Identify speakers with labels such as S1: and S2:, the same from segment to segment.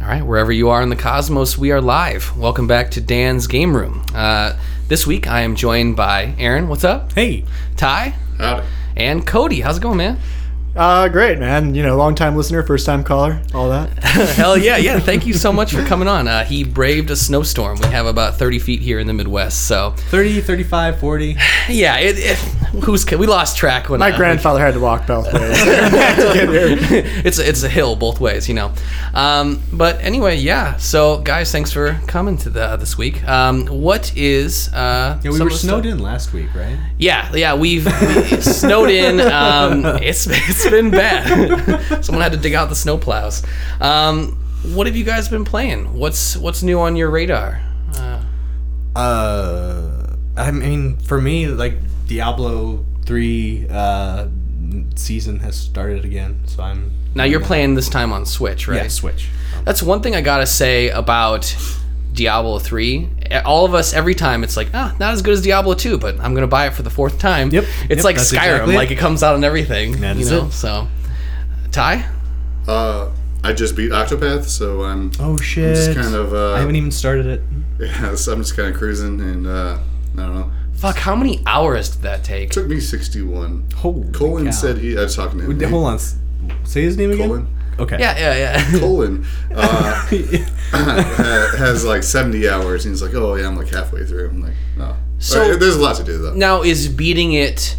S1: right, wherever you are in the cosmos, we are live. Welcome back to Dan's Game Room. Uh, this week, I am joined by Aaron. What's up?
S2: Hey.
S1: Ty
S3: Howdy.
S1: and Cody. How's it going, man?
S2: Uh, great, man. You know, long time listener, first time caller, all that.
S1: Hell yeah, yeah. Thank you so much for coming on. Uh, he braved a snowstorm. We have about 30 feet here in the Midwest, so
S4: 30, 35, 40.
S1: yeah. It, it, who's we lost track when
S2: My
S1: I-
S2: grandfather had to walk both ways to get here.
S1: it's it's a hill both ways, you know. Um, but anyway, yeah. So guys, thanks for coming to the this week. Um, what is uh,
S4: Yeah, we
S1: some
S4: were
S1: of the
S4: snowed
S1: stuff-
S4: in last week, right?
S1: Yeah, yeah, we've we snowed in. Um, it's it's been bad. Someone had to dig out the snow plows. Um, what have you guys been playing? What's what's new on your radar? Uh,
S4: Uh, I mean, for me, like Diablo 3 uh, season has started again, so I'm.
S1: now you're playing this time on Switch, right?
S4: Yeah, Switch.
S1: That's one thing I gotta say about Diablo 3. All of us, every time, it's like, ah, not as good as Diablo 2, but I'm gonna buy it for the fourth time.
S4: Yep,
S1: It's
S4: yep,
S1: like
S4: that's
S1: Skyrim,
S4: exactly it.
S1: like it comes out on everything.
S4: That
S1: you
S4: is
S1: know?
S4: it.
S1: So, Ty?
S3: Uh, I just beat Octopath, so I'm
S4: Oh, shit.
S3: just kind of. Uh,
S4: I haven't even started it.
S3: yeah, so I'm just kind of cruising, and uh, I don't know.
S1: Fuck, how many hours did that take?
S3: took me 61.
S4: Holy
S3: Colin
S4: cow.
S3: said he. I was talking to him.
S4: Wait, Hold on. s- Say his name again?
S3: Colin.
S4: Okay.
S1: Yeah, yeah, yeah.
S3: Colin uh, ha- has like 70 hours, and he's like, "Oh yeah, I'm like halfway through." I'm like, "No."
S1: So-
S3: Alright, there's a lot to do though.
S1: now, is beating it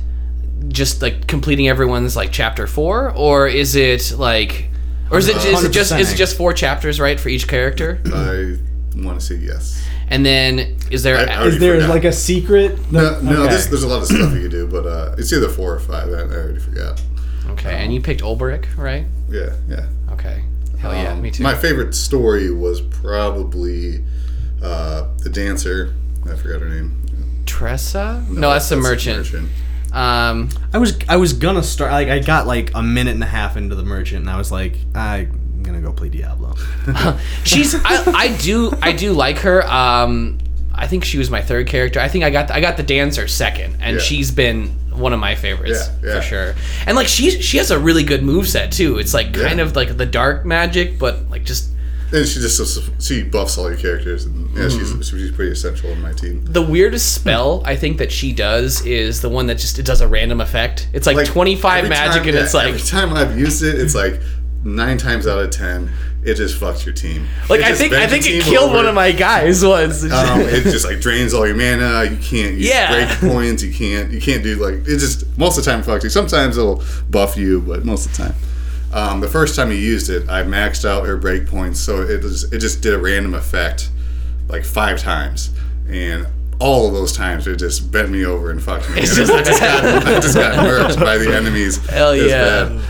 S1: just like completing everyone's like chapter four, or is it like. Or
S4: Uh,
S1: is it, is it just is it
S4: 100%.
S1: just four chapters right for each character,
S3: I want to say yes.
S1: and then is there
S3: I- I
S4: Is
S3: already
S4: there
S3: forgot.
S4: like a secret?
S3: No, no
S4: Okay.
S3: this, there's a lot of stuff you can do, but uh, it's either four or five. I, I already forgot.
S1: okay? And you picked Ulbrich, right?
S3: Yeah, yeah.
S1: Okay. Hell Oh, yeah,
S3: Um,
S1: me too.
S3: My favorite story was probably uh, the dancer. I forgot her name.
S1: Tressa? No, that's the merchant. Um,
S4: I was I was gonna start like I got like a minute and a half into the merchant and I was like I'm gonna go play Diablo.
S1: she's I, I do I do like her. Um, I think she was my third character. I think I got the, I got the dancer second, and
S3: Yeah.
S1: she's been one of my favorites
S3: Yeah, yeah.
S1: for sure. And like she she has a really good moveset too. It's like kind
S3: Yeah.
S1: of like the dark magic, but like just
S3: And she just she buffs all your characters, and yeah,
S1: Mm-hmm.
S3: she's she's pretty essential in my team.
S1: the weirdest
S3: Hmm.
S1: spell I think that she does is the one that just it does a random effect. It's like, twenty five
S3: every
S1: magic,
S3: time-
S1: and
S3: yeah,
S1: it's like
S3: every time I've used it, it's like nine times out of ten, it just fucks your team.
S1: like
S3: It
S1: I
S3: just
S1: think I
S3: bends your
S1: think it
S3: team
S1: killed
S3: over.
S1: one of my guys once.
S3: Um, it just like drains all your mana. You can't use
S1: Yeah.
S3: break points. You can't. You can't do like it. Just most of the time fucks you. Sometimes it'll buff you, but most of the time. Um, the first time you used it, I maxed out her break points, so it just, it just did a random effect, like five times, and all of those times it just bent me over and fucked me.
S1: It's
S3: And
S1: just-
S3: I just got, I just got murked by the enemies.
S1: Hell
S3: It was
S1: yeah.
S3: bad.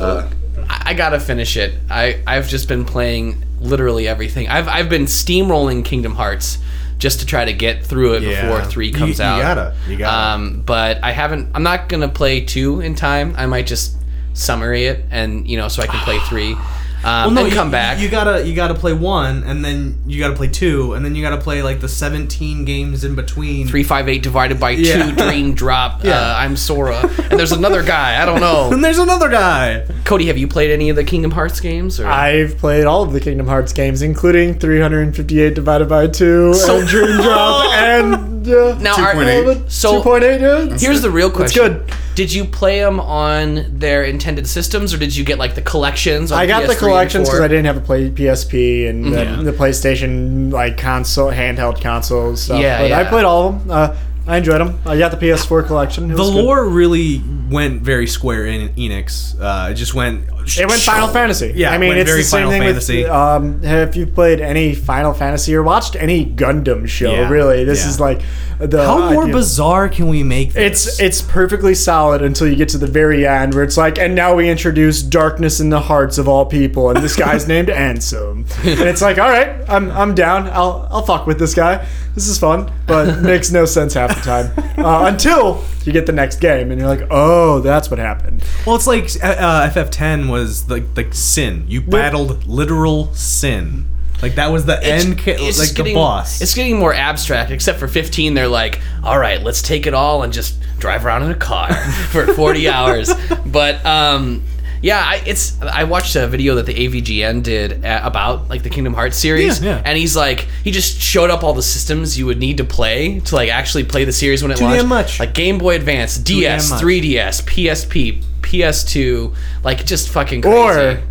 S3: Uh,
S1: I I gotta finish it. I I've just been playing literally everything. I've I've been steamrolling Kingdom Hearts just to try to get through it
S4: Yeah.
S1: before three
S4: You-
S1: comes
S4: you
S1: out.
S4: gotta. You gotta.
S1: Um, but I haven't. I'm not gonna play two in time. I might just summary it and you know so I can play three. Um, and
S4: you-
S1: come back.
S4: You gotta you gotta play one, and then you gotta play two, and then you gotta play like the seventeen games in between.
S1: Three five eight divided by
S4: Yeah.
S1: two. Dream drop. Uh,
S4: Yeah.
S1: I'm Sora, and there's another guy. I don't know.
S4: And there's another guy.
S1: Cody, have you played any of the Kingdom Hearts games? Or?
S2: I've played all of the Kingdom Hearts games, including 358 divided by 2,
S1: So-
S2: and Dream Drop, and uh,
S1: now, are-
S3: 2.8.
S1: So
S2: 2.8, yeah.
S1: Here's the real question.
S2: good.
S1: Did you play them on their intended systems, or did you get like the collections? On
S2: I got
S1: PS3
S2: the
S1: and Mm-hmm.
S2: collections because
S1: 4?
S2: I didn't have a play PSP and the, the PlayStation like console, handheld consoles. Stuff.
S1: Yeah,
S2: but I
S1: yeah.
S2: played all of them. Uh, I enjoyed them. I got the PS4 collection. It
S4: The
S2: was good.
S4: lore really went very square in Enix. Uh, it just went.
S2: It went Final Fantasy.
S4: Yeah,
S2: I mean
S4: went
S2: it's
S4: very
S2: the same
S4: Final
S2: thing
S4: Fantasy.
S2: with. Um, if you played any Final Fantasy or watched any Gundam show,
S4: Yeah,
S2: really, this
S4: yeah.
S2: is like the
S4: How more
S2: idea.
S4: bizarre can we make this?
S2: It's it's perfectly solid until you get to the very end where it's like, and now we introduce darkness in the hearts of all people, and this guy's named Ansem, and it's like, all right, I'm I'm down. I'll I'll fuck with this guy. This is fun, but makes no sense half the time uh, until you get the next game, and you're like, oh, that's what happened.
S4: well, it's like uh, FF10 was like the, sin. You battled literal sin. Like that was the
S1: It's-
S4: end, ca-
S1: it's just
S4: like
S1: getting,
S4: the boss.
S1: It's getting more abstract. Except for 15, they're like, all right, let's take it all and just drive around in a car for 40 hours. But um, Yeah, I, it's. I watched a video that the AVGN did uh, about like the Kingdom Hearts series,
S4: Yeah, yeah.
S1: and he's like, he just showed up all the systems you would need to play to like actually play the series when it
S4: Too
S1: launched.
S4: damn much.
S1: Like Game Boy Advance, DS,
S4: damn much.
S1: 3DS, PSP, PS2, like just fucking crazy.
S2: Or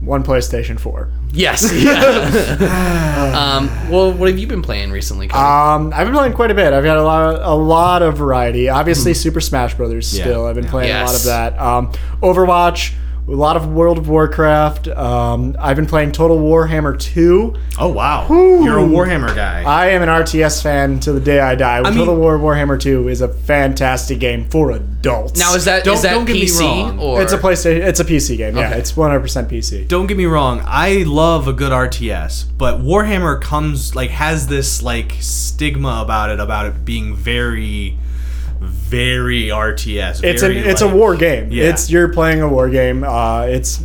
S2: one PlayStation 4.
S1: yes. yeah. um. Well, what have you been playing recently?
S4: Uh,
S1: Cody?
S2: Um, I've been playing quite a bit. I've got a lot, a lot of variety. Obviously, Super Smash Brothers.
S4: Hmm. Yeah.
S2: Still, I've been playing a lot
S1: Yes.
S2: of that. Um, Overwatch, a lot of World of Warcraft. Um, I've been playing Total Warhammer 2.
S4: Oh wow, you're a Warhammer guy.
S2: I am an RTS fan to the day I die.
S4: mean-
S2: Total War Warhammer 2 is a fantastic game for adults.
S1: now is that is
S4: don't-
S1: that
S4: don't get me
S1: PC
S4: wrong.
S1: or
S2: it's a PlayStation. It's a PC game. Yeah,
S1: Okay.
S2: it's 100% PC.
S4: Don't get me wrong, I love a good RTS, but Warhammer comes like has this like stigma about it about it being very, very RTS.
S2: it's an,
S4: very,
S2: it's
S4: like-
S2: a war game.
S4: Yeah.
S2: It's you're playing a war game. Uh, it's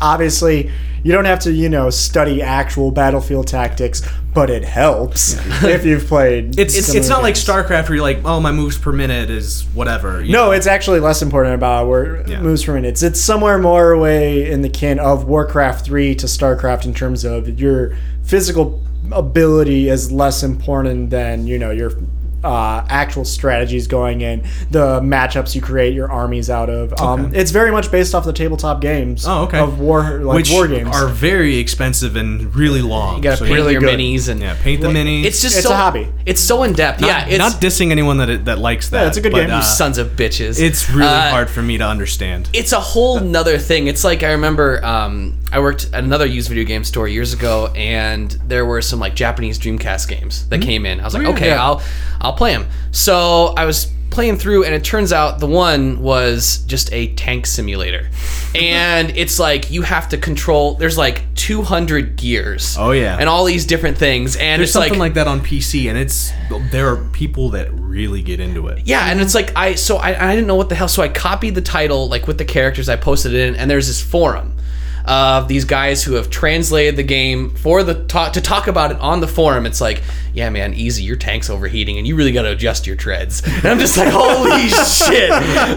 S2: obviously you don't have to you know study actual battlefield tactics, but it helps if you've played.
S4: It's it's,
S2: similar
S4: it's not like
S2: games.
S4: StarCraft where you're like, oh, my moves per minute is whatever. you
S2: No,
S4: know?
S2: it's actually less important about where
S4: Yeah.
S2: moves per minutes. It's somewhere more away in the kin of Warcraft 3 to StarCraft in terms of your physical ability is less important than, you know, your uh, actual strategies going in, the matchups you create your armies out of. Um, It's very much based off the tabletop games
S4: Oh, okay.
S2: of war like
S4: which
S2: war games.
S4: are very expensive and really long. You
S1: gotta paint
S2: really
S1: your
S2: good.
S1: minis and
S4: yeah, paint the minis.
S1: It's just
S2: It's
S1: so,
S2: a hobby.
S1: It's so in depth.
S4: not,
S1: yeah, it's
S4: not dissing anyone that it, that likes that.
S2: it's a good
S4: but,
S2: game. You
S4: uh,
S1: sons of bitches.
S4: it's really
S1: Uh,
S4: hard for me to understand.
S1: It's a whole nother thing. It's like I remember um, I worked at another used video game store years ago, and there were some like Japanese Dreamcast games that came in. I was like,
S4: Mm-hmm. Oh, yeah,
S1: okay,
S4: yeah.
S1: I'll I'll play them. So I was playing through, and it turns out the one was just a tank simulator, and it's like you have to control. There's like 200 gears.
S4: Oh, yeah.
S1: and all these different things, and
S4: There's
S1: it's
S4: something like, that on PC, and it's there are people that really get into it.
S1: Yeah, and it's like I so I, I didn't know what the hell. So I copied the title like with the characters. I posted it in, and there's this forum of these guys who have translated the game for the talk to talk about it on the forum. It's like, yeah, man, easy. Your tank's overheating, and you really got to adjust your treads. And I'm just like, holy shit!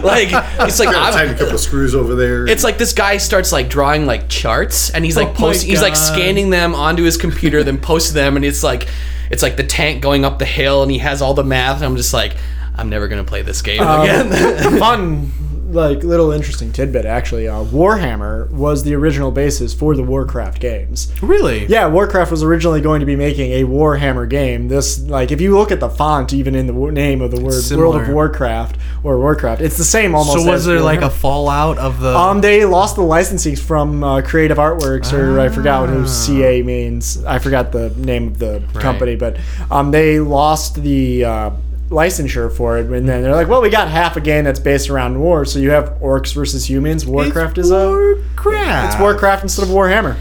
S1: Like it's like
S3: Gotta tighten a
S1: I'm,
S3: couple screws over there.
S1: it's like this guy starts like drawing like charts and he's like
S4: Oh my
S1: post he's like
S4: God.
S1: scanning them onto his computer then posting them and it's like it's like the tank going up the hill and he has all the math and I'm just like I'm never gonna play this game
S4: Um,
S1: again.
S2: fun like little interesting tidbit actually uh, warhammer was the original basis for the warcraft games
S4: Really?
S2: yeah warcraft was originally going to be making a warhammer game this like if you look at the font even in the w- name of the word world of
S4: similar.
S2: warcraft or warcraft it's the same almost
S4: So was
S2: as
S4: there like a
S2: Warhammer.
S4: fallout of the?
S2: um, they lost the licensing from uh, Creative Artworks, or I forgot who
S4: Ah.
S2: CA means. I forgot the name of the company, but um, they lost the uh, licensure for it. And then they're like, well, we got half a game that's based around war. So you have orcs versus humans. Warcraft is a.
S4: Warcraft.
S2: It's Warcraft instead of Warhammer.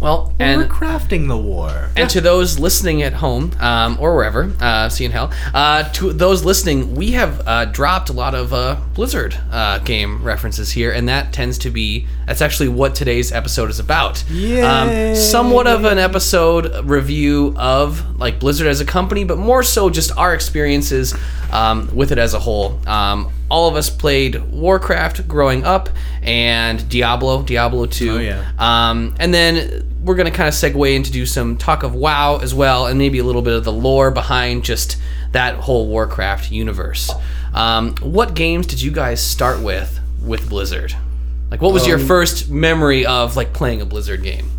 S1: well,
S4: We're
S1: and
S4: crafting the war.
S1: and to those listening at home um, or wherever, uh, see you in hell. Uh, to those listening, we have uh, dropped a lot of uh, Blizzard uh, game references here, and that tends to be that's actually what today's episode is about. Um,
S4: Yay.
S1: somewhat of an episode review of like Blizzard as a company, but more so just our experiences um, with it as a whole. Um, all of us played Warcraft growing up and Diablo, Diablo 2.
S4: Oh, yeah.
S1: Um, and then we're going to kind of segue into do some talk of WoW as well, and maybe a little bit of the lore behind just that whole Warcraft universe. Um, what games did you guys start with with Blizzard? Like, what was your
S4: Um,
S1: first memory of like playing a Blizzard game?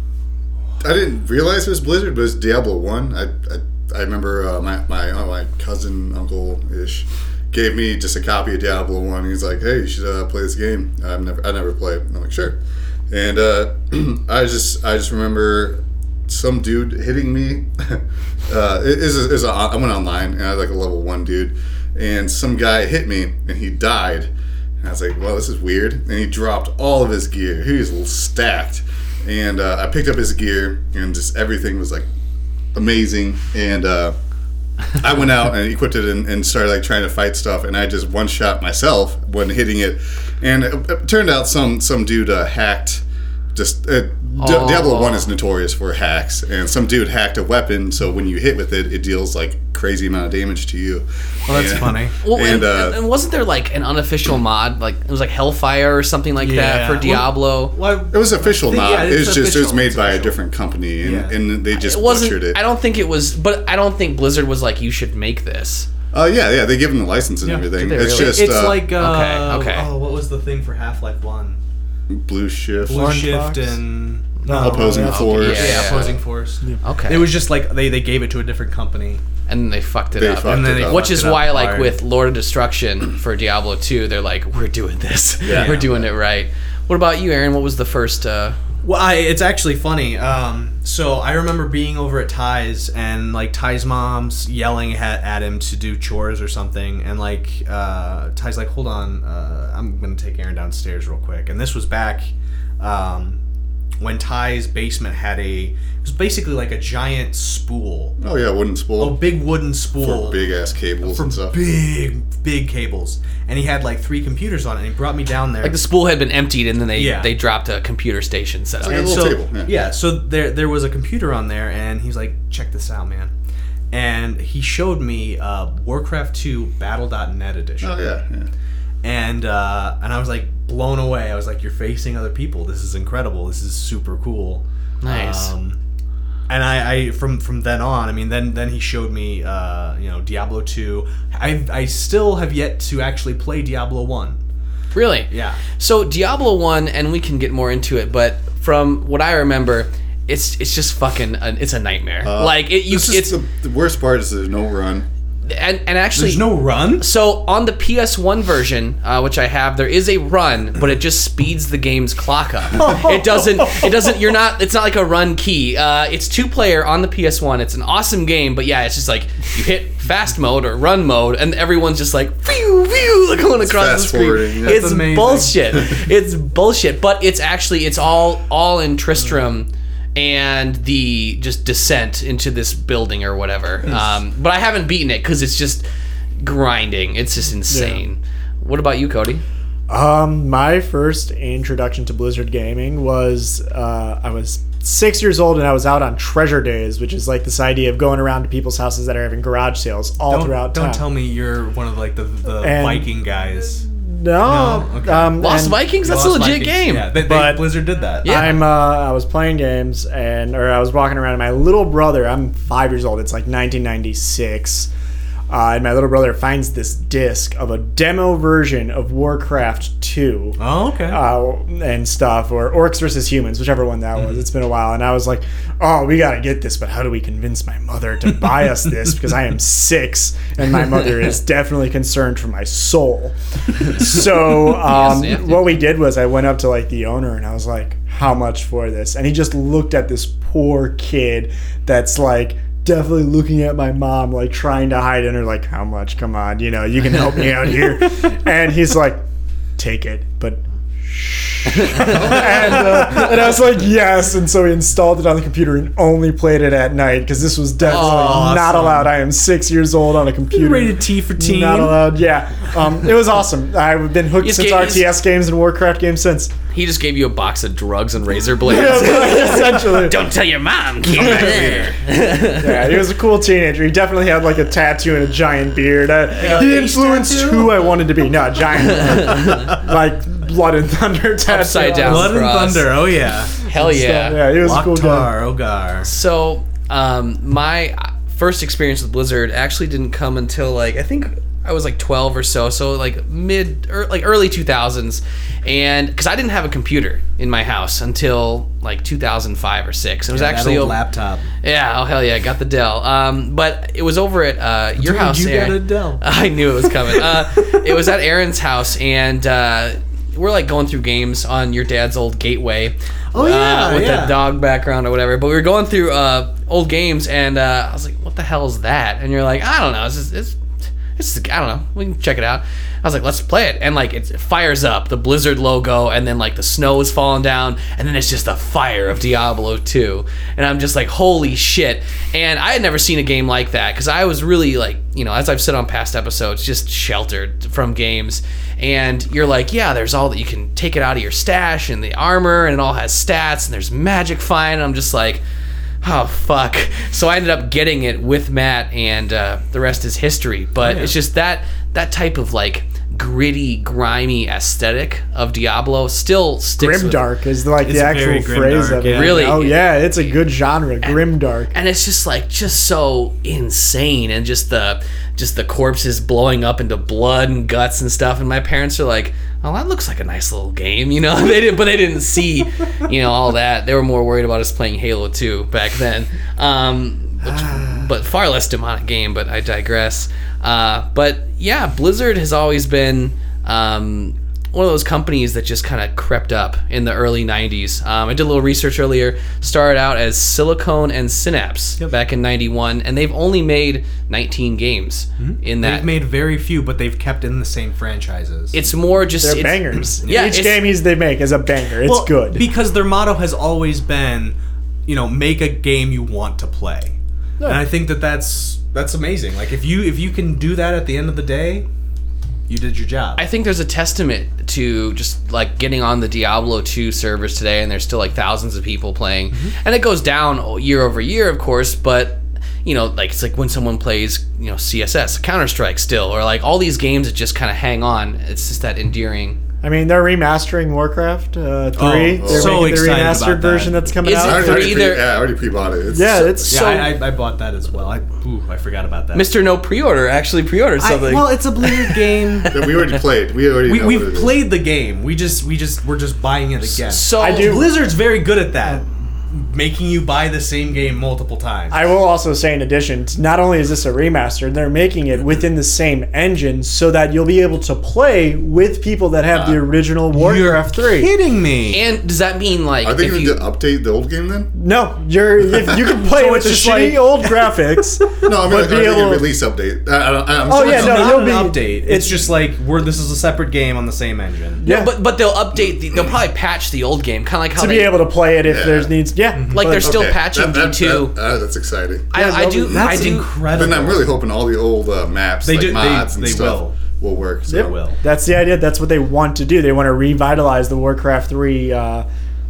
S3: I didn't realize it was Blizzard, but it was Diablo One. I I, I remember uh, my my uh, my cousin uncle ish gave me just a copy of Diablo One. He's like, "Hey, you should uh, play this game." I've never I never played. And I'm like, "Sure," and uh, I just I just remember some dude hitting me. uh, it is is a, I went online and I was like a level one dude, and some guy hit me and he died. And I was like, well, this is weird. And he dropped all of his gear. He was stacked. And uh, I picked up his gear, and just everything was like amazing. And uh, I went out and equipped it and, and started like trying to fight stuff. And I just one shot myself when hitting it. And it, it turned out some some dude uh, hacked just uh, D-
S1: Oh.
S3: Diablo One is notorious for hacks, and some dude hacked a weapon, so when you hit with it, it deals like crazy amount of damage to you.
S4: Well, that's
S3: And-
S4: funny.
S1: Well, and,
S3: and, uh,
S1: and wasn't there like an unofficial mod, like it was like Hellfire or something like that
S4: Yeah.
S1: for
S4: Well,
S1: Diablo?
S4: Well,
S3: It was official,
S4: Yeah,
S3: not.
S4: it's
S3: it was just it was
S4: official,
S3: made
S4: it's
S3: by a
S4: official.
S3: different company, and,
S4: Yeah.
S3: and they just
S1: it
S3: butchered
S1: wasn't.
S3: it.
S1: I don't think it was, but I don't think Blizzard was like, you should make this.
S3: Oh yeah, yeah. They give them the license and
S4: Yeah.
S3: everything.
S1: Did they
S3: It's
S1: really?
S3: just
S4: it's
S3: uh,
S4: like uh,
S1: okay, okay.
S4: Oh, what was the thing for Half Life One?
S3: blue shift,
S4: Blue
S2: Lunchbox?
S4: Shift and
S2: No,
S3: opposing
S2: no.
S3: force.
S4: yeah,
S1: Yeah.
S4: opposing force.
S1: Okay,
S4: It was just like they, they gave it to a different company.
S1: and then they fucked it
S3: They
S1: up.
S3: fucked
S4: And then
S3: it
S4: they-
S3: up.
S1: Which is
S4: it up
S1: why, like
S4: hard.
S1: with Lord of Destruction for Diablo 2, they're like, we're doing this.
S3: Yeah.
S1: we're doing it right. What about you, Aaron? What was the first? Uh,
S4: Well, I, it's actually funny. Um, so I remember being over at Ty's and like Ty's mom's yelling at, at him to do chores or something, and like uh, Ty's like, "Hold on, uh, I'm gonna take Aaron downstairs real quick." And this was back um, when Ty's basement had a it was basically like a giant spool,
S3: oh yeah, wooden
S4: a
S3: spool
S4: big wooden spool
S3: for big ass cables and
S4: for
S3: stuff.
S4: big big cables, and he had like three computers on it, and he brought me down there.
S1: like the spool had been emptied, and then they
S4: Yeah.
S1: they dropped a computer station set up.
S3: like a
S4: And
S3: little
S4: so,
S3: table, yeah.
S4: Yeah. so there there was a computer on there, and he's like, check this out, man. And he showed me uh, Warcraft 2 Battle.net edition.
S3: Oh yeah, yeah.
S4: And uh, and I was like blown away. I was like, you're facing other people. This is incredible. This is super cool.
S1: Nice.
S4: Um, and I, I from from then on, I mean, then then he showed me, uh, you know, Diablo 2. I I still have yet to actually play Diablo 1.
S1: Really?
S4: Yeah.
S1: So Diablo one, and we can get more into it, but from what I remember, it's it's just fucking a, it's a nightmare. like it, you,
S3: It's
S1: it's
S3: just Uh, the, the worst part is there's no run.
S1: and, and actually
S4: There's no run.
S1: So on the PS1 version, uh, which I have, there is a run, but it just speeds the game's clock up. It doesn't. It doesn't. You're not. It's not like a run key. Uh, it's two player on the PS1. It's an awesome game, but yeah, it's just like you hit fast mode or run mode, and everyone's just like, phew, phew, going across the
S3: fast
S1: screen.
S3: forwarding, yeah.
S1: It's
S4: That's amazing.
S1: bullshit. It's bullshit. But it's actually it's all all in Tristram. And the just descent into this building or whatever, um, but I haven't beaten it because it's just grinding. It's just insane. What about you, Cody?
S2: Um, my first introduction to Blizzard gaming was uh, I was six years old and I was out on Treasure Days, which is like this idea of going around to people's houses that are having garage sales all
S4: Don't,
S2: throughout
S4: don't
S2: town.
S4: tell me you're one of like the, the
S2: And-
S4: Viking guys.
S2: No,
S4: No, okay.
S2: um,
S1: Lost
S2: and-
S1: Vikings? That's a
S4: Lost
S1: legit
S4: Vikings.
S1: game.
S4: Yeah, they, they-
S2: But-
S4: Blizzard did that.
S1: Yeah.
S2: I'm uh, I was playing games and or I was walking around and my little brother, I'm five years old, it's like 1996. Uh, and my little brother finds this disc of a demo version of Warcraft 2
S4: Oh, okay.
S2: uh, and stuff, or Orcs versus Humans, whichever one that
S1: Mm-hmm.
S2: was. It's been a while, and I was like, "Oh, we gotta get this," but how do we convince my mother to buy us this? Because I am six, and my mother is definitely concerned for my soul. So, um,
S1: Yes, yeah.
S2: what we did was I went up to like the owner, and I was like, "How much for this?" And he just looked at this poor kid that's like. Definitely looking at my mom, like trying to hide in her, like, how much? Come on, you know, you can help me out here. And he's like, take it, but and, uh, and I was like, yes. And so we installed it on the computer and only played it at night because this was definitely
S4: Awesome.
S2: not allowed. I am six years old on a computer.
S4: Rated T for teen.
S2: Not allowed. Yeah, um, it was awesome. I've been hooked
S1: Yes,
S2: since
S1: yes.
S2: RTS games and Warcraft games since.
S1: He just gave you a box of drugs and razor blades.
S2: Essentially,
S1: Don't tell your mom, kid.
S2: yeah, he was a cool teenager. He definitely had like a tattoo and a giant beard. I, he
S4: face
S2: influenced
S4: tattoo?
S2: who I wanted to be. No, giant, like blood and thunder tattoo.
S1: Upside down.
S4: Blood and
S1: Cross.
S4: Thunder. Oh yeah. oh,
S1: Hell yeah.
S2: Yeah, he was a cool guy.
S4: Octar, Ogar.
S1: So, um, my first experience with Blizzard actually didn't come until like I think I was like 12 or so, so like mid or like early 2000s, and because I didn't have a computer in my house until like 2005 or six. It was actually
S4: that
S1: a
S4: old laptop.
S1: Yeah, oh hell yeah, got the Dell. Um, but it was over at uh, your
S4: Dude,
S1: house,
S4: you got
S1: Aaron.
S4: a Dell.
S1: I knew it was coming. Uh, it was at Aaron's house, and uh, we're like going through games on your dad's old gateway. Oh
S4: yeah,
S1: uh, with
S4: yeah.
S1: that dog background or whatever. But we were going through uh, old games, and uh, I was like, "What the hell is that?" And you're like, "I don't know. It's just, it's This is, I don't know. We can check it out. I was like, let's play it. And like, it it fires up the Blizzard logo, and then like the snow is falling down, and then it's just a fire of Diablo 2. And I'm just like, holy shit. And I had never seen a game like that because I was really like, you know, as I've said on past episodes, just sheltered from games. And you're like, yeah, there's all that you can take it out of your stash and the armor, and it all has stats, and there's magic fine. And I'm just like, oh fuck so i ended up getting it with matt and uh, the rest is history but it's just that that type of like gritty grimy aesthetic of diablo still sticks with-
S2: Grimdark is like
S4: It's
S2: the actual
S4: very
S2: phrase
S4: grimdark,
S2: of it.
S4: yeah.
S1: Really?
S2: Oh yeah, it's a good genre. Grimdark.
S1: and it's just like just so insane and just the just the corpses blowing up into blood and guts and stuff and my parents are like oh that looks like a nice little game you know they didn't but they didn't see you know all that they were more worried about us playing halo 2 back then um which, but far less demonic game but i digress uh, but yeah blizzard has always been um, one of those companies that just kind of crept up in the early 90s. Um, I did a little research earlier. Started out as Silicone and Synapse back in 91, and they've only made 19 games
S2: Mm-hmm.
S1: in that.
S4: They've made very few, but they've kept in the same franchises.
S1: it's more just.
S2: They're
S1: it's-
S2: bangers.
S1: Yeah,
S2: Each
S1: it's-
S2: game he's, they make is a banger. It's
S4: Well,
S2: good.
S4: because their motto has always been, you know, make a game you want to play, and I think that that's that's amazing. Like if you if you can do that at the end of the day, you did your job.
S1: I think there's a testament to just like getting on the Diablo 2 servers today, and there's still like thousands of people playing, and it goes down year over year, of course. But you know, like it's like when someone plays, you know, CSS, Counter Strike, still, or like all these games that just kind of hang on. It's just that endearing.
S2: I mean, they're remastering Warcraft uh,
S4: Oh,
S2: three. they're
S4: so
S2: making
S4: excited
S2: the remastered
S4: about that.
S2: version that's coming
S1: Is
S3: I
S1: it
S2: out.
S3: already,
S1: Or
S3: already
S1: either-
S3: pre, yeah, I already pre-bought it. It's
S2: yeah, it's
S4: yeah,
S2: so
S4: I, I, I bought that as well. I ooh, I forgot about that.
S1: Mr. No pre-order actually pre-ordered
S4: I-
S1: something.
S4: well, it's a Blizzard game.
S3: that we already played. We already
S4: We,
S3: know what
S4: we've
S3: it is.
S4: played the game. We just we just we're just buying it again.
S1: so
S2: I do-
S4: Blizzard's very good at that, making you buy the same game multiple times.
S2: I will also say, in addition, not only is this a remaster, they're making it within the same engine so that you'll be able to play with people that have the original Warcraft 3.
S4: Uh, kidding me.
S1: And does that mean like
S3: Are they
S1: if
S3: going
S1: you-
S3: to update the old game then?
S2: No, you're if you can play with the
S4: it's just
S2: shitty
S4: like-
S2: old graphics.
S3: No, I mean, like,
S2: be
S3: are they going
S2: able-
S3: to release update? Uh, I, I, don't- I, I'm
S2: Oh,
S3: sorry,
S2: yeah,
S3: I'm
S2: no,
S3: not-
S4: not
S2: you'll
S4: an
S2: be-
S4: update. It's,
S2: it's-
S4: just like we're this is a separate game on the same engine.
S2: Yeah,
S1: but but they'll update the, they'll probably patch the old game, kind of like how
S2: to
S1: they, Mm-hmm. uh,
S2: be able to play it if
S3: Yeah.
S2: there's needs. Yeah,
S1: like
S2: but-
S1: they're still
S3: Okay,
S1: patching
S3: that- that-
S1: D2.
S3: that- uh, that's exciting.
S1: I, I
S2: that'll
S1: do
S2: be-
S1: I
S4: That's
S1: do
S4: incredible.
S3: But I'm really hoping all the old uh, maps,
S4: They
S3: like
S4: do- they-
S3: mods and
S4: they
S3: stuff, will, work. So.
S4: I will.
S2: That's the idea. That's what they want to do. They want to revitalize the Warcraft three, uh,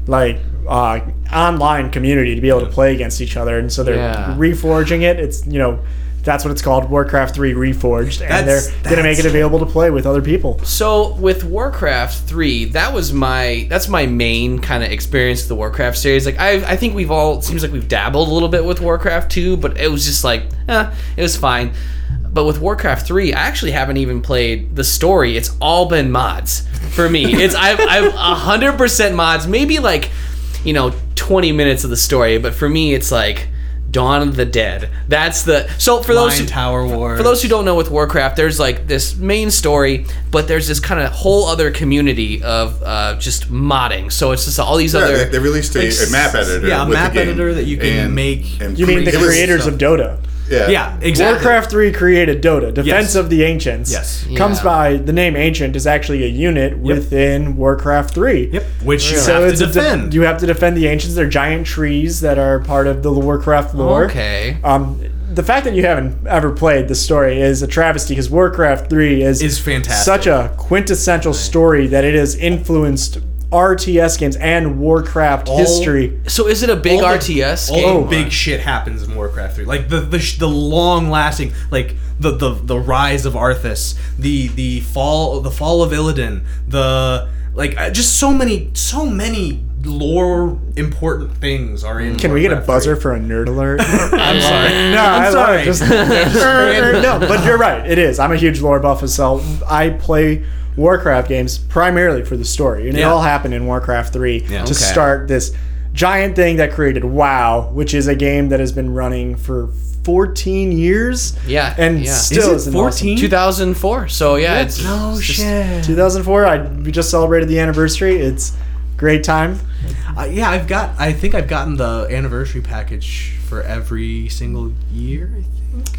S2: like uh, online community to be able to play against each other, and so they're
S1: Yeah.
S2: reforging it. It's you know. That's what it's called, Warcraft 3 Reforged, and
S4: That's-
S2: they're going to make it
S4: that's-
S2: available to play with other people.
S1: So with Warcraft 3, that was my that's my main kind of experience with the Warcraft series. Like I I think we've all it seems like we've dabbled a little bit with Warcraft 2, but it was just like, eh, it was fine. But with Warcraft 3, I actually haven't even played the story. It's all been mods for me. It's I've I've 100% mods, maybe like, you know, 20 minutes of the story, but for me it's like Dawn of the Dead. That's the So for those
S4: Line
S1: who-
S4: Tower Wars.
S1: for those who don't know with warcraft there's like this main story but there's this kind of whole other community of uh, just modding so it's just all these
S3: Yeah,
S1: other
S3: they, they released a,
S4: like,
S3: a map editor.
S4: yeah, a
S3: with the
S4: map
S3: game,
S4: editor that you can
S3: and-
S4: make-
S3: and
S2: You mean the
S3: it was-
S2: creators of Dota?
S3: Yeah,
S4: yeah, exactly.
S2: Warcraft 3 created Dota, Defense
S4: Yes.
S2: of the Ancients.
S4: Yes.
S2: Comes
S1: Yeah.
S2: by the name Ancient is actually a unit within Warcraft 3.
S4: Yep. Which you
S2: So
S4: have
S2: it's
S4: to
S2: a de-
S4: defend.
S2: you have to defend the ancients. They're giant trees that are part of the Warcraft lore.
S1: okay
S2: Um, the fact that you haven't ever played the story is a travesty because Warcraft 3 is
S4: Is fantastic.
S2: Such a quintessential story that it has influenced RTS games and Warcraft history.
S1: so is it a big
S4: all the-
S3: Oh.
S1: rts
S4: all the
S1: game
S4: big shit happens in Warcraft 3. Like the the, sh- the long lasting like the, the the rise of Arthas, the the fall the fall of Illidan, the like uh, just so many so many lore important things are in
S2: Can we get a
S4: Warcraft
S2: buzzer
S4: 3.
S2: for a nerd alert? I'm
S1: sorry.
S2: No, I'm
S4: sorry.
S2: Er, no, but you're right. It is. I'm a huge lore buff myself. I play Warcraft games primarily for the story, and it
S4: Yeah.
S2: all happened in Warcraft 3 to
S4: okay.
S2: start this giant thing that created WoW, which is a game that has been running for 14 years.
S1: Yeah,
S2: and
S1: yeah.
S2: still
S4: Is
S2: is
S4: it
S2: an awesome-
S4: 14?
S1: 2004 so yeah it's,
S4: No
S1: it's just-
S4: shit.
S2: 2004. I we just celebrated the anniversary. It's great time.
S4: Uh, yeah, I've got. I think I've gotten the anniversary package for every single year. I think.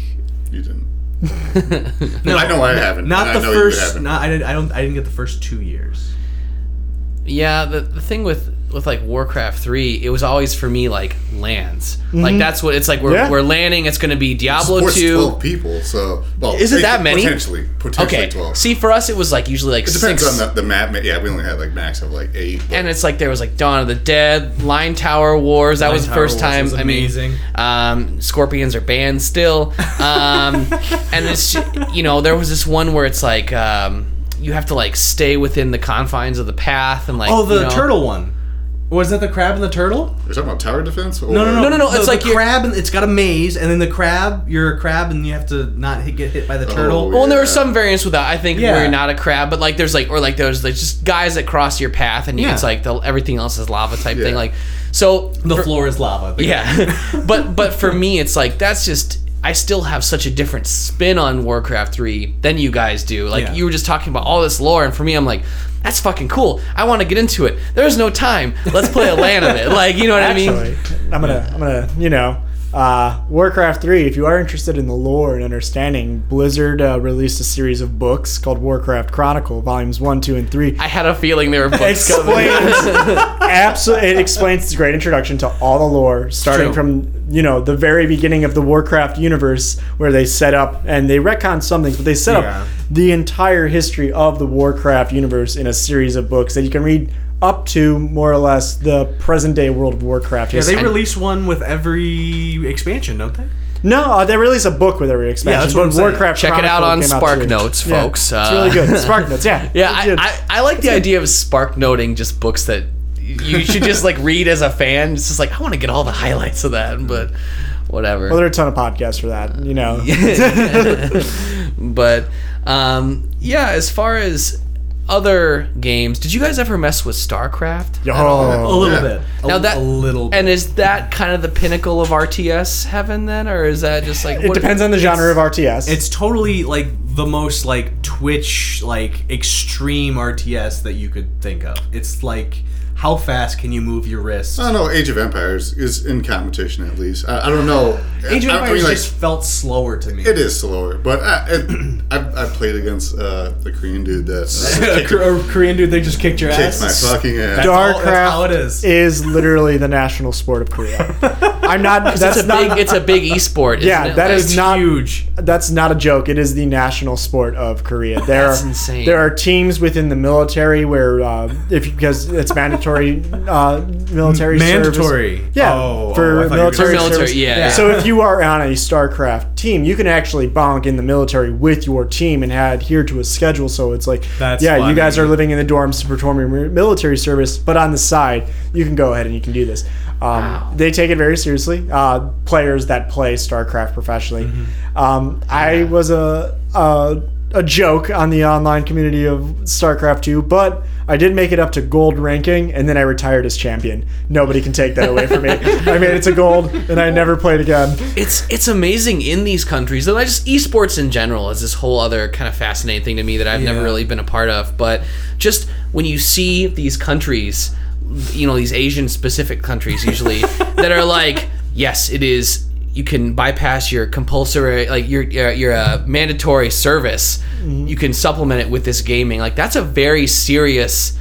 S3: You didn't.
S4: No,
S3: I know I haven't.
S4: Not
S3: and
S4: the
S3: I know You
S4: first.
S3: haven't.
S4: Not I. Did, I don't. I didn't get the first two years.
S1: Yeah, the, the thing with with like Warcraft 3, it was always for me like lands. Like that's what it's like we're,
S2: Yeah.
S1: we're landing, it's going to be Diablo
S3: Mm-hmm. Sports
S1: 2.
S3: twelve people. So well,
S1: Is it that many?
S3: Potentially, potentially
S1: Okay.
S3: twelve.
S1: See, for us it was like usually like
S3: it depends
S1: six.
S3: on the, the map. Yeah, we only had like max of like eight. but-
S1: and it's like there was like Dawn of the Dead, Line Tower Wars. That was the
S4: Tower
S1: first
S4: Wars
S1: time.
S4: was
S1: I mean,
S4: amazing.
S1: um, scorpions are banned still. Um, and it's you know there was this one where it's like um, you have to like stay within the confines of the path and like
S4: Oh, the
S1: you know-
S4: turtle one. Was that the crab and the turtle?
S3: You're talking about tower defense? Or,
S1: No, no, no, it's
S4: the
S1: like you're-
S4: crab, and it's got a maze, and then the crab. You're a crab, and you have to not hit, get hit by the turtle.
S1: Well, and there
S3: Oh, Yeah.
S1: were some variants with that. I think
S4: Yeah.
S1: where you're not a crab, but like there's like or like there's like just guys that cross your path and you
S4: Yeah.
S1: it's like the, everything else is lava type
S3: Yeah.
S1: thing. Like so
S4: The floor is lava. The-
S1: Yeah. but but for me it's like that's just I still have such a different spin on Warcraft 3 than you guys do. Like
S4: Yeah.
S1: you were just talking about all this lore and for me I'm like that's fucking cool. I want to get into it. There's no time. Let's play a LAN of it. Like, you know what I mean?
S2: Actually, I'm gonna, I'm gonna, you know, uh, Warcraft 3. If you are interested in the lore and understanding, Blizzard uh, released a series of books called Warcraft Chronicle, volumes one, two, and three.
S1: I had a feeling there were books coming.
S2: explains absolutely. It explains this great introduction to all the lore, starting
S1: true.
S2: from you know the very beginning of the Warcraft universe, where they set up and they retcon some things, but they set
S4: Yeah.
S2: up the entire history of the Warcraft universe in a series of books that you can read up to more or less the present day World of Warcraft.
S4: Yeah,
S2: history.
S4: they release one with every expansion, don't they?
S2: No, uh, they release a book with every expansion.
S4: Yeah, that's what
S2: but
S4: I'm saying.
S2: Warcraft
S1: Check it out on
S2: Chronicle came
S1: Spark
S2: too.
S1: Notes,
S2: Yeah,
S1: folks.
S2: it's
S1: Uh,
S2: really good. Spark Notes, yeah.
S1: Yeah,
S2: It's good.
S1: I, I, I like the idea of spark noting just books that you should just like read as a fan. It's just like I want to get all the highlights of that, but whatever.
S2: well, Oh, there are a ton of podcasts for that. You know,
S1: but um, yeah, as far as other games, did you guys ever mess with StarCraft?
S2: Yo.
S4: A little
S3: Yeah.
S4: bit. A,
S1: Oh, Now that-
S4: a little. Bit.
S1: And is that kind of the pinnacle of RTS heaven then, or is that just like
S2: it depends on the genre of RTS.
S4: it's totally like the most like Twitch like extreme RTS that you could think of. It's like how fast can you move your wrist?
S3: I don't know. Age of Empires is in competition at least. I, I don't know.
S4: Age of
S3: I- I
S4: Empires
S3: mean, like,
S4: just felt slower to me.
S3: It is slower, but I, it, I, I played against uh, the Korean dude that
S4: a Kor- a Korean dude, they just kicked your
S3: takes my
S4: ass.
S3: fucking ass.
S4: That's all-
S2: StarCraft
S4: that's how it is.
S2: is literally the national sport of Korea. I'm not. That's
S1: It's a
S2: not.
S1: big, it's a big esport. Isn't
S2: Yeah,
S1: it?
S2: that
S1: Like,
S2: is not-
S4: huge.
S2: that's not a joke. It is the national sport of Korea. There
S1: That's
S2: are
S1: insane.
S2: there are teams within the military where uh, if because it's mandatory uh, military service-
S4: Mandatory.
S2: Yeah,
S4: Oh,
S2: for
S4: oh, I thought you were
S1: for
S2: military,
S4: gonna-
S1: military.
S2: service.
S1: Yeah.
S4: Yeah.
S1: yeah.
S2: So if you are on a StarCraft team, you can actually bonk in the military with your team and adhere to a schedule. So it's like,
S4: That's
S2: yeah, you guys are
S4: funny.
S2: living in the dorms to perform your mi- military service, but on the side, you can go ahead and you can do this. Um, They take it very seriously. Uh, players that play StarCraft professionally. Um, I was a, a a joke on the online community of StarCraft 2, but I did make it up to gold ranking, and then I retired as champion. Nobody can take that away from me. I made it to gold, and I never played again.
S1: it's it's amazing in these countries and i just esports in general is this whole other kind of fascinating thing to me that i've never
S4: Yeah.
S1: really been a part of but just when you see these countries you know these asian specific countries usually that are like yes it is you can bypass your compulsory like your your, your uh, mandatory service you can supplement it with this gaming like that's a very serious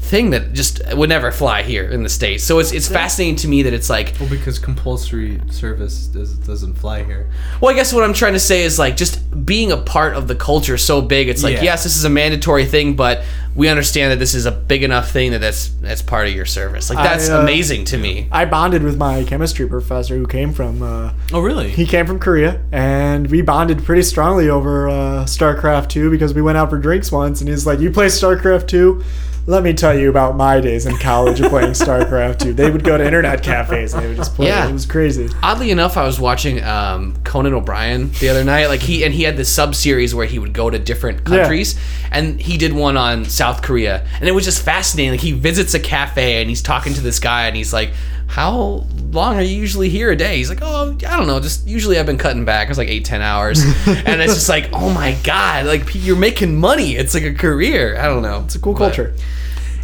S1: thing that just would never fly here in the states so it's it's fascinating to me that it's like
S4: Well, because compulsory service does, doesn't fly here.
S1: Well, I guess what I'm trying to say is like just being a part of the culture so big. It's like
S4: Yeah.
S1: yes, this is a mandatory thing, but we understand that this is a big enough thing that that's that's part of your service. Like that's
S2: uh,
S1: amazing to me.
S2: I bonded with my chemistry professor who came from uh,
S4: Oh, really?
S2: he came from Korea, and we bonded pretty strongly over uh, StarCraft 2 because we went out for drinks once, and he's like, "You play StarCraft 2? Let me tell you about my days in college of playing StarCraft 2." They would go to internet cafes and they would just play.
S1: Yeah.
S2: it was crazy.
S1: Oddly enough, I was watching um, Conan O'Brien the other night. Like he and he had this sub series where he would go to different countries, and he did one on South Korea, and it was just fascinating. Like he visits a cafe and he's talking to this guy, and he's like. How long are you usually here a day? He's like, oh, I don't know. Just usually I've been cutting back. It's like eight, ten hours, and it's just like, oh my god, like you're making money. It's like a career. I don't know. It's a
S2: Cool culture.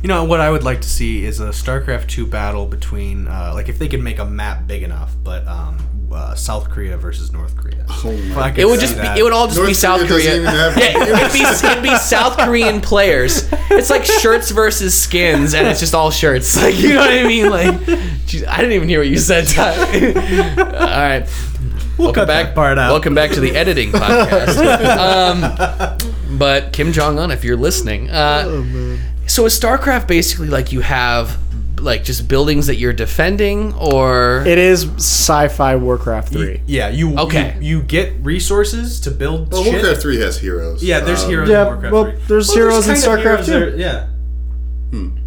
S4: You know what I would like to see is a StarCraft two battle between, uh, like, if they could make a map big enough, but um, uh, South Korea versus North Korea.
S3: Oh my
S4: If I could
S1: It would
S4: see
S1: just be,
S4: that.
S1: it would all just be
S3: North
S1: South Korea.
S3: Korea doesn't even have-
S1: yeah, it'd be, it'd be South Korean players. It's like shirts versus skins, and it's just all shirts. Like you know what I mean? Like, geez, I didn't even hear what you said. Ty. all right,
S4: We'll
S1: welcome
S4: cut
S1: back.
S4: that part out.
S1: Welcome back to the editing podcast. um, but Kim Jong Un, if you're listening, uh,
S3: Oh,
S1: so is StarCraft basically like you have like just buildings that you're defending, or
S2: It is sci-fi Warcraft three.
S4: Yeah, you
S1: Okay.
S4: You, you get resources to build.
S3: Well,
S4: shit.
S3: Warcraft Three has heroes.
S4: Yeah, there's
S3: Um,
S4: heroes. in
S2: Yeah,
S4: Warcraft
S2: well,
S4: three.
S2: there's
S4: Well,
S2: heroes in
S4: kind of
S2: StarCraft
S4: heroes
S2: too.
S4: there- Yeah.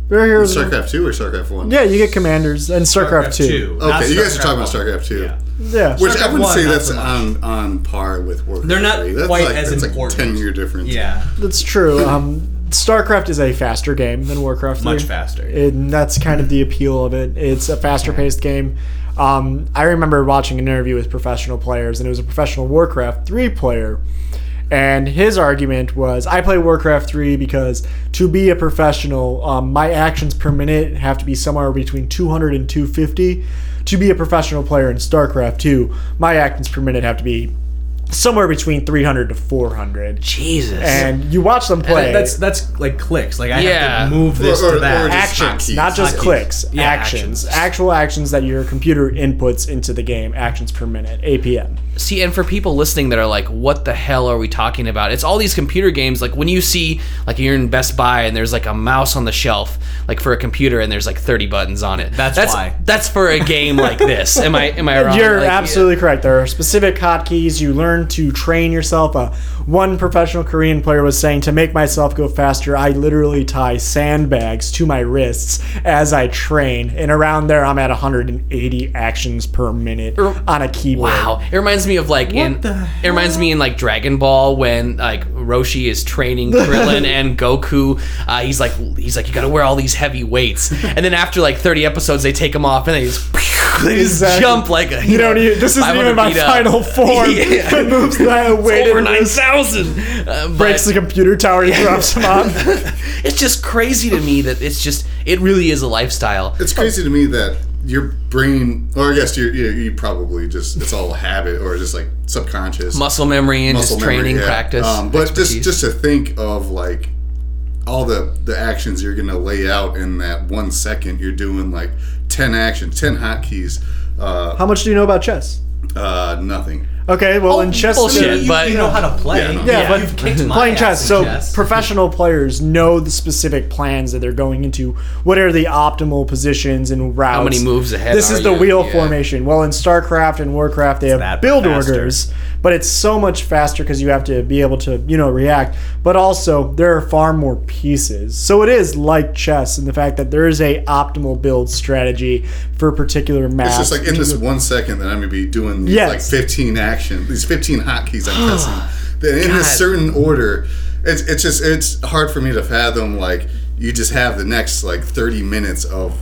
S2: There are heroes. in-
S3: StarCraft Two or StarCraft One.
S2: Yeah, you get commanders and Starcraft, two.
S4: two, not
S3: Okay, you guys are
S4: StarCraft
S3: talking about
S4: one.
S3: StarCraft Two.
S4: Yeah.
S2: Yeah,
S3: Which I
S4: StarCraft
S3: wouldn't
S4: one,
S3: say
S4: not
S3: that's
S4: so much.
S3: on on par with Warcraft.
S4: They're not
S3: 3. That's
S4: quite
S3: like,
S4: as
S3: that's
S4: important.
S3: Like Ten year difference.
S4: Yeah,
S2: that's true. Um, StarCraft is a faster game than Warcraft. 3.
S4: much faster.
S2: and that's kind of the appeal of it. It's a faster paced game. Um, I remember watching an interview with professional players, and it was a professional Warcraft 3 player. And his argument was I play Warcraft 3 because to be a professional, um, my actions per minute have to be somewhere between 200 and 250. To be a professional player in StarCraft 2, my actions per minute have to be somewhere between 300 to 400.
S1: Jesus?
S2: And you watch them play.
S4: That's that's like clicks. Like I
S1: Yeah.
S4: have to move this
S3: Or- or-
S4: to that.
S3: or just-
S2: actions,
S3: hotkeys.
S2: not just
S4: Hotkeys.
S2: clicks.
S4: Yeah,
S2: actions.
S4: actions.
S2: actual actions that your computer inputs into the game. Actions per minute, APM.
S1: see and for people listening that are like what the hell are we talking about it's all these computer games like when you see like you're in best buy and there's like a mouse on the shelf like for a computer and there's like 30 buttons on it
S4: That's
S1: that's
S4: why.
S1: that's for a game like this am i am i wrong
S2: You're
S1: Like,
S2: absolutely correct. There are specific hotkeys you learn to train yourself. Uh, one professional Korean player was saying, "To make myself go faster, I literally tie sandbags to my wrists as I train." And around there, I'm at 180 actions per minute
S1: Er-
S2: on a keyboard.
S1: Wow, it reminds me of like in
S4: the
S1: it reminds me in like Dragon Ball when like Roshi is training Krillin and Goku. Uh, he's like he's like you got to wear all these heavy weights, and then after like thirty episodes they take him off and they just they just
S2: Exactly.
S1: jump like a
S2: You don't even. This isn't
S1: 500
S2: even my
S1: feet up.
S2: final form.
S1: Yeah.
S2: It moves that weighted
S1: over nine
S2: wrist.
S1: thousand. Uh, but
S2: breaks the computer tower and drops him off.
S1: it's just crazy to me that it's just it really is a lifestyle.
S3: It's crazy to me that your brain, or I guess you you you probably just it's all habit or just like subconscious
S1: Muscle memory and
S3: muscle
S1: just
S3: memory,
S1: training
S3: yeah.
S1: practice.
S3: Um, but
S1: expertise.
S3: just just to think of like all the the actions you're gonna lay out in that one second, you're doing like ten actions, ten hotkeys. Uh,
S2: How much do you know about chess?
S3: uh, nothing.
S2: Okay, well, in chess,
S1: Oh, bullshit.
S4: You, you
S1: But-
S4: know how to play.
S3: Yeah, no.
S2: Yeah, but
S4: you've kicked my
S2: playing
S4: ass
S2: chess,
S4: in
S2: so professional players know the specific plans that they're going into. What are the optimal positions and routes?
S1: many moves ahead
S2: This is
S1: are
S2: the
S1: you?
S2: wheel
S1: Yeah.
S2: formation. Well, in StarCraft and Warcraft, they have
S4: that, but
S2: build
S4: faster.
S2: orders, but it's so much faster because you have to be able to, you know, react. But also, there are far more pieces, so it is like chess in the fact that there is a optimal build strategy for particular
S3: It's
S2: maps.
S3: just like in this one second that I'm gonna be doing these
S2: Yes.
S3: like 15 action, these 15 hotkeys I'm pressing. Then in this
S1: God.
S3: certain order, it's it's just it's hard for me to fathom. Like you just have the next like 30 minutes of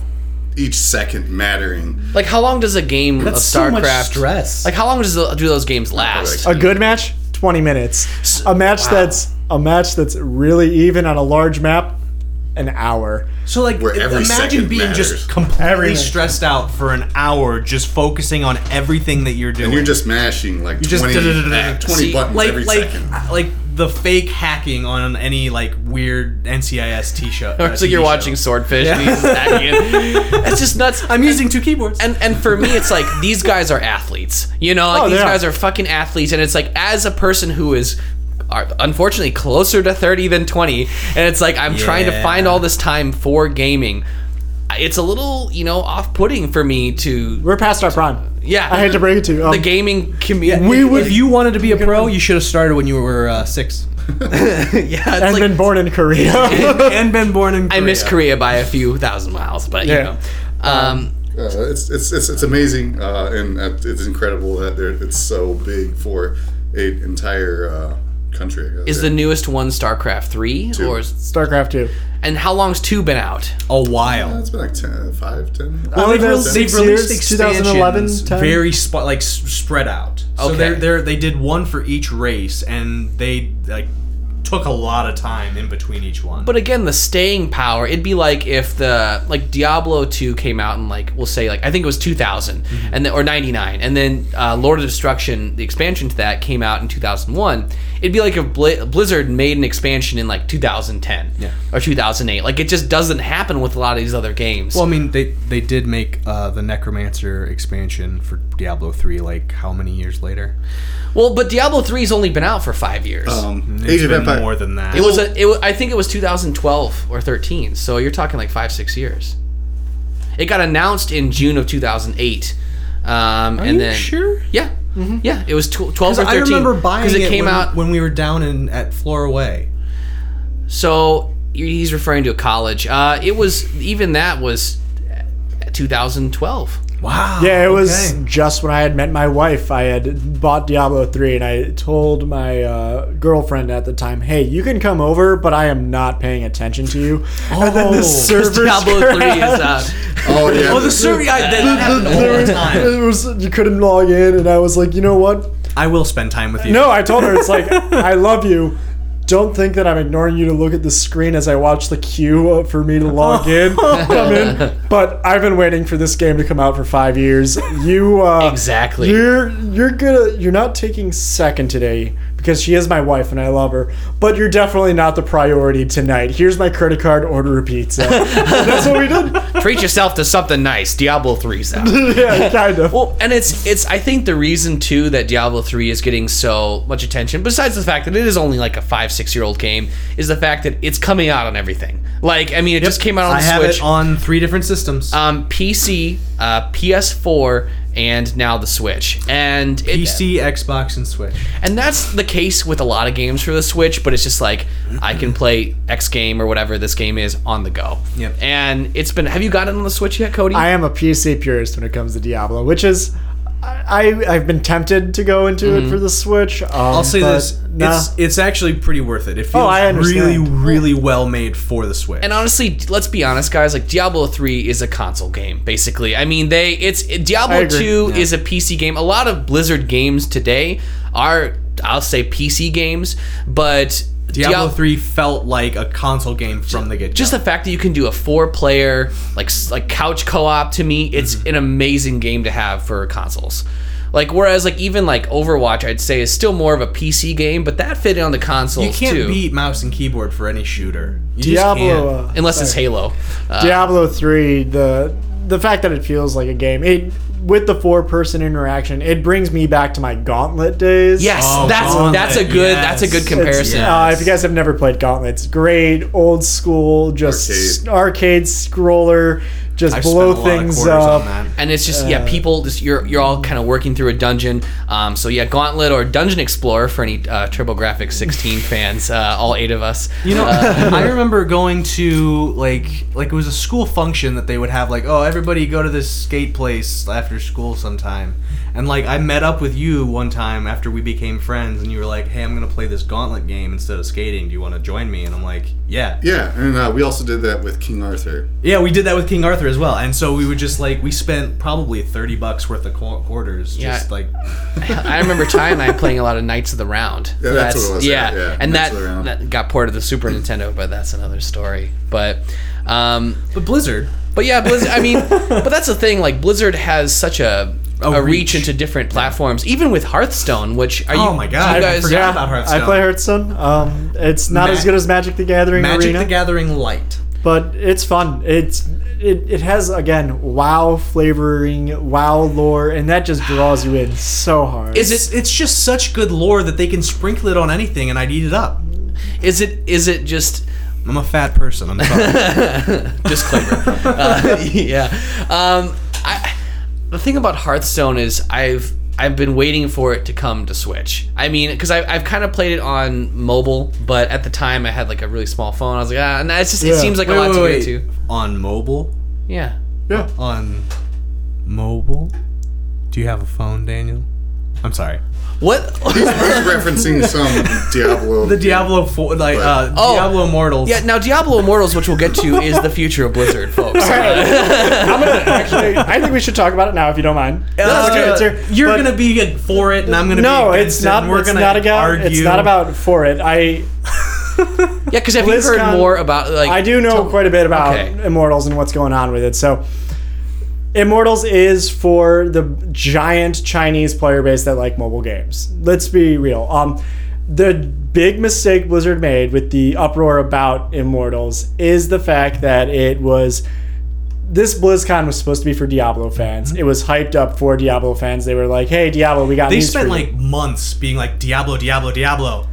S3: each second mattering.
S1: like how long does a game
S4: That's
S1: of
S4: so much
S1: StarCraft
S4: stress.
S1: Like how long does the, do those games last?
S2: A good match, 20 minutes. A match that's a match that's really even on a large map, an hour.
S4: So like,
S3: Where every
S4: imagine
S3: second
S4: being
S3: matters.
S4: just completely
S2: Everything.
S4: stressed out for an hour, just focusing on everything that you're doing.
S3: And you're just mashing like
S4: just
S3: 20,
S4: da-da-da-da-da.
S3: 20
S1: See,
S3: buttons
S4: like
S3: every
S4: like
S3: second.
S4: uh, like the fake hacking on any like weird NCIS t shirt.
S1: Or it's like you're watching Swordfish. and he's attacking it. It's just nuts.
S4: I'm using two keyboards.
S1: and and for me it's like these guys are athletes you know like
S2: Oh,
S1: these
S2: they are.
S1: guys are fucking athletes and it's like as a person who is are unfortunately closer to 30 than 20 and it's like i'm trying to
S4: Yeah.
S1: find all this time for gaming it's a little you know off-putting for me to
S2: We're past our prime.
S1: yeah
S2: I hate to break it to you. Um,
S1: the gaming community
S4: we would, if you wanted to be a pro, you should have started when you were uh, six,
S1: yeah
S2: and
S1: it's like,
S2: been born in Korea.
S4: and been born in.
S1: i
S4: Korea.
S1: miss korea by a few thousand miles but you
S2: Yeah.
S1: know um
S3: Uh, it's, it's it's it's amazing uh, and uh, it's incredible that they're- it's so big for an entire uh, country. I guess.
S1: is the newest one starcraft 3 or is,
S2: StarCraft 2.
S1: and how long's 2 been out
S4: a
S3: Uh,
S4: while.
S3: it's been like 10, 5, 10.
S2: Well,
S4: They've,
S2: they've
S4: rel-
S2: had
S4: they've
S2: six
S4: released
S2: years,
S4: expansions
S2: 2011, 10?
S4: very sp- like s- spread out.
S1: Okay.
S4: So they're, they're they did one for each race, and they like took a lot of time in between each one.
S1: But again, the staying power, it'd be like if the like Diablo 2 came out in like we'll say like I think it was 2000 and then, or 99 and then uh, Lord of Destruction, the expansion to that came out in 2001. It'd be like if Bla- Blizzard made an expansion in like 2010 or 2008. Like it just doesn't happen with a lot of these other games.
S4: well, I mean, they they did make uh, the Necromancer expansion for Diablo three. Like how many years later?
S1: well but Diablo 3's only been out for 5 years.
S3: Um,
S4: It's
S3: Age of
S4: been
S3: Empire.
S4: more than that.
S1: it was a, it, wa- I think it was 2012 or 13. So you're talking like five six years. It got announced in June of 2008. Um, and then
S4: sure? Mm-hmm.
S1: yeah yeah it was tw- 12 or 13
S4: I remember buying
S1: because it, came
S4: when,
S1: out
S4: when we were down in at Flora Way.
S1: so he's referring to a college uh, it was even that was 2012
S4: Wow.
S2: Yeah, it was just when I had met my wife. I had bought Diablo 3 and I told my uh, girlfriend at the time, hey, you can come over, but I am not paying attention to you. and then the servers
S1: Oh. Diablo 3 is
S2: crashed.
S1: out
S3: Oh yeah.
S1: oh the server yeah, that happened all the time
S2: It was, you couldn't log in, and I was like, you know what?
S4: I will spend time with you.
S2: No, I told her, it's like, I love you. Don't think that I'm ignoring you to look at the screen as I watch the queue for me to log in. Come in. But I've been waiting for this game to come out for five years. You uh,
S1: Exactly.
S2: You're you're gonna you're not taking second today because she is my wife and I love her. But you're definitely not the priority tonight. Here's my credit card. Order a pizza. That's what we did.
S1: treat yourself to something nice diablo 3's out
S2: Yeah, kind of.
S1: Well, and it's it's I think the reason too that Diablo 3 is getting so much attention besides the fact that it is only like a 5 6 year old game is the fact that it's coming out on everything. Like I mean it just came out on
S4: I
S1: the
S4: have
S1: Switch
S4: it on three different systems.
S1: um PC, uh, PS4 and now the Switch. And it,
S4: PC, Xbox, and Switch.
S1: and that's the case with a lot of games for the Switch, but it's just like I can play X game or whatever this game is on the go.
S4: Yep.
S1: And it's been have you got it on the Switch yet, Cody?
S2: I am a PC purist when it comes to Diablo, which is I I- I've been tempted to go into it for the Switch. Um,
S4: Mm-hmm. I'll say
S2: but
S4: this:
S2: nah. Oh,
S4: it's it's actually pretty worth it. It feels
S2: I
S4: really,
S2: understand.
S4: really well made for the Switch.
S1: And honestly, let's be honest, guys. Like Diablo three is a console game, basically. I mean, they it's
S2: I
S1: Diablo
S2: agree.
S1: two is a PC game. A lot of Blizzard games today are, I'll say, PC games, but
S4: Diablo
S1: Diab-
S4: three felt like a console game from the get go.
S1: Just the fact that you can do a four-player like s- like couch co-op to me, it's
S4: Mm-hmm.
S1: an amazing game to have for consoles. Like whereas like even like Overwatch, I'd say is still more of a PC game, but that fit in on the console
S4: you can't
S1: too,
S4: beat mouse and keyboard for any shooter. You just
S2: Diablo.
S4: can't.
S2: uh,
S1: unless it's
S2: sorry.
S1: Halo. Uh,
S2: Diablo three. The the fact that it feels like a game. It with the four person interaction, it brings me back to my Gauntlet days.
S1: Yes,
S4: Oh,
S1: that's
S4: Gauntlet,
S1: that's a good that's a
S4: yes.
S1: good
S4: It's-
S1: comparison.
S4: yeah.
S2: Uh, if you guys have never played Gauntlet, it's great, old school, just
S3: Arcade.
S2: s- arcade, scroller, just
S4: I've
S2: blow
S4: spent a lot of
S2: things
S4: quarters
S2: up.
S4: on that.
S1: and it's just yeah
S4: Uh,
S1: people just you're you're all kind of working through a dungeon um, so yeah gauntlet or dungeon explorer for any uh, turbografx 16 fans uh, all eight of us Uh,
S4: You know, I remember going to like like it was a school function that they would have like, oh, everybody go to this skate place after school sometime. And like I met up with you one time after we became friends and you were like, "Hey, I'm going to play this gauntlet game instead of skating. Do you want to join me?" And I'm like, "Yeah."
S3: Yeah, and uh, we also did that with King Arthur.
S4: Yeah, we did that with King Arthur as well. And so we would just like we spent probably 30 bucks worth of qu- quarters just
S1: Yeah.
S4: like
S1: I remember Ty and I playing a lot of Knights of the Round.
S3: Yeah, that's what it was,
S1: Yeah,
S3: yeah, yeah,
S1: and
S3: Knights
S1: that,
S3: of the Round.
S1: that got ported to the Super Nintendo, but that's another story. But um,
S4: But Blizzard
S1: But yeah, Blizzard. I mean, but that's the thing. Like Blizzard has such a a,
S4: A
S1: reach.
S4: reach.
S1: into different platforms, even with Hearthstone. Which are you?
S4: Oh my God,
S1: do you
S4: I
S1: guys,
S4: forgot.
S2: Yeah,
S4: about Hearthstone.
S2: I play Hearthstone. Um, it's not
S4: Ma-
S2: as good as Magic the Gathering
S4: Magic
S2: Arena.
S4: the Gathering Light.
S2: but it's fun. It's it, it has again wow flavoring, wow lore, and that just draws you in so hard.
S1: Is
S4: It's
S1: it
S4: it's just such good lore that they can sprinkle it on anything and I'd eat it up.
S1: is it is it just
S4: I'm a fat person. I'm sorry.
S1: disclaimer? uh, yeah. Um, I, the thing about Hearthstone is I've I've been waiting for it to come to Switch. I mean, because I've, I've kind of played it on mobile, but at the time I had like a really small phone. I was like, ah, and it's just it
S2: Yeah.
S1: seems like a lot to get into.
S4: On mobile?
S1: Yeah.
S2: yeah.
S4: On mobile? Do you have a phone, Daniel? I'm sorry.
S1: What?
S3: I was referencing some Diablo.
S4: The Diablo 4 like uh
S1: Oh.
S4: Diablo Immortals.
S1: Yeah, now Diablo Immortals, which we'll get to, is the future of Blizzard, folks.
S2: I'm gonna actually. I think we should talk about it now if you don't mind.
S4: Uh,
S2: Let's do it, sir.
S4: you're
S2: But-
S4: gonna be for it, and I'm gonna
S2: no,
S4: be. against
S2: it's
S4: it,
S2: not.
S4: and We're
S2: it's
S4: gonna
S2: not a
S4: argue.
S2: It's not about for it. I
S1: Yeah, because have you heard
S2: BlizzCon-
S1: more about like?
S2: I do know
S1: tell-
S2: quite a bit about
S1: Okay.
S2: Immortals and what's going on with it. So, Immortals is for the giant Chinese player base that like mobile games. Let's be real. Um, the big mistake Blizzard made with the uproar about Immortals is the fact that it was this BlizzCon was supposed to be for Diablo fans.
S1: Mm-hmm.
S2: It was hyped up for Diablo fans. They were like, "Hey, Diablo, we got."
S4: They
S2: news for
S4: spent
S2: you."
S4: like months being like Diablo, Diablo, Diablo.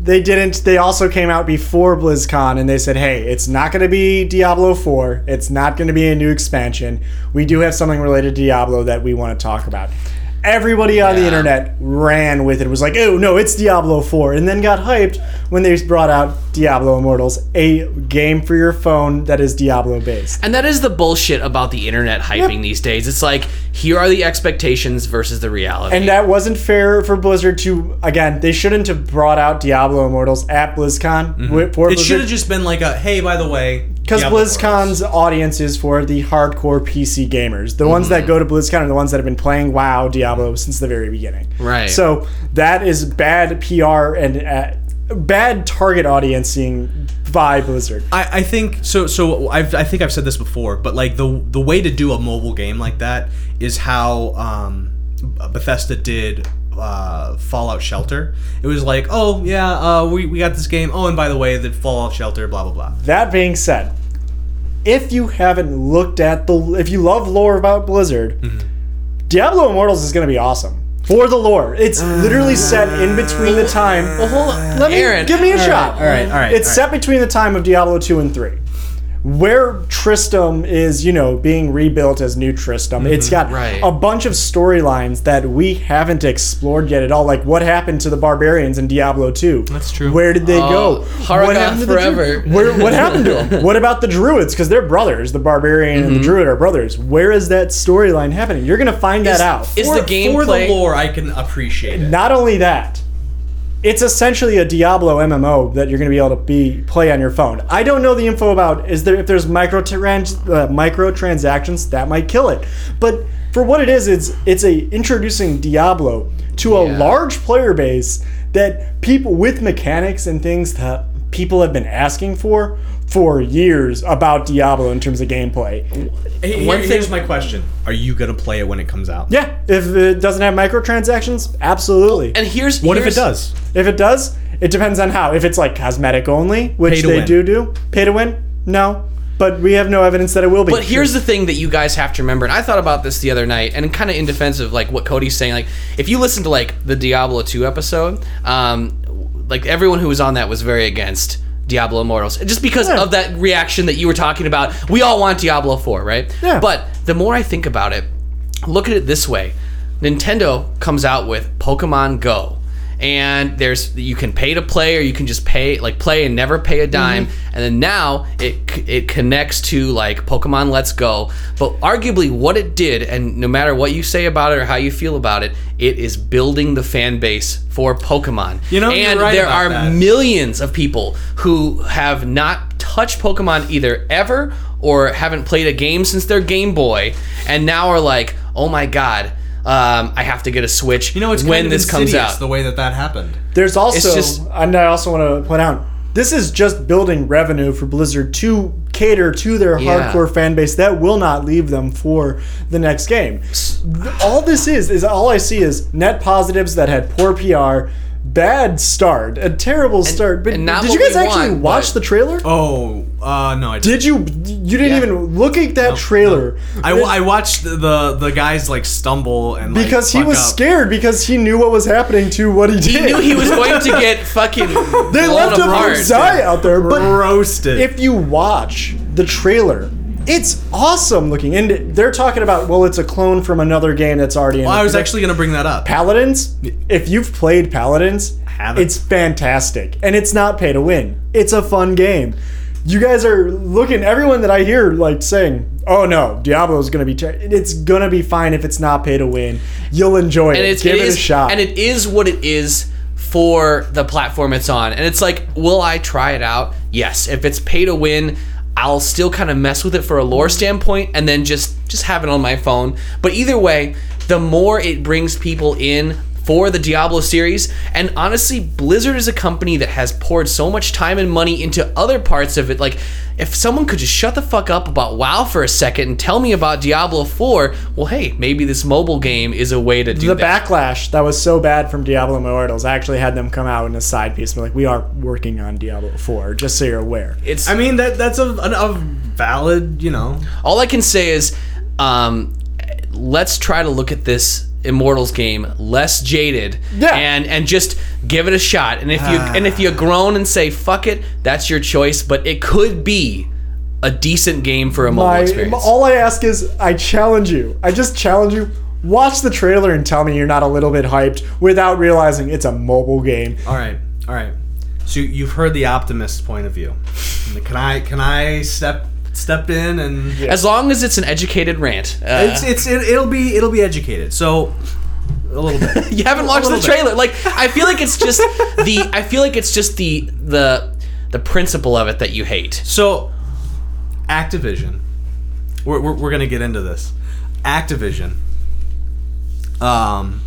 S2: they didn't they also came out before blizzcon and they said hey it's not going to be diablo 4 it's not going to be a new expansion we do have something related to diablo that we want to talk about everybody on the
S1: Yeah.
S2: internet ran with it was like oh no it's diablo 4 and then got hyped when they brought out diablo immortals a game for your phone that is diablo based
S1: And that is the bullshit about the internet hyping these days. It's like here are the expectations versus the reality.
S2: and that wasn't fair for blizzard to again they shouldn't have brought out diablo immortals at blizzcon wi- for
S4: Mm-hmm. It should
S2: Blizzard.
S4: have just been like a hey, by the way,
S2: Because
S4: Diablo Immortals."
S2: BlizzCon's audience is for the hardcore PC gamers. The ones that go to BlizzCon are the ones that have been playing WoW, Diablo since the very beginning.
S1: Right.
S2: So that is bad PR and uh, bad target audiencing by Blizzard.
S4: I, I think so. So I've, I think I've said this before, but like the the way to do a mobile game like that is how um, Bethesda did uh, Fallout Shelter. It was like, oh yeah, uh, we we got this game. Oh, and by the way, the Fallout Shelter, blah blah blah.
S2: That being said, if you haven't looked at the, if you love lore about Blizzard, Diablo Immortals is going to be awesome for the lore. It's literally set in between the time.
S1: well, hold on,
S2: Let me
S1: Aaron,
S2: give me a shot.
S4: all right, all right,
S2: It's
S4: all
S2: set between the time of Diablo two and three, where Tristram is, you know, being rebuilt as new Tristram. It's got
S4: Mm-hmm,
S1: right.
S2: a bunch of storylines that we haven't explored yet at all. Like what happened to the barbarians in Diablo two? That's
S4: true.
S2: Where did they go?
S1: Haragon
S2: What happened to the
S1: Uh, forever.
S2: Dru- where, what happened to them? What about the druids? Because they're brothers. The barbarian and
S1: Mm-hmm.
S2: the druid are brothers. Where is that storyline happening? You're gonna find that out.
S1: is the
S4: for
S1: gameplay-
S4: the lore? I can appreciate it.
S2: Not only that, it's essentially a Diablo MMO that you're going to be able to be play on your phone. I don't know the info about is there if there's micro uh, microtransactions that might kill it, but for what it is, it's it's a introducing Diablo to a
S1: Yeah.
S2: large player base that people with mechanics and things that people have been asking for for years about Diablo in terms of gameplay.
S4: Hey, here-
S1: One thing-
S4: here's my question: Are you gonna play it when it comes out?
S2: Yeah, if it doesn't have microtransactions, absolutely.
S1: and here's
S4: What if it
S1: here's-
S4: does?
S2: If it does, it depends on how. If it's like cosmetic only, which
S4: Pay to
S2: they
S4: win.
S2: do do, pay to win, no. But we have no evidence that it will be.
S1: But here's the thing that you guys have to remember, and I thought about this the other night, and kind of in defense of like what Cody's saying. Like, if you listen to like the Diablo two episode, um, like everyone who was on that was very against Diablo Immortals, just because
S2: Yeah.
S1: of that reaction that you were talking about. We all want Diablo four, right?
S2: Yeah.
S1: But the more I think about it, look at it this way: Nintendo comes out with Pokemon Go. And there's you can pay to play, or you can just pay like play and never pay a dime.
S4: Mm-hmm.
S1: And then now it c- it connects to like Pokemon Let's Go. But arguably, what it did, and no matter what you say about it or how you feel about it, it is building the fan base for Pokemon.
S4: You know, you're
S1: and
S4: right
S1: there
S4: about
S1: are
S4: that.
S1: millions of people who have not touched Pokemon either ever or haven't played a game since their Game Boy, and now are like, oh my god, um, I have to get a Switch.
S4: You know, it's
S1: when
S4: kind of
S1: this comes
S4: insidious
S1: out.
S4: the way that that happened.
S2: there's also,
S1: just-
S2: and I also want to point out, this is just building revenue for Blizzard to cater to their
S1: Yeah.
S2: hardcore fan base that will not leave them for the next game. All this is is all I see is net positives that had poor PR. Bad start, a terrible start. But
S1: and not
S2: did you
S1: what
S2: guys
S1: we
S2: actually
S1: want,
S2: watch
S1: but-
S2: the trailer?
S4: Oh uh, no, I did.
S2: Did you? You didn't
S1: Yeah.
S2: even look at that trailer.
S4: I, w- I watched the, the the guys like stumble and like,
S2: because he
S4: fuck
S2: was
S4: up.
S2: scared because he knew what was happening to what he did.
S1: he knew he was going to get fucking
S2: They
S1: blown
S2: left him
S1: apart.
S2: to die out there. But
S4: roasted.
S2: if you watch the trailer, it's awesome looking. And they're talking about well, it's a clone from another game that's already. in
S4: Well, I was
S2: production.
S4: actually gonna bring that up.
S2: Paladins, if you've played Paladins,
S4: haven't.
S2: it's fantastic. And it's not pay to win. It's a fun game. You guys are looking everyone that I hear like saying, "Oh no, Diablo's going to be ter- it's going to be fine if it's not pay to win. You'll enjoy it.
S1: and it's
S2: Give
S1: it
S2: it,
S1: is-
S2: a shot."
S1: and it is what it is for the platform it's on. And it's like, will I try it out? Yes. If it's pay to win, I'll still kind of mess with it for a lore standpoint, and then just just have it on my phone. But either way, the more it brings people in for the Diablo series. And honestly, Blizzard is a company that has poured so much time and money into other parts of it. Like, if someone could just shut the fuck up about WoW for a second and tell me about Diablo 4, well, hey, maybe this mobile game is a way to do
S2: the
S1: that.
S2: backlash that was so bad from Diablo Immortals, I actually had them come out in a side piece and be like, "We are working on Diablo 4, just so you're aware."
S1: it's
S4: I mean that that's a, an- a valid, you know.
S1: all I can say is, um, let's try to look at this Immortals game less jaded,
S2: Yeah.
S1: and and just give it a shot. And if you
S4: Ah.
S1: and if you groan and say fuck it, that's your choice. But it could be a decent game for a mobile
S2: I,
S1: experience.
S4: oh.
S2: all I ask is, I challenge you. I just challenge you. Watch the trailer and tell me you're not a little bit hyped without realizing it's a mobile game.
S4: All right, all right. So you- you've heard the optimist point of view. Can I can I step step in and
S1: as long as it's an educated rant, uh,
S4: it's it's it, it'll be it'll be educated. So a little bit.
S1: you haven't watched the
S4: little bit.
S1: trailer. Like I feel like it's just the I feel like it's just the the the principle of it that you hate.
S4: So, Activision. We're, we're, we're going to get into this. Activision um,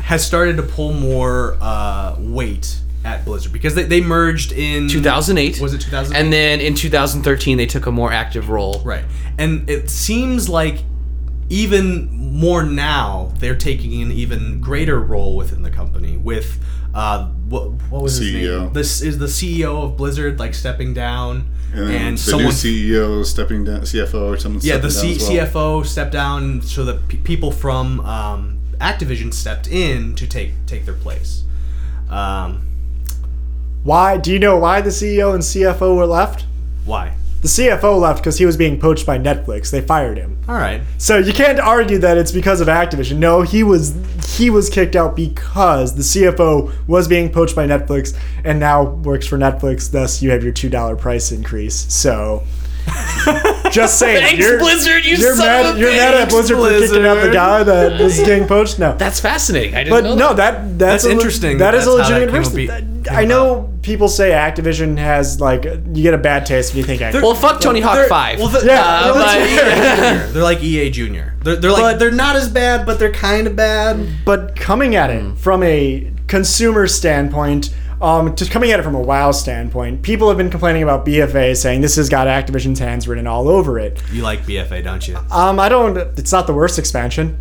S4: has started to pull more uh, weight at Blizzard because they, they merged in
S1: 2008
S4: Was it 2008?
S1: And then in 2013 they took a more active role.
S4: Right. And it seems like even more now they're taking an even greater role within the company with uh what, what was his
S3: CEO.
S4: name? This is the CEO of Blizzard like stepping down
S3: And,
S4: and,
S3: then the
S4: someone
S3: new CEO stepping down, CFO or someone.
S4: yeah the C-
S3: stepping down as well.
S4: CFO stepped down so that pe people from um, Activision stepped in to take take their place. Um,
S2: Why? Do you know why the CEO and CFO were left?
S4: why?
S2: The CFO left because he was being poached by Netflix. They fired him.
S4: All right.
S2: So you can't argue that it's because of Activision. No, he was he was kicked out because the CFO was being poached by Netflix and now works for Netflix. Thus, you have your two dollar price increase. So, just saying,
S1: Thanks,
S2: you're,
S1: Blizzard, you
S2: you're
S1: son
S2: mad,
S1: of a
S2: you're mad at
S1: bitch,
S2: Blizzard, for kicking out the
S4: Blizzard.
S2: guy that was getting poached. No,
S1: That's fascinating. I didn't
S2: but
S1: know
S2: no,
S1: that.
S2: that that's,
S4: That's
S2: a, le-
S4: interesting
S2: That
S4: that
S2: is a
S4: that's how that
S2: legitimate
S4: came
S2: reason.
S4: to be-
S2: That- I
S4: came
S2: know people say Activision has like you get a bad taste when you think Activision.
S1: Well, fuck Tony Hawk
S4: They're-
S1: Five.
S4: Well, the,
S2: Yeah,
S4: uh,
S2: that's
S4: but-
S2: fair.
S4: Junior. they're like EA Junior. They're, they're like
S2: But-
S4: they're not as bad, but they're kind of bad.
S2: but coming at it from a consumer standpoint, um, just coming at it from a WoW standpoint, people have been complaining about BFA, saying this has got Activision's hands written all over it.
S4: You like BFA, don't you?
S1: Uh,
S2: Um, I don't. It's not the worst expansion.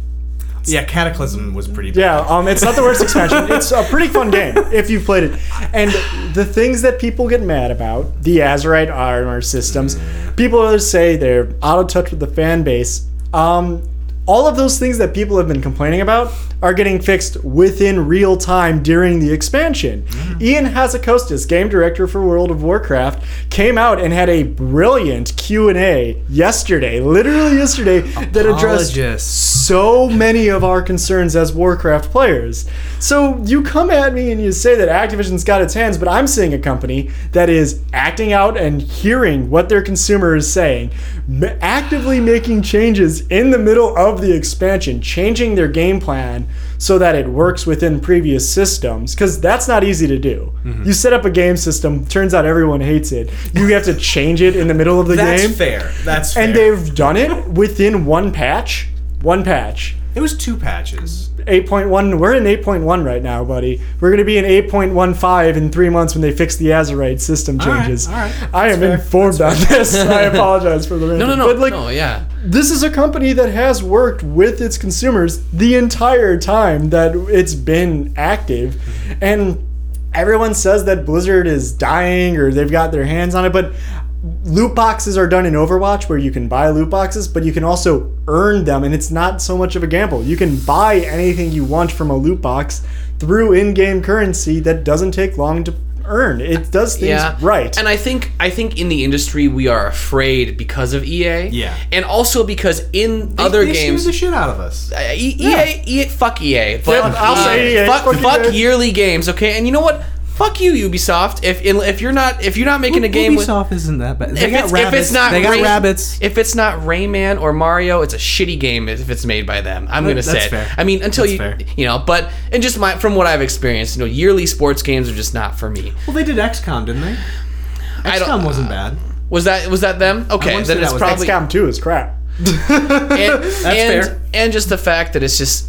S4: yeah, Cataclysm was pretty. bad.
S2: Yeah, um, it's not the worst expansion. It's a pretty fun game if you've played it. And the things that people get mad about, the Azerite armor systems, people always say they're out of touch with the fan base. Um, all of those things that people have been complaining about are getting fixed within real time during the expansion. Ian Hazakostas, game director for World of Warcraft, came out and had a brilliant Q&A yesterday, literally yesterday, that addressed
S4: Apologists.
S2: so many of our concerns as Warcraft players. So you come at me and you say that Activision's got its hands, but I'm seeing a company that is acting out and hearing what their consumer is saying, m- actively making changes in the middle of the expansion, changing their game plan so that it works within previous systems because that's not easy to do. You set up a game system, turns out everyone hates it. You have to change it in the middle of the
S4: That's
S2: game.
S4: fair. That's fair.
S2: And they've done it within one patch. One patch.
S4: it was two patches.
S2: 8.1. We're in 8.1 right now, buddy. We're going to be in 8.15 in three months when they fix the Azerite system
S4: right,
S2: changes.
S4: all right.
S2: I am informed on this. I apologize for the rant.
S1: no, no, no,
S2: But like,
S1: no, yeah.
S2: this is a company that has worked with its consumers the entire time that it's been active and everyone says that blizzard is dying or they've got their hands on it but loot boxes are done in overwatch where you can buy loot boxes but you can also earn them and it's not so much of a gamble you can buy anything you want from a loot box through in-game currency that doesn't take long to earn it does things right
S1: And I think I think in the industry we are afraid because of EA.
S4: Yeah.
S1: And also because in other
S4: they
S1: games
S4: scared the shit out of us.
S1: Uh, E- EA, EA, fuck EA. Fuck, E
S2: I'll say EA.
S1: Fuck,
S2: Fuck
S1: fuck
S2: EA.
S1: yearly games, okay? And you know what? Fuck you, Ubisoft. If if you're not if you're not making a game with
S4: Ubisoft isn't that bad. They
S1: if
S4: got
S1: it's,
S4: rabbits.
S1: if it's not
S4: they got
S1: Ray-
S4: rabbits.
S1: If it's not Rayman or Mario, it's a shitty game if it's made by them. I'm gonna say.
S4: that's
S1: it.
S4: fair.
S1: I mean, until
S4: That's
S1: you
S4: fair.
S1: you know, but and just my from what I've experienced, you know, yearly sports games are just not for me.
S4: Well, they did XCOM, didn't they?
S1: I don't-
S4: XCOM wasn't bad.
S1: Was that was that them? Okay,
S4: wanna
S1: then
S4: say
S1: it's
S4: that was
S1: probably
S2: XCOM 2 is crap
S1: and, and,
S4: fair.
S1: and just the fact that it's just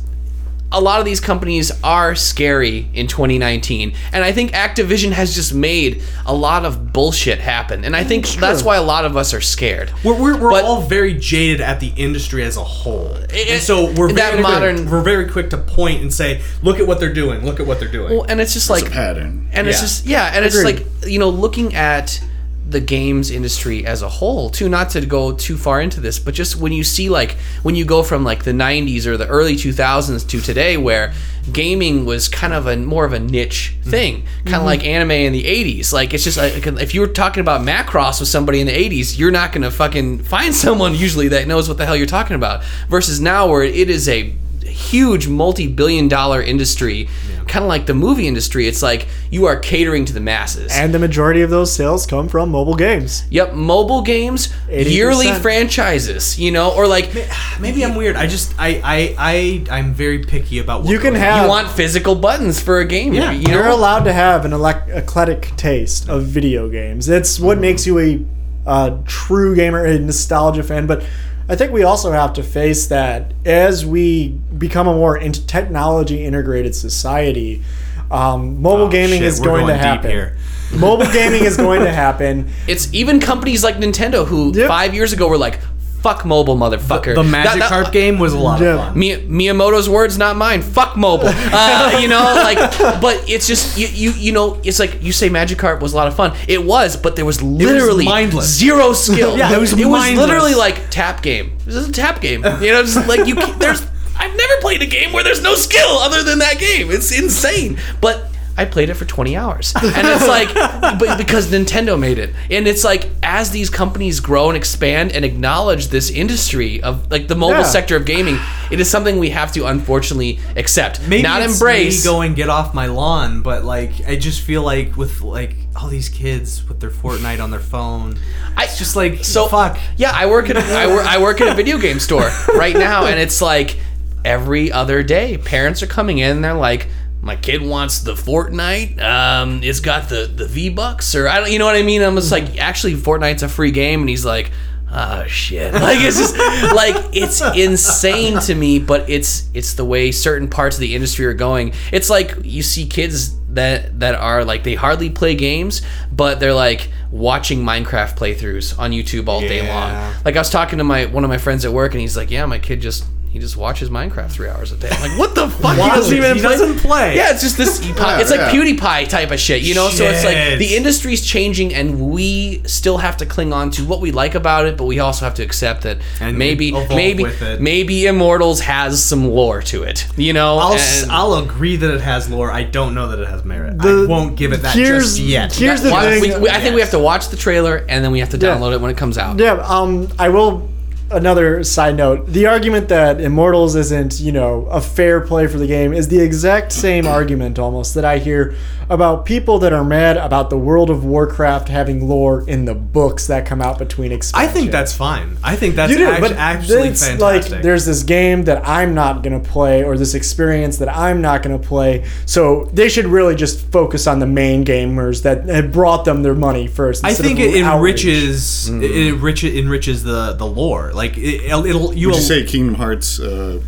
S1: a lot of these companies are scary in 2019 and i think activision has just made a lot of bullshit happen and i think that's why a lot of us are scared
S4: We're, we're, we're
S1: But-
S4: all very jaded at the industry as a whole,
S1: it-
S4: and so we're
S1: that
S4: very
S1: modern-
S4: We're very quick to point and say, "Look at what they're doing! Look at what they're doing!"
S1: Well, and it's just like
S3: pattern.
S1: and it's
S4: Yeah.
S1: just yeah and it's
S2: Agreed.
S1: like you know looking at the games industry as a whole too not to go too far into this but just when you see like when you go from like the 90s or the early 2000s to today where gaming was kind of a more of a niche thing kind of like anime in the 80s like it's just like if you were talking about macross with somebody in the 80s you're not going to fucking find someone usually that knows what the hell you're talking about versus now where it is a huge multi-billion dollar industry kind of like the movie industry it's like you are catering to the masses
S2: And the majority of those sales come from mobile games.
S1: yep mobile games
S2: 80%.
S1: yearly franchises you know or like
S4: Maybe I'm weird. I just I I I I'm very picky about. What
S2: You can
S4: goes-
S2: have.
S1: you want physical buttons for a game
S4: Yeah,
S1: you
S2: You're
S1: know
S2: allowed to have an elec- eclectic taste of video games. That's
S4: Mm-hmm.
S2: what makes you a uh, true gamer, a nostalgia fan. But I think we also have to face that as we become a more in- technology integrated society, um, mobile
S4: Oh,
S2: gaming
S4: shit,
S2: is
S4: we're
S2: going, to
S4: deep
S2: happen.
S4: here.
S2: Mobile gaming is going to happen.
S1: it's even companies like nintendo who
S2: Yep.
S1: five years ago were like fuck mobile motherfucker
S4: The
S1: That-
S4: Magic
S1: that-
S4: Carp game was a lot
S2: Yeah.
S4: of fun.
S1: Mi- Miyamoto's words, not mine. Fuck mobile. Uh, you know, like, but it's just you, you, you know, it's like you say Magikarp was a lot of fun. It was, but there was literally
S4: mindless.
S1: zero skill.
S4: Yeah, it was mindless.
S1: literally like tap game. This is a tap game. You know, just like you. ca- There's, I've never played a game where there's no skill other than that game. It's insane, but. I played it for 20 hours. And it's like, but because Nintendo made it. And it's like, as these companies grow and expand and acknowledge this industry of, like, the mobile
S2: Yeah.
S1: sector of gaming, it is something we have to unfortunately accept,
S4: Maybe
S1: not
S4: it's
S1: embrace.
S4: Me going get off my lawn, but like I just feel like with like all these kids with their Fortnite on their phone,
S1: I-
S4: it's just like
S1: so
S4: so fuck.
S1: Yeah, I work at a, I, wor- I work at a video game store right now, and it's like every other day, parents are coming in and they're like. My kid wants the Fortnite. Um, it's got the the V Bucks, or I don't, you know what I mean. I'm just like, actually, Fortnite's a free game, and he's like, oh shit, like it's just like it's insane to me. But it's it's the way certain parts of the industry are going. It's like you see kids that that are like they hardly play games, but they're like watching Minecraft playthroughs on YouTube all day
S4: Yeah.
S1: long. Like I was talking to my one of my friends at work, and he's like, "Yeah, my kid just he just watches Minecraft three hours a day." I'm like, "What the fuck? he doesn't even
S4: he
S1: play."
S4: doesn't play.
S1: Yeah, it's just this. it's like
S3: yeah.
S1: PewDiePie type of shit, you know. So it's like
S4: Shit.
S1: the industry's changing, and we still have to cling on to what we like about it, but we also have to accept that
S4: And
S1: maybe,
S4: evolve
S1: maybe,
S4: with it.
S1: maybe Immortals has some lore to it, you know.
S4: I'll, s-
S1: and-
S4: I'll agree that it has lore. I don't know that it has merit.
S2: The-
S4: I won't give it that
S2: here's-
S4: just yet.
S2: here's the
S1: Watch-
S2: thing-
S1: we- we- I think we have to watch the trailer and then we have to
S2: Yeah.
S1: download it when it comes out.
S2: Yeah, um, I will. Another side note: the argument that Immortals isn't, you know, a fair play for the game is the exact same argument almost that I hear about people that are mad about the World of Warcraft having lore in the books that come out between
S4: I
S2: expansions.
S4: think that's fine. I think that's
S2: You do,
S4: act-
S2: but
S4: actually
S2: it's
S4: fantastic.
S2: like there's this game that I'm not gonna play, or this experience that I'm not gonna play. So they should really just focus on the main gamers that had brought them their money first.
S4: I
S2: instead
S4: think
S2: of
S4: it
S2: outreach.
S4: enriches
S3: Hmm.
S4: it enriches enriches the the lore. Like it, it'll you
S3: Would you say Kingdom Hearts? Uh,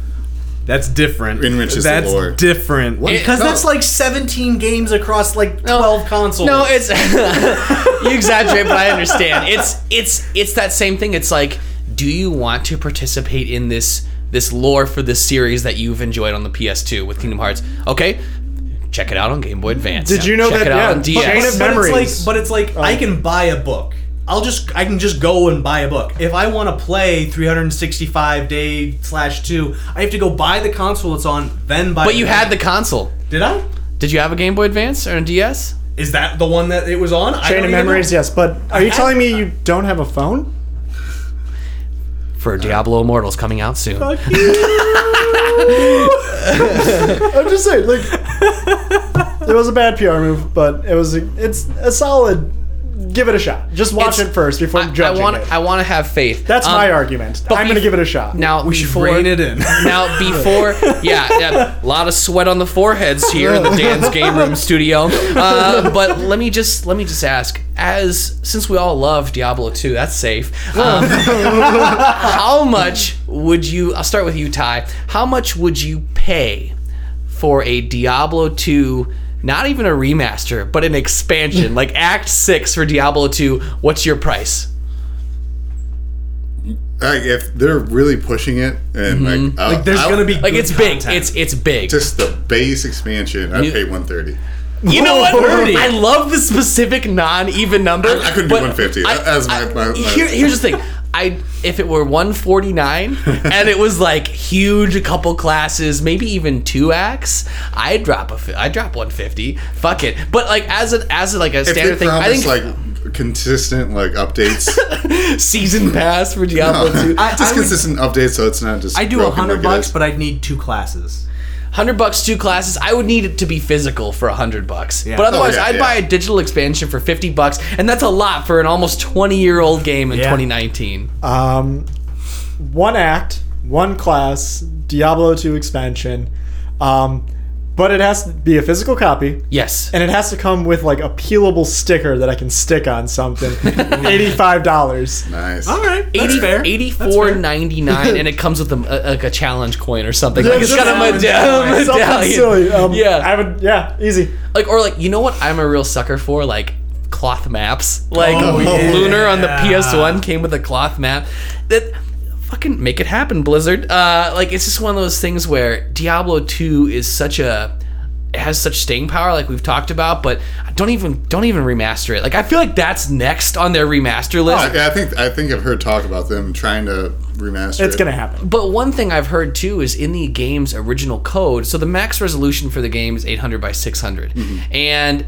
S4: that's different.
S3: Enriches the
S4: that's
S3: lore.
S4: different
S3: What?
S4: because
S3: No.
S4: that's like 17 games across like 12 consoles.
S1: Oh. No, it's you exaggerate, but I understand. It's it's it's that same thing. It's like, do you want to participate in this this lore for this series that you've enjoyed on the PS2 with Kingdom Hearts? Okay, check it out on Game Boy Advance.
S2: Did you know
S1: check
S2: that-
S1: It out
S2: yeah,
S1: on DS.
S2: Chain of
S4: but
S2: memories.
S4: It's like, but it's like I can buy a book. I'll just I can just go and buy a book. If I want to play 365 day slash two, I have to go buy the console it's on, then buy.
S1: but you had the console.
S4: did I?
S1: Did you have a Game Boy Advance or a DS?
S4: Is that the one that it was on? I don't
S2: Chain of
S4: even know.
S2: memories, yes. But are you
S4: I-
S2: telling me you don't have a phone?
S1: For Diablo Immortals coming out soon.
S2: I'm just saying, like, it was a bad PR move, but it was a, it's a solid. Give it a shot. Just watch
S1: It's-
S2: it first before
S1: I, I
S2: judging
S1: want
S2: it.
S1: I want to have faith.
S2: That's
S1: Um,
S2: my argument. I'm
S1: we-
S2: gonna give it a shot.
S1: Now we
S4: should rein it in.
S1: now before, yeah, yeah, a lot of sweat on the foreheads here in the Dan's Game Room studio. Uh, but let me just let me just ask, as since we all love Diablo 2, that's safe. Um, how much would you? I'll start with you, Ty. How much would you pay for a Diablo 2, not even a remaster, but an expansion, like Act 6 for Diablo 2. What's your price?
S3: Like if they're really pushing it, and like, I'll-
S4: Like, there's
S3: I'll-
S4: gonna be
S1: Like
S4: good
S1: it's big.
S4: content.
S1: It's it's big.
S3: just the base expansion. I
S1: You-
S3: pay one thirty.
S1: You know what?
S4: Already.
S1: I love the specific non-even number.
S3: I- I couldn't do
S1: but
S3: 150.
S1: I-
S3: As my- my- my-
S1: here- here's the thing. I if it were 149 and it was like huge, a couple classes, maybe even two acts, I'd drop a fi- I'd drop 150. Fuck it. But like as a as a, like a
S3: If
S1: standard
S3: they
S1: thing, I
S3: promise
S1: think like
S3: like consistent like updates,
S1: season pass for Diablo 2.
S4: I-
S3: just
S4: would-
S3: consistent updates, so it's not just.
S4: I do a hundred bucks, but I'd need two classes.
S1: 100 bucks two classes. I would need it to be physical for 100 bucks.
S4: Yeah.
S1: But otherwise,
S3: Oh, yeah,
S1: I'd
S3: yeah.
S1: buy a digital expansion for 50 bucks, and that's a lot for an almost 20-year-old game in
S4: Yeah. Uh,
S1: 2019.
S2: Um, one act, one class, Diablo 2 expansion. Um, but it has to be a physical copy.
S1: Yes.
S2: And it has to come with like a peelable sticker that I can stick on something. Eighty-five dollars.
S3: nice.
S4: All right, that's
S1: 80,
S4: fair. That's
S1: 84
S4: fair.
S1: 99 and it comes with a, a- like a challenge coin or something
S2: Yeah,
S1: like it's
S2: just
S1: got a
S4: challenge
S1: medall-
S4: coin.
S2: Something
S1: medallion
S2: silly. Um,
S1: Yeah.
S2: yeah, I would. Yeah, easy.
S1: like or like you know what i'm a real sucker for like cloth maps like
S4: Oh, yeah.
S1: lunar on the ps1 came with a cloth map that fucking make it happen blizzard uh like it's just one of those things where diablo 2 is such a it has such staying power like we've talked about but don't even don't even remaster it like i feel like that's next on their remaster list
S4: Oh,
S3: I, I think I think I've heard talk about them trying to remaster.
S2: It's
S3: it.
S2: gonna happen.
S1: But one thing I've heard too is in the game's original code, so the max resolution for the game is 800 by 600.
S3: Mm-hmm.
S1: And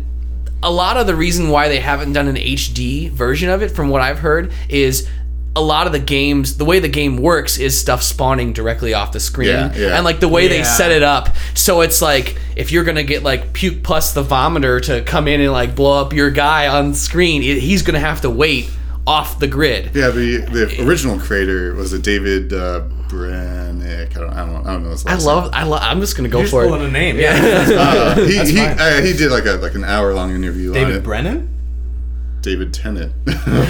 S1: a lot of the reason why they haven't done an HD version of it, from what I've heard, is a lot of the games, the way the game works is stuff spawning directly off the screen.
S3: Yeah, yeah.
S1: And like the way they
S4: Yeah.
S1: set it up. So it's like if you're going to get like Puke plus the Vomiter to come in and like blow up your guy on screen, it- he's going to have to wait off the grid.
S3: Yeah, the the original creator was a David uh, Brannick. I don't, I don't I don't know his
S1: I
S3: last name.
S1: love, I love, I'm just going to go
S4: You're just
S1: for it.
S4: pulling a name, yeah.
S3: Uh, he he,
S4: fine.
S3: uh, he did like a like an hour long interview on
S4: David
S3: it.
S4: Brennan.
S3: David Tennant.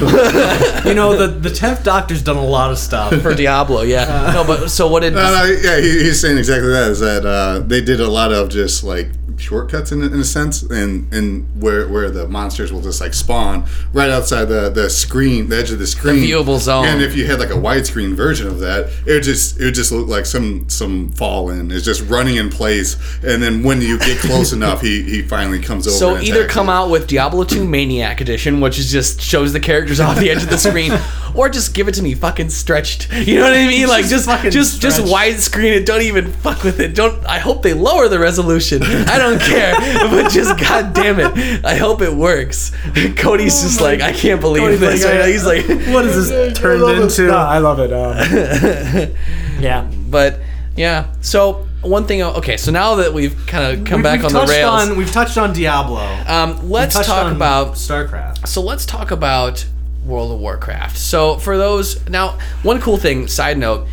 S4: You know the the tenth Doctor's done a lot of stuff.
S1: for Diablo, yeah.
S4: Uh,
S1: no, but so what did?
S3: No, no, yeah, he, he's saying exactly that. Is that uh, they did a lot of just like shortcuts in, in a sense, and and where where the monsters will just like spawn right outside the, the screen, the edge of the screen,
S1: viewable zone.
S3: And if you had like a widescreen version of that, it would just it would just look like some some fallen is just running in place, and then when you get close enough, he he finally comes over.
S1: So
S3: and
S1: either
S3: attacks
S1: come
S3: you.
S1: out with Diablo 2 Maniac Edition, which is just shows the characters off the edge of the screen, or just give it to me fucking stretched. You know what I mean? Like just
S4: fucking
S1: just just
S4: stretched.
S1: widescreen it. Don't even fuck with it. Don't. I hope they lower the resolution. I don't care. but just god damn it, I hope it works. Cody's just like I can't believe
S4: Oh
S1: this.
S4: Cody's like,
S1: right now.
S4: I-
S1: He's like,
S4: what is this turned
S2: I love it.
S4: into?
S2: No, I love it. Um, yeah.
S1: but yeah. So one thing. Okay, so now that we've kind of come
S4: We've-
S1: back
S4: we've
S1: on the
S4: touched
S1: rails.
S4: On, we've touched on Diablo.
S1: um, let's
S4: touched
S1: talk
S4: on
S1: about
S4: StarCraft.
S1: so let's talk about World of Warcraft. So for those now, one cool thing, side note,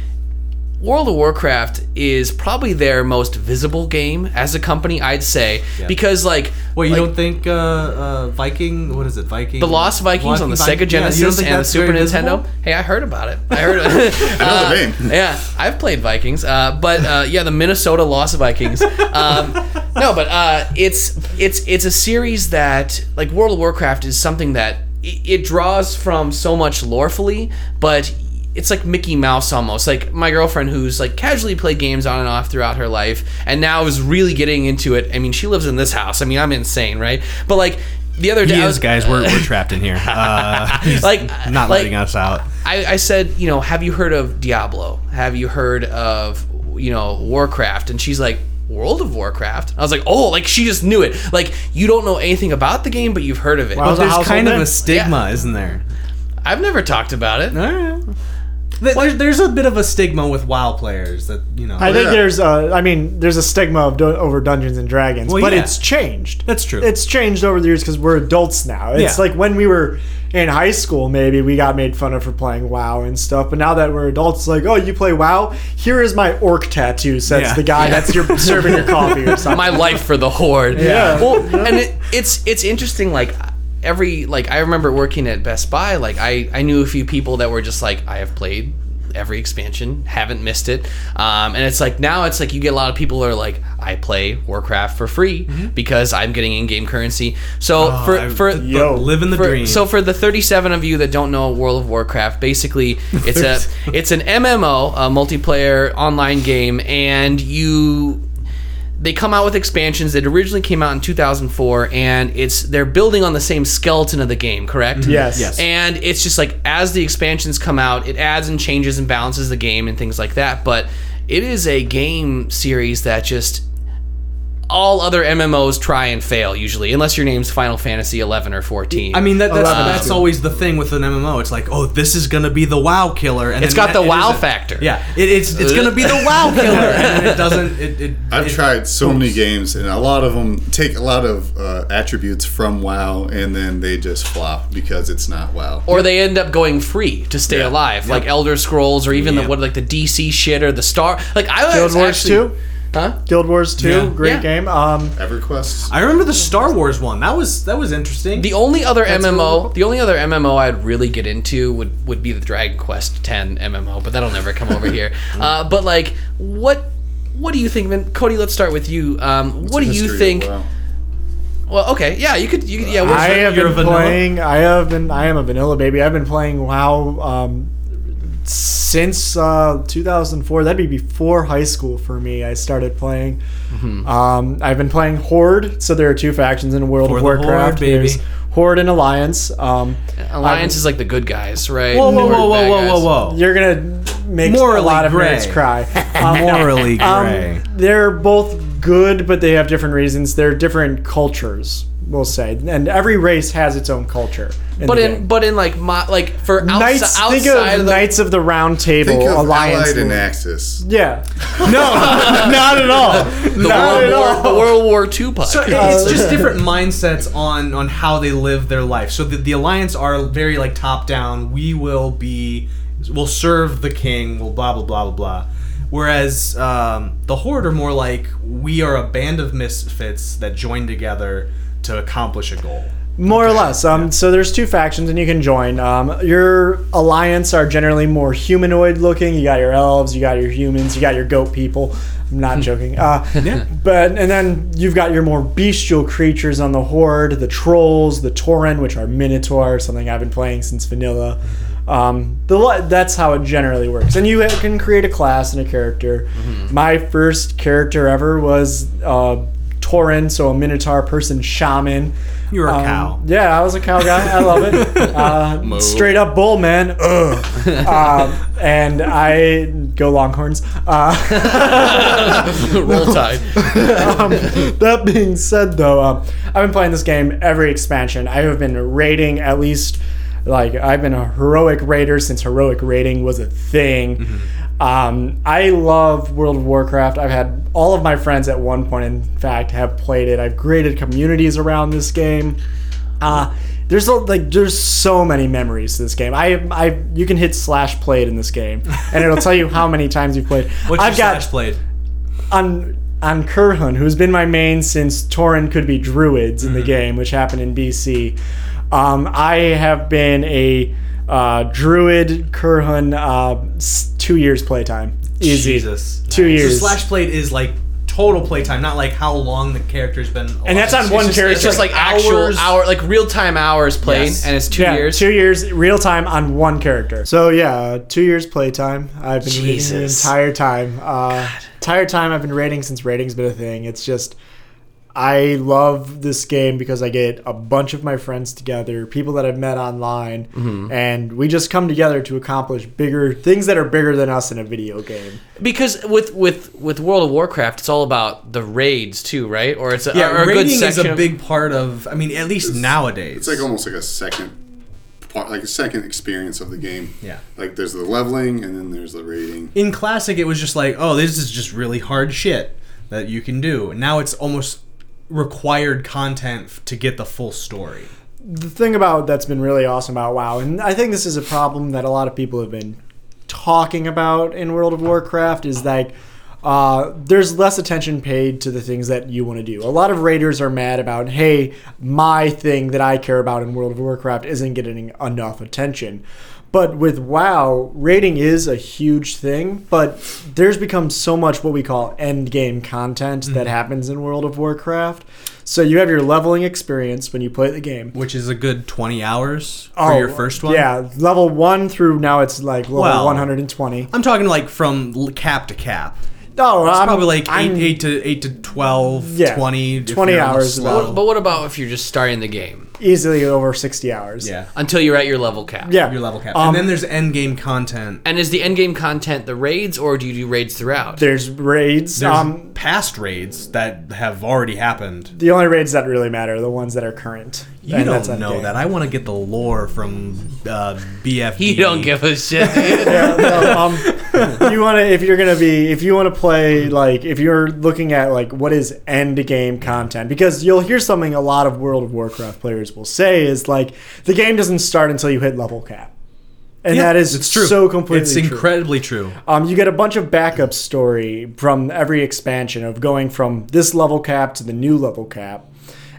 S1: World of Warcraft is probably their most visible game as a company, I'd say, because like
S4: Well, you
S1: like,
S4: don't think uh, uh, Viking? What is it? Viking?
S1: the Lost Vikings on the
S4: Viking-
S1: Sega
S4: yeah, you don't
S1: Genesis
S4: think
S1: and the
S4: that's
S1: Super
S4: very
S1: Nintendo.
S4: visible?
S1: Hey, I heard about it. I heard. It.
S3: I know the
S1: Uh,
S3: name.
S1: yeah, I've played Vikings, uh, but uh, yeah, the Minnesota Lost Vikings. Um, no, but uh, it's it's it's a series that like World of Warcraft is something that i- it draws from so much lorefully, but it's like Mickey Mouse almost. Like my girlfriend who's like casually played games on and off throughout her life, and now is really getting into it. I mean, she lives in this house. I mean, I'm insane, right? But like. The other day,
S4: He
S1: I
S4: is,
S1: was-
S4: guys. We're, we're trapped in here. Uh, he's
S1: Like-
S4: not
S1: like-
S4: letting us out.
S1: I, I said, you know, have you heard of Diablo? Have you heard of, you know, Warcraft? And she's like, World of Warcraft? I was like, oh, like she just knew it. Like, you don't know anything about the game, but you've heard of it.
S2: Wow. Well,
S4: But there's
S2: the
S4: kind of
S2: household
S4: a
S2: name?
S4: stigma, isn't there?
S1: I've never talked about it.
S4: Th- There's, there's a bit of a stigma with WoW players that you know.
S2: I think
S3: yeah.
S2: there's, uh, I mean, there's a stigma of dun- over Dungeons and Dragons,
S4: Well,
S2: but
S4: yeah.
S2: it's changed.
S4: That's true.
S2: It's changed over the years because we're adults now. It's
S4: Yeah.
S2: like when we were in high school, maybe we got made fun of for playing WoW and stuff, but now that we're adults, it's like, oh, you play WoW? Here is my orc tattoo, says
S4: Yeah.
S2: the guy that's your, serving your coffee or something.
S1: my life for the horde.
S2: Yeah.
S1: Well, and it, it's it's interesting. Like every like I remember working at Best Buy. Like I I knew a few people that were just like I have played every expansion. Haven't missed it. Um, and it's like now it's like you get a lot of people who are like, I play Warcraft for free
S2: Mm-hmm.
S1: because I'm getting in-game currency. So
S4: Oh,
S2: Ah,
S1: for
S4: I-
S1: for
S2: Yo.
S4: living the
S1: for-
S4: dream.
S1: So for the 37 of you that don't know World of Warcraft, basically it's a it's an MMO, a multiplayer online game, and you they come out with expansions that originally came out in 2004, and it's they're building on the same skeleton of the game, correct?
S2: Yes.
S4: Mm-hmm. Yes.
S1: And it's just like as the expansions come out, it adds and changes and balances the game and things like that. But it is a game series that just all other MMOs try and fail usually, unless your name's Final Fantasy 11 or 14.
S4: I mean that that's,
S2: Eleven,
S4: that's
S2: two.
S4: always the thing with an MMO. It's like, oh, this is gonna be the WoW killer, and
S1: It's
S4: then
S1: got the
S4: it
S1: wow
S4: isn't.
S1: factor.
S4: Yeah, it, it's it's gonna be the WoW killer, and it doesn't. It, it
S3: I've
S4: it-
S3: tried so many games, and a lot of them take a lot of uh, attributes from WoW, and then they just flop because it's not WoW.
S1: or they end up going free to stay
S3: Yeah.
S1: alive, like Elder Scrolls or even
S4: Yeah.
S1: the what like the DC shit or the Star. Like I was
S2: Guild Wars
S1: actually-
S2: 2?
S1: huh?
S2: Guild Wars 2,
S4: Yeah.
S2: great
S1: Yeah.
S2: game. Um,
S3: EverQuest.
S4: I remember the Star Wars one. That was that was interesting.
S1: The only other
S4: cool.
S1: MMO, the only other MMO I'd really get into would would be the Dragon Quest X MMO, but that'll never come over here. Uh, but like, what what do you think, man? Cody? Let's start with you. Um, what do you
S3: History of
S1: think?
S3: WoW.
S1: Well, okay, yeah, you could, you could yeah.
S2: I
S1: we're-
S2: have
S4: you're
S2: been
S4: a vanilla?
S2: playing. I have been. I am a vanilla baby. I've been playing WoW um, since uh, 2004. That'd be before high school for me. I started playing.
S4: Mm-hmm.
S2: Um, I've been playing Horde. So there are two factions in World
S4: For
S2: of
S4: the Horde,
S2: Warcraft.
S4: baby.
S2: There's Horde and Alliance. Um,
S1: Alliance
S2: I'm-
S1: is like the good guys, right?
S4: whoa, whoa,
S1: We're
S4: whoa,
S1: the
S4: whoa,
S1: bad
S4: whoa,
S1: guys.
S4: whoa, whoa!
S2: you're gonna make
S4: Morally
S2: a lot of
S4: gray.
S2: nerds cry. Um, no.
S4: Morally gray.
S2: Um, they're both good, but they have different reasons. They're different cultures, we'll say, and every race has its own culture.
S1: But
S2: the
S1: in
S2: game.
S1: but in like my like for outside,
S2: Knights, think
S1: outside
S2: of
S1: of the
S2: Knights of the Round Table
S3: Think of
S2: Alliance.
S3: Allied and
S2: League.
S3: Axis.
S2: yeah, no, not at all. not
S1: World
S2: at
S1: War,
S2: all.
S1: the World War II podcast.
S4: So it- it's
S1: uh,
S4: just different mindsets on on how they live their life. So the, the alliance are very like top down. We will be, we'll serve the king. We'll blah blah blah blah blah. Whereas um, the horde are more like we are a band of misfits that join together to accomplish a goal.
S2: More or less. Um, So there's two factions, and you can join. Um, your alliance are generally more humanoid looking. You got your elves, you got your humans, you got your goat people. I'm not joking. Uh, But and then you've got your more bestial creatures on the horde, the trolls, the tauren, which are minotaur, something I've been playing since vanilla. Um, the li- that's how it generally works, and you can create a class and a character. My first character ever was uh, tauren, so a minotaur person shaman.
S4: You're a
S2: Um,
S4: cow.
S2: Yeah, I was a cow guy. I love it. Uh, straight up bull man. Ugh. Um, and I go Longhorns. Uh,
S1: Roll Tide.
S2: um, that being said, though, um, I've been playing this game every expansion. I have been raiding at least, like, I've been a heroic raider since heroic raiding was a thing.
S4: Mm-hmm.
S2: Um, I love World of Warcraft. I've had all of my friends at one point, in fact, have played it. I've created communities around this game. Uh, there's a, like there's so many memories to this game. I I you can hit slash played in this game, and it'll tell you how many times you've played.
S4: What's
S2: I've
S4: your
S2: got
S4: slash blade?
S2: on on Kurhun, who's been my main since Torin could be druids in the game, which happened in BC. Um, I have been a uh, druid Kurhun uh, s- two years playtime. Easy.
S4: Jesus.
S2: Two
S4: So
S2: years.
S4: slash blade is like total playtime, not like how long the character's been.
S2: and that's on one character.
S1: It's just like actual
S4: Hours.
S1: hour, like real time hours played,
S4: Yes.
S1: and it's two
S2: yeah,
S1: years.
S2: two years real time on one character. So yeah, uh, two years playtime. I've been raiding the
S1: Jesus.
S2: entire time. Uh, entire time I've been raiding since raiding's been a thing. It's just I love this game because I get a bunch of my friends together, people that I've met online,
S1: Mm-hmm.
S2: and we just come together to accomplish bigger things that are bigger than us in a video game.
S1: Because with with with World of Warcraft, it's all about the raids too, right? Or it's a,
S4: Yeah,
S1: or a good
S4: raiding is
S1: section.
S4: a big part of. I mean, at least nowadays.
S3: It's like almost like a second, part, like a second experience of the game.
S4: Yeah.
S3: Like there's the leveling, and then there's the rating.
S4: in classic it was just like oh this is just really hard shit that you can do and now it's almost required content f- to get the full story
S2: the thing about that's been really awesome about WoW, and I think this is a problem that a lot of people have been talking about in World of Warcraft, is like uh, there's less attention paid to the things that you want to do. A lot of raiders are mad about, hey, my thing that I care about in World of Warcraft isn't getting enough attention. But with WoW, rating is a huge thing, but there's become so much what we call end game content that happens in World of Warcraft. So you have your leveling experience when you play the game.
S4: which is a good 20 hours for your first one.
S2: Oh, Yeah, level one through now it's like level
S4: Well-
S2: 120.
S4: I'm talking like from l- cap to cap.
S2: No,
S4: It's
S2: I'm,
S4: probably like
S2: I'm-
S4: eight, eight to eight to 12,
S2: Yeah,
S4: 20, if
S2: 20
S4: you're on the
S2: hours is
S4: slow.
S2: about-
S1: But what about if you're just starting the game
S2: easily over 60 hours.
S4: yeah,
S1: until you're at your level cap?
S2: Yeah.
S4: your level cap.
S2: Um,
S4: and then there's end game content.
S1: And is the end game content the raids, or do you do raids throughout?
S2: There's raids.
S4: There's
S2: um,
S4: past raids that have already happened.
S2: the only raids that really matter are the ones that are current.
S4: You
S2: And that's
S4: don't
S2: end
S4: know
S2: game.
S4: that. I want to get the lore from uh, BFD.
S1: You don't give a shit.
S2: Yeah, no, um, you want to if you're gonna be if you want to play like if you're looking at like what is end game content because you'll hear something a lot of World of Warcraft players will say is like the game doesn't start until you hit level cap, and
S4: Yeah,
S2: that is
S4: it's true.
S2: so completely
S4: It's
S2: true.
S4: incredibly true.
S2: Um, you get a bunch of backup story from every expansion of going from this level cap to the new level cap,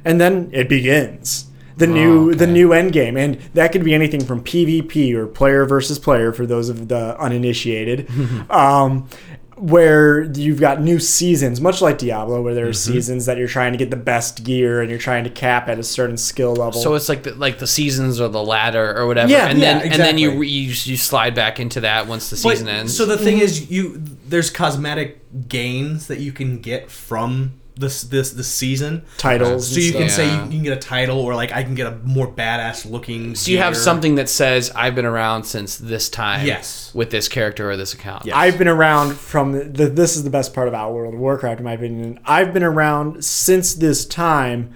S2: and then it begins the
S4: Oh,
S2: new the new end game, and that could be anything from PvP or player versus player for those of the uninitiated. um, where you've got new seasons, much like Diablo, where there are
S4: Mm-hmm.
S2: seasons that you're trying to get the best gear and you're trying to cap at a certain skill level.
S1: So it's like the, like the seasons or the ladder or whatever,
S2: Yeah,
S1: and then
S4: yeah,
S1: and then you,
S4: exactly.
S1: re- you you slide back into that once the
S4: But-
S1: season ends.
S4: So the thing is, you there's cosmetic gains that you can get from this this this season.
S2: titles.
S4: So
S2: and
S4: you can
S2: stuff.
S4: say you,
S1: Yeah.
S4: you can get a title, or like I can get a more badass looking.
S1: So you have
S4: gear.
S1: something that says I've been around since this time.
S4: Yes.
S1: With this character or this account.
S4: Yes.
S2: I've been around from the, the. This is the best part about World of Warcraft, in my opinion. I've been around since this time,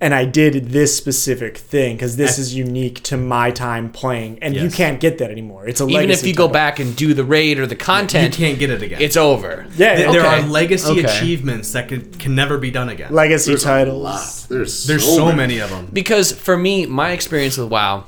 S2: and I did this specific thing because this is unique to my time playing, and you
S4: Yes.
S2: can't get that anymore. It's a
S1: Even if
S2: legacy
S1: you go
S2: title.
S1: back and do the raid or the
S4: You
S1: content,
S4: can't get it again.
S1: it's over.
S2: yeah,
S4: Th- there
S1: okay.
S4: are legacy
S1: Okay.
S4: achievements that can can never be done again.
S2: legacy
S3: There's a
S2: titles.
S3: lot. There's
S4: There's
S3: so,
S4: so many of them.
S1: Because for me, my experience with WoW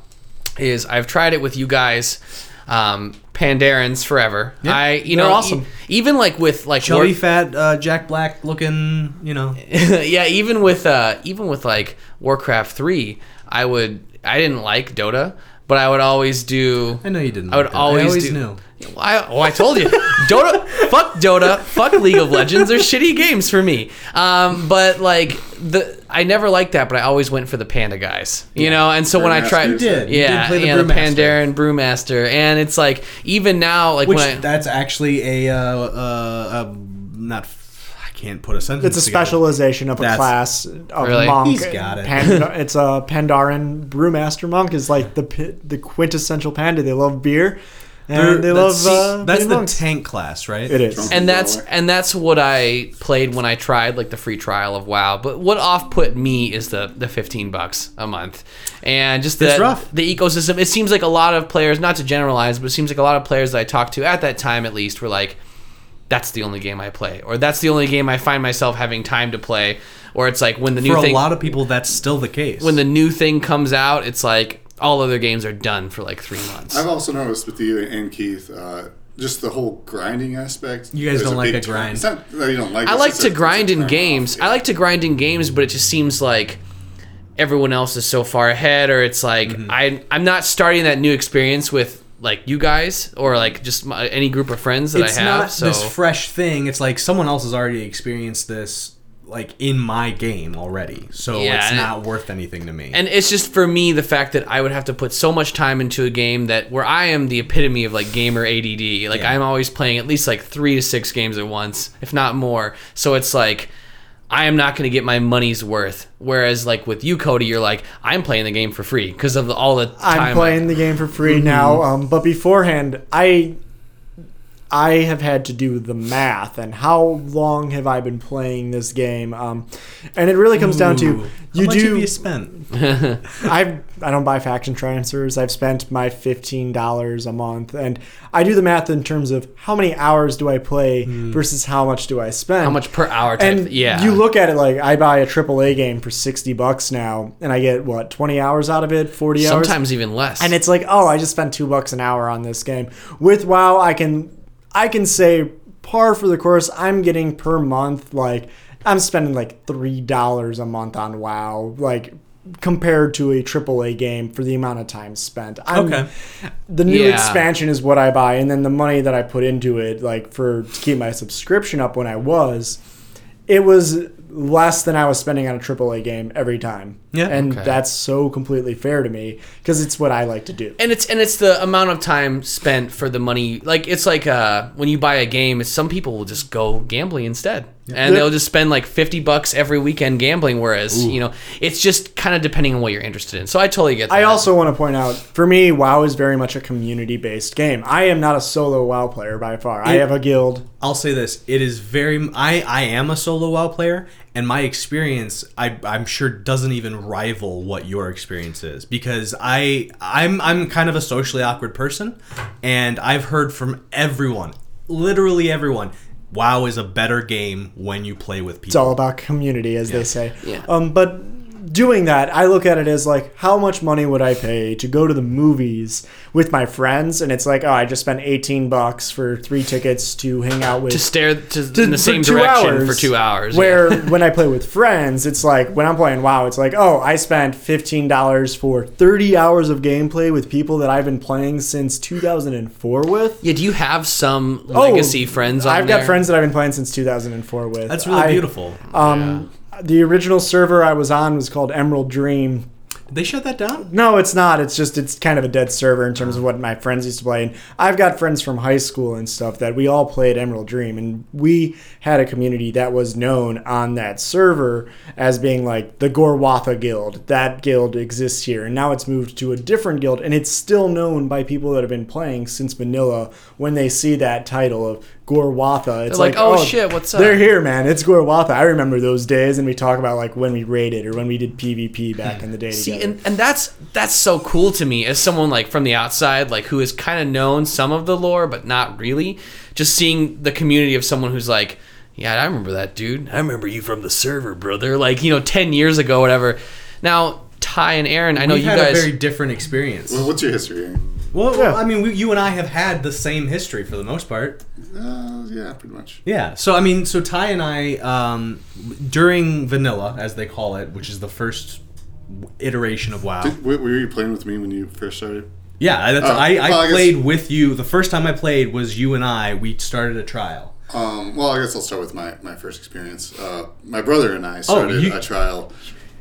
S1: is I've tried it with you guys, um, Pandarans forever. I you
S2: they're
S1: know e-
S2: awesome.
S1: even like with like
S4: Chubby,
S1: War-
S4: fat, uh, Jack Black looking. You know,
S1: yeah, even with uh, even with like Warcraft three, I would I didn't like Dota, but I would always do.
S4: I know you didn't.
S1: I would
S4: like that.
S1: always,
S4: I always
S1: do.
S4: knew.
S1: I, oh, I told you, Dota. Fuck Dota. Fuck League of Legends. They're shitty games for me. Um, but like the, I never liked that. But I always went for the panda guys, you know. And so when I
S3: Brewmasters.
S1: tried,
S3: You did.
S4: You
S1: yeah,
S4: did play the
S1: yeah, the
S4: Brewmaster.
S1: Pandaren Brewmaster, and it's like even now, like
S4: Which
S1: when I,
S4: that's actually a uh, uh, uh, not. f- I can't put a sentence.
S2: It's a
S4: together.
S2: specialization of a
S4: That's-
S2: class of
S1: Really?
S2: monk.
S4: He's got it.
S2: Pand- it's a Pandaren brewmaster monk is like the pi- the quintessential panda. They love beer, and
S4: They're-
S2: they love.
S4: that's
S2: Uh,
S4: that's
S2: being
S4: the
S2: monks.
S4: tank class, right?
S2: It is.
S1: and that's and that's what I played when I tried like the free trial of WoW. But what off put me is the the fifteen bucks a month, and just the
S4: It's rough.
S1: the ecosystem. It seems like a lot of players, not to generalize, but it seems like a lot of players that I talked to at that time, at least, were like, "That's the only game I play," or "That's the only game I find myself having time to play," or it's like when the
S4: For
S1: new
S4: a
S1: thing
S4: lot of people, that's still the case.
S1: when the new thing comes out, it's like all other games are done for like three months.
S3: I've also noticed with you and Keith, uh, just the whole grinding aspect.
S4: You guys
S3: There's
S4: don't like
S3: big
S4: a
S3: turn-
S4: grind.
S3: It's not that you don't like. it,
S1: I
S3: it's
S1: like
S3: just
S1: to
S3: a- it's a
S1: grind in
S3: turn-off,
S1: games.
S3: yeah.
S1: I like to grind in games, but it just seems like everyone else is so far ahead, or it's like
S3: Mm-hmm.
S1: I I'm not starting that new experience with like you guys or like just my, any group of friends that
S4: it's
S1: I have.
S4: not
S1: so
S4: this fresh thing. It's like someone else has already experienced this, like in my game already. So
S1: Yeah,
S4: it's
S1: and-
S4: not worth anything to me.
S1: and it's just for me the fact that I would have to put so much time into a game that where I am the epitome of like gamer ADD. Like
S4: Yeah.
S1: I'm always playing at least like three to six games at once, if not more. So it's like I am not going to get my money's worth. Whereas like with you, Cody, you're like I'm playing the game for free because of the, all the time. Mm-hmm.
S2: I'm playing the game for free now, um, but beforehand, I I have had to do the math and how long have I been playing this game, um, and it really comes down
S4: Ooh.
S2: to
S4: How
S2: you
S4: much have
S2: do.
S4: you spent?
S2: I I don't buy faction transfers. I've spent my fifteen dollars a month, and I do the math in terms of how many hours do I play versus how much do I spend.
S1: Hmm. how much per hour? Type,
S2: And
S1: yeah,
S2: you look at it like I buy a AAA game for sixty bucks now, and I get what twenty hours out of it, forty hours.
S1: sometimes even less.
S2: and it's like oh i just spent two bucks an hour on this game with wow i can i can say par for the course i'm getting per month like i'm spending like three dollars a month on wow like compared to a AAA game for the amount of time spent. I'm,
S4: Okay.
S2: The new
S1: Yeah.
S2: expansion is what I buy, and then the money that I put into it, like for to keep my subscription up when I was, it was less than I was spending on a AAA game every time.
S4: Yeah.
S2: And
S1: Okay.
S2: that's so completely fair to me because it's what I like to do.
S1: and it's and it's the amount of time spent for the money. Like it's like uh, when you buy a game, it's, some people will just go gambling instead, and
S2: Yeah.
S1: they'll just spend like fifty bucks every weekend gambling. Whereas you know, it's just kind of depending on what you're interested in. So I totally get. that.
S2: I also want to point out, for me, WoW is very much a community-based game. I am not a solo WoW player by far. I
S4: It-
S2: have a guild.
S4: I'll say this: it is very. I I am a solo WoW player, and my experience, I I'm sure, doesn't even rival what your experience is because I I'm I'm kind of a socially awkward person, and I've heard from everyone, literally everyone. WoW is a better game when you play with people.
S2: It's all about community, as they say.
S1: Yeah.
S2: Um, but doing that, I look at it as like, how much money would I pay to go to the movies with my friends? And it's like, oh, I just spent 18 bucks for three tickets to hang out with
S1: to stare to,
S2: to-
S1: in the
S2: for
S1: same
S2: two
S1: direction
S2: hours,
S1: for two hours.
S2: Where when I play with friends, it's like when I'm playing WoW, it's like, oh, I spent fifteen dollars for thirty hours of gameplay with people that I've been playing since two thousand and four with.
S1: yeah, do you have some
S2: Oh,
S1: legacy friends? On
S2: I've
S1: there?
S2: got friends that I've been playing since two thousand and four with.
S4: That's really
S2: I-
S4: beautiful.
S2: Um, The original server I was on was called Emerald Dream.
S4: Did they shut that down?
S2: No, it's not. It's just it's kind of a dead server in terms of what my friends used to play. And I've got friends from high school and stuff that we all played Emerald Dream, and we had a community that was known on that server as being like the Gorwatha Guild. That guild exists here, and now it's moved to a different guild, and it's still known by people that have been playing since Manila. When they see that title of Gorwatha, it's
S1: They're like,
S2: like,
S1: "Oh, shit, what's up?"
S2: They're here, man. It's Gorwatha. I remember those days, and we talk about like when we raided or when we did PvP back in the day.
S1: See,
S2: together.
S1: and, and that's that's so cool to me as someone like from the outside, like who has kind of known some of the lore but not really. Just seeing the community of someone who's like, yeah, I remember that dude. I remember you from the server, brother. Like you know, ten years ago, whatever. Now Ty and Aaron, I know
S4: We've
S1: you
S4: had
S1: guys.
S4: a very different experience.
S3: Well, what's your history?
S4: Well,
S2: Yeah.
S4: I mean, we, you and I have had the same history for the most part.
S3: Uh, yeah, pretty much.
S4: Yeah. So I mean, so Ty and I um, during Vanilla, as they call it, which is the first iteration of WoW.
S3: Did, were were you playing with me when you first started?
S4: Yeah, that's,
S3: Oh,
S4: I, I
S3: well, I guess-
S4: played with you. The first time I played was you and I. We started a trial.
S3: Um, well, I guess I'll start with my, my first experience. Uh, my brother and I started
S4: Oh, you-
S3: a trial.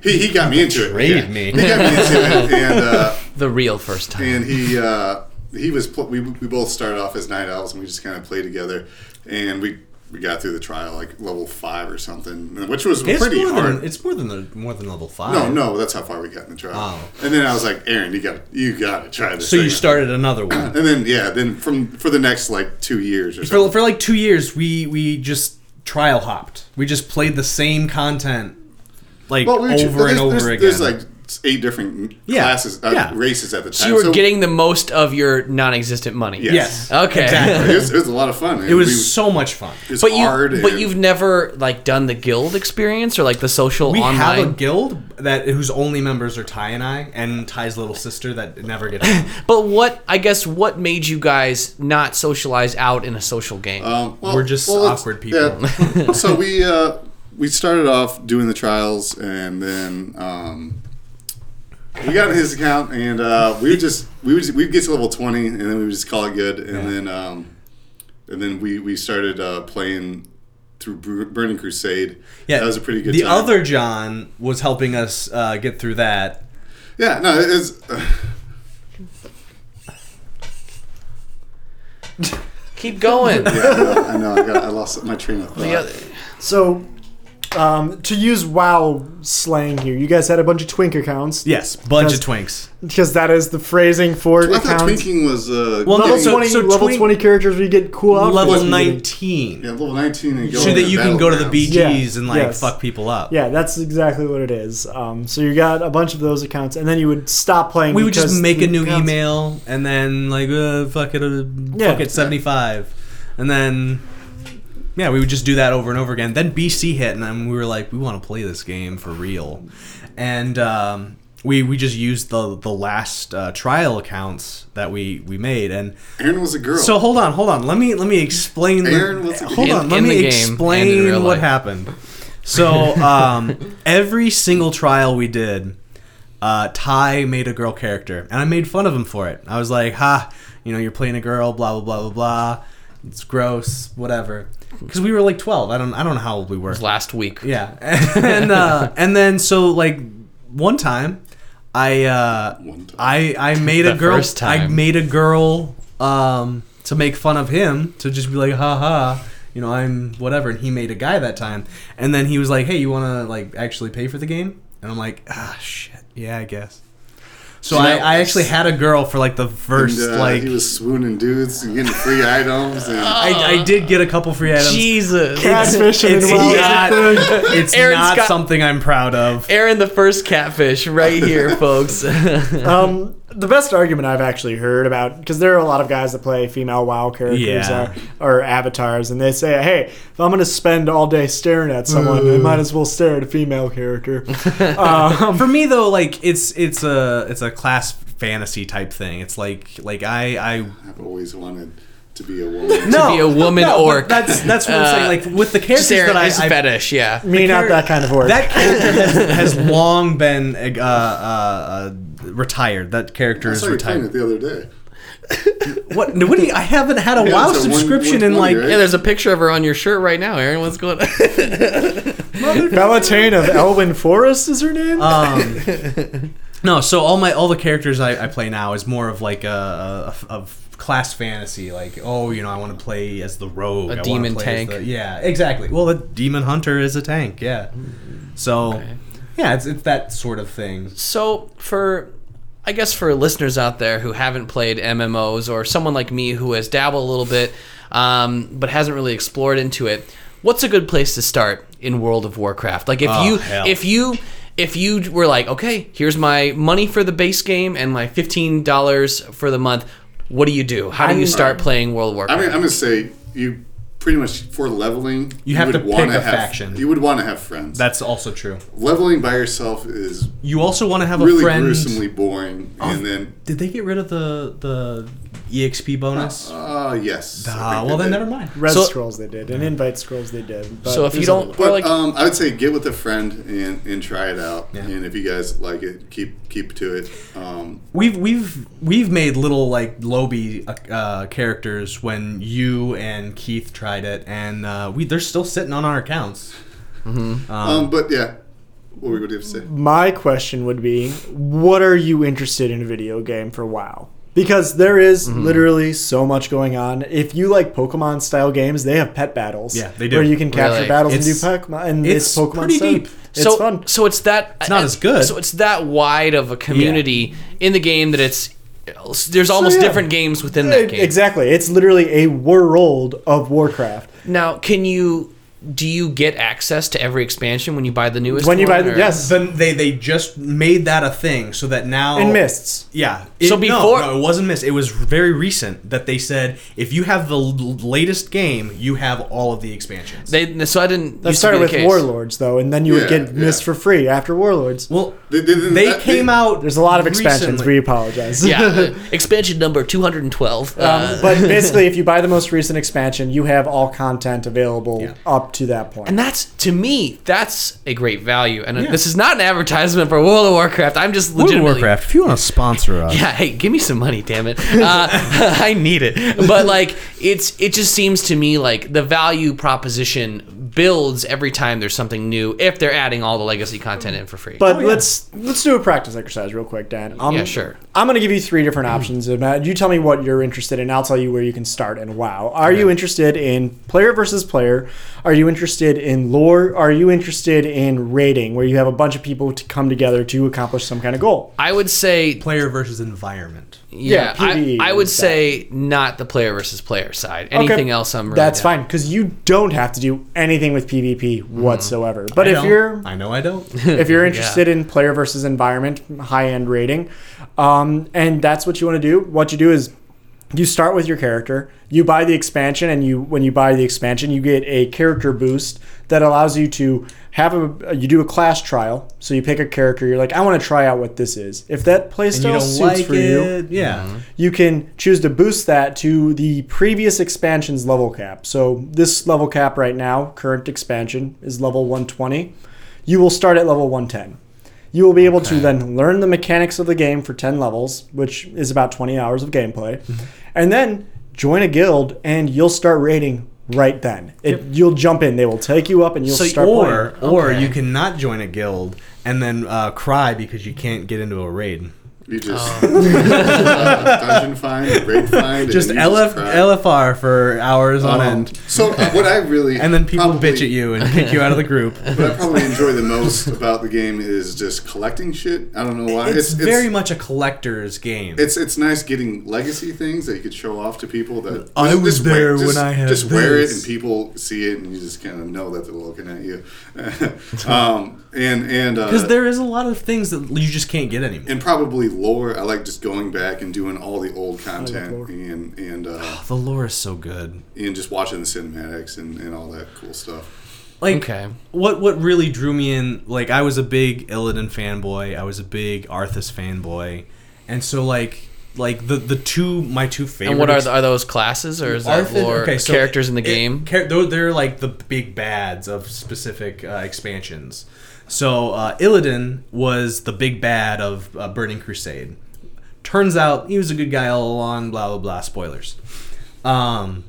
S3: He, he got me into it.
S4: betrayed me.
S3: He got me into it, and uh,
S1: the real first time.
S3: and he uh, he was pl- we, we both started off as night owls and we just kind of played together, and we we got through the trial like level five or something, which was
S4: It's
S3: pretty
S4: more
S3: hard.
S4: than it's more than the more than level five.
S3: no, no, that's how far we got in the trial.
S4: Wow.
S3: And then I was like, Aaron, you got you got to try this.
S4: Oh. So you
S3: thing."
S4: started another one.
S3: And then yeah, then from for the next like two years or
S4: for,
S3: something.
S4: for like two years we we just trial hopped we just played the same content like
S3: Well, we were-
S4: over
S3: there's-
S4: and over
S3: there's,
S4: again
S3: There's like eight different
S4: Yeah,
S3: classes, uh,
S4: yeah.
S3: races at the time.
S1: so you were getting the most of your non-existent money.
S3: Yes.
S4: yes
S1: Okay.
S4: exactly.
S3: It was, it was a lot of fun.
S4: it was so much fun
S1: But you,
S3: hard.
S1: but
S3: and-
S1: you've never like done the guild experience or like the social
S4: we
S1: online.
S4: have a guild that whose only members are ty and i and ty's little sister that never gets on.
S1: But what I guess what made you guys not socialize out in a social game?
S3: Um, well,
S4: We're just
S3: well, it's-
S4: awkward
S3: yeah. so we uh, we started off doing the trials, and then um, we got in his account, and uh, we would just we would we'd get to level twenty, and then we would just call it good, and then um, and then we we started uh, playing through Bru- Burning Crusade.
S4: yeah
S3: that was a pretty good.
S4: the
S3: time.
S4: other john was helping us uh, get through that
S3: yeah, no, it's.
S1: Keep going.
S3: yeah, I know, I know. I, got, I lost my train of thought.
S1: Yeah.
S2: So, um, to use WoW slang here, you guys had a bunch of twink accounts.
S4: yes bunch of twinks
S2: Because- Because that is the phrasing for
S3: I thought
S2: accounts.
S3: twinking was uh,
S4: Well, no,
S2: Level
S3: getting-
S4: so-
S2: 20,
S4: so
S2: level
S4: twink-
S2: 20 characters, we get cool outfits.
S4: level
S2: we get.
S4: 19
S3: yeah, level nineteen and go
S4: so
S3: into
S4: that you can go to the
S3: battlegrounds.
S4: bgs
S2: Yeah,
S4: and like
S2: yes.
S4: fuck people up
S2: Yeah, that's exactly what it is. Um, so you got a bunch of those accounts, and then you would stop playing.
S4: we would just
S2: because
S4: make
S2: the
S4: a new
S2: accounts-
S4: email and then like uh, fuck it, uh,
S2: Yeah.
S4: fuck it, seventy five, and then yeah, we would just do that over and over again. Then BC hit, and then we were like, we want to play this game for real, and um, we we just used the the last uh, trial accounts that we we made, and
S3: Aaron was a girl.
S4: so hold on, hold on, let me let me explain. the-
S3: Aaron was a-
S4: hold
S3: In-
S4: on, let
S1: in the
S4: me
S1: game and in real
S4: explain what
S1: life.
S4: happened. So um, every single trial we did, uh, Ty made a girl character, and I made fun of him for it. I was like, "Ha, you know, you're playing a girl, blah blah blah blah blah. It's gross, whatever." Because we were like 12. I don't I don't know how old we were.
S1: last week.
S4: Yeah, and uh, and then so like one time, I uh,
S3: One time.
S4: I I made a
S1: The
S4: girl.
S1: first
S4: I
S1: time.
S4: made a girl um, to make fun of him to just be like, ha ha, you know, I'm whatever. And he made a guy that time, and then he was like, hey, you want to like actually pay for the game? And I'm like, ah shit, yeah, I guess. So
S3: See,
S4: I,
S3: that
S4: I
S3: was-
S4: actually had a girl for like the first
S3: And, uh,
S4: like
S3: he was swooning dudes and getting free items. And
S4: I, I did get a couple free items.
S1: Jesus.
S2: Catfish and
S4: It's
S2: well,
S4: not, it's
S1: Aaron's
S4: not
S1: got-
S4: something I'm proud of.
S1: Aaron, the first catfish, right here, folks.
S2: um, the best argument I've actually heard about because there are a lot of guys that play female WoW characters
S4: Yeah.
S2: or, or avatars, and they say, "Hey, if I'm going to spend all day staring at someone, I might as well stare at a female character." um,
S4: for me though like it's it's a it's a class fantasy type thing it's like like i i
S3: I've always wanted to be a woman.
S4: no,
S1: be a woman
S4: but
S1: orc.
S4: that's that's what i'm
S1: Uh,
S4: saying like with the characters
S1: Sarah
S4: that i,
S1: is
S4: I
S1: fetish, yeah.
S2: me, not that kind of work.
S4: that character has, has long been uh, uh, uh, retired that character
S3: I
S4: is
S3: saw you playing
S4: retired
S3: it the other day.
S4: what no, what do you, i haven't had a
S3: Yeah,
S4: wow
S3: it's a one- eh?
S4: subscription in like
S3: 120,
S1: Yeah,
S3: right?
S1: there's a picture of her on your shirt right now, Aaron. What's going on?
S2: Bellatane of Elwyn Forest is her name.
S1: Uh,
S4: um, no so all my all the characters i, I play now is more of like a, a, a class fantasy like oh you know i want to play as the rogue I wanna
S1: demon
S4: play as
S1: tank.
S4: the- yeah exactly well a demon hunter is a tank yeah
S1: Mm-hmm.
S4: so yeah it's, it's that sort of thing
S1: So for I guess for listeners out there who haven't played MMOs or someone like me who has dabbled a little bit um, but hasn't really explored into it, what's a good place to start in World of Warcraft? Like if
S4: Oh,
S1: you
S4: hell.
S1: if you if you were like, okay, here's my money for the base game and my fifteen dollars for the month, what do you do? How do you start playing World of
S3: I
S1: Warcraft?
S3: mean, I'm gonna say you pretty much for leveling. You,
S4: have to
S3: would wanna
S4: pick a
S3: have,
S4: faction.
S3: You would want to have friends.
S4: that's also true
S3: leveling by yourself is
S4: you also want to have a
S3: really
S4: friend
S3: gruesomely boring.
S4: Oh.
S3: And then,
S4: did they get rid of the the exp bonus
S3: uh, yes. I
S4: Ah,
S3: think
S4: well
S3: they
S4: then
S3: did.
S4: never mind
S2: Red
S1: so-
S2: scrolls they did, and invite scrolls they did. But
S1: so if you
S2: there's
S1: don't
S3: But
S1: or like
S3: um, I would say get with a friend and, and try it out.
S4: Yeah.
S3: And if you guys like it, keep keep to it. Um,
S4: We've we've we've made little like Lobby uh, characters when you and Keith tried it, and uh, we they're still sitting on our accounts.
S3: um, but yeah, what were we going to say?
S2: my question would be what are you interested in a video game for wow because there is
S4: Mm-hmm.
S2: literally so much going on if you like pokemon style games they have pet battles
S4: Yeah, they do.
S2: where you can capture
S1: Really?
S2: battles
S4: It's-
S2: and do pokemon and
S4: it's
S2: it's, pokemon
S4: pretty
S2: style.
S4: deep.
S2: it's
S1: so,
S2: fun
S1: So it's that. It's
S4: not as good.
S1: So it's that wide of a community in the game that it's. There's almost
S2: yeah.
S1: different games within that game.
S2: exactly it's literally a world of warcraft
S1: Now, can you? Do you get access to every expansion when you buy the newest?
S2: when you
S1: one,
S2: buy the
S1: or-
S2: yes
S4: Then they they just made that a thing, so that now
S2: and mists
S4: Yeah.
S1: So
S4: It- no,
S1: before-
S4: no, it wasn't missed. It was very recent that they said if you have the l- latest game, you have all of the expansions.
S1: They, so I didn't. used to
S2: that
S1: be
S2: started
S1: the
S2: with
S1: case.
S2: warlords though and then you would
S3: Yeah,
S2: get
S3: yeah.
S2: mist for free after warlords
S4: well,
S3: They-
S4: they,
S3: they didn't- that-
S4: came
S3: they-
S4: out.
S2: there's a lot of expansions
S4: recently.
S2: we apologize
S1: Yeah, uh, expansion number two hundred and twelve. uh,
S2: Um, but basically, if you buy the most recent expansion, you have all content available up to that point.
S1: And that's to me, that's a great value. And uh, this is not an advertisement for World of Warcraft. I'm just
S4: World of
S1: legitimately
S4: Warcraft. If you want to sponsor us,
S1: yeah hey give me some money damn it uh, i need it but like it's it just seems to me like the value proposition builds every time there's something new if they're adding all the legacy content in for free
S4: oh,
S2: but let's let's do a practice exercise real quick, Dan. Um,
S1: Yeah, sure. Mm-hmm.
S2: I'm going to give you three different options. and, uh, You tell me what you're interested in. I'll tell you where you can start. And wow, are you interested in player versus player? Are you interested in lore? Are you interested in rating, where you have a bunch of people to come together to accomplish some kind of goal?
S1: i would say
S4: player versus environment.
S1: yeah,
S2: PvE
S1: I, I would
S2: E is
S1: say not the player versus player side anything else i'm really
S2: That's
S1: down.
S2: fine because you don't have to do anything with PvP
S1: Mm-hmm.
S2: whatsoever. But
S4: I
S2: if
S4: don't-
S2: you're
S4: I know I don't.
S2: if you're interested in player versus environment, high end rating, um, and that's what you want to do. What you do is you start with your character, you buy the expansion, and you when you buy the expansion, you get a character boost that allows you to have a you do a class trial. So you pick a character, you're like, I want to try out what this is. If that
S4: and you
S2: playstyle
S4: don't
S2: suits
S4: like
S2: for you, Mm-hmm.
S4: it. Yeah.
S2: you can choose to boost that to the previous expansion's level cap. So this level cap right now, current expansion, is level 120. You will start at level 110. You will be able to then learn the mechanics of the game for 10 levels, which is about 20 hours of gameplay,
S4: Mm-hmm.
S2: and then join a guild and you'll start raiding right then. It, You'll jump in, they will take you up, and you'll
S4: So
S2: start
S4: or
S2: playing.
S4: or
S1: Okay.
S4: you cannot join a guild and then uh, cry because you can't get into a raid.
S3: You just dungeon find, raid find,
S4: Um, Just
S3: and you
S4: LF
S3: cry.
S4: LFR for hours on
S3: Um,
S4: end,
S3: So what I really
S4: and then people
S3: probably-
S4: bitch at you and kick you out of the group.
S3: What I probably enjoy the most about the game is just collecting shit. I don't know why.
S4: It's, very much a collector's game.
S3: It's it's nice getting legacy things that you could show off to people that
S4: I was there
S3: wear,
S4: when I had
S3: just wear it
S4: this.
S3: and people see it and you just kind of know that they're looking at you. um, and and
S4: because
S3: uh,
S4: there is a lot of things that you just can't get anymore.
S3: and probably lore. I like just going back and doing all the old
S2: lore.
S3: content and and uh,
S4: The lore is so good.
S3: and just watching the cinematics and, and all that cool stuff.
S4: Like
S1: Okay.
S4: what what really drew me in, like I was a big Illidan fanboy, I was a big Arthas fanboy, and so like like the the two my two favorite.
S1: And what are the, are those classes or is that
S4: Arthas-
S1: lore
S4: okay, so
S1: characters in the
S4: it-
S1: game?
S4: char- they're, they're like the big bads of specific uh, expansions. So uh, Illidan was the big bad of uh, Burning Crusade. Turns out he was a good guy all along. Blah blah blah. Spoilers. Um,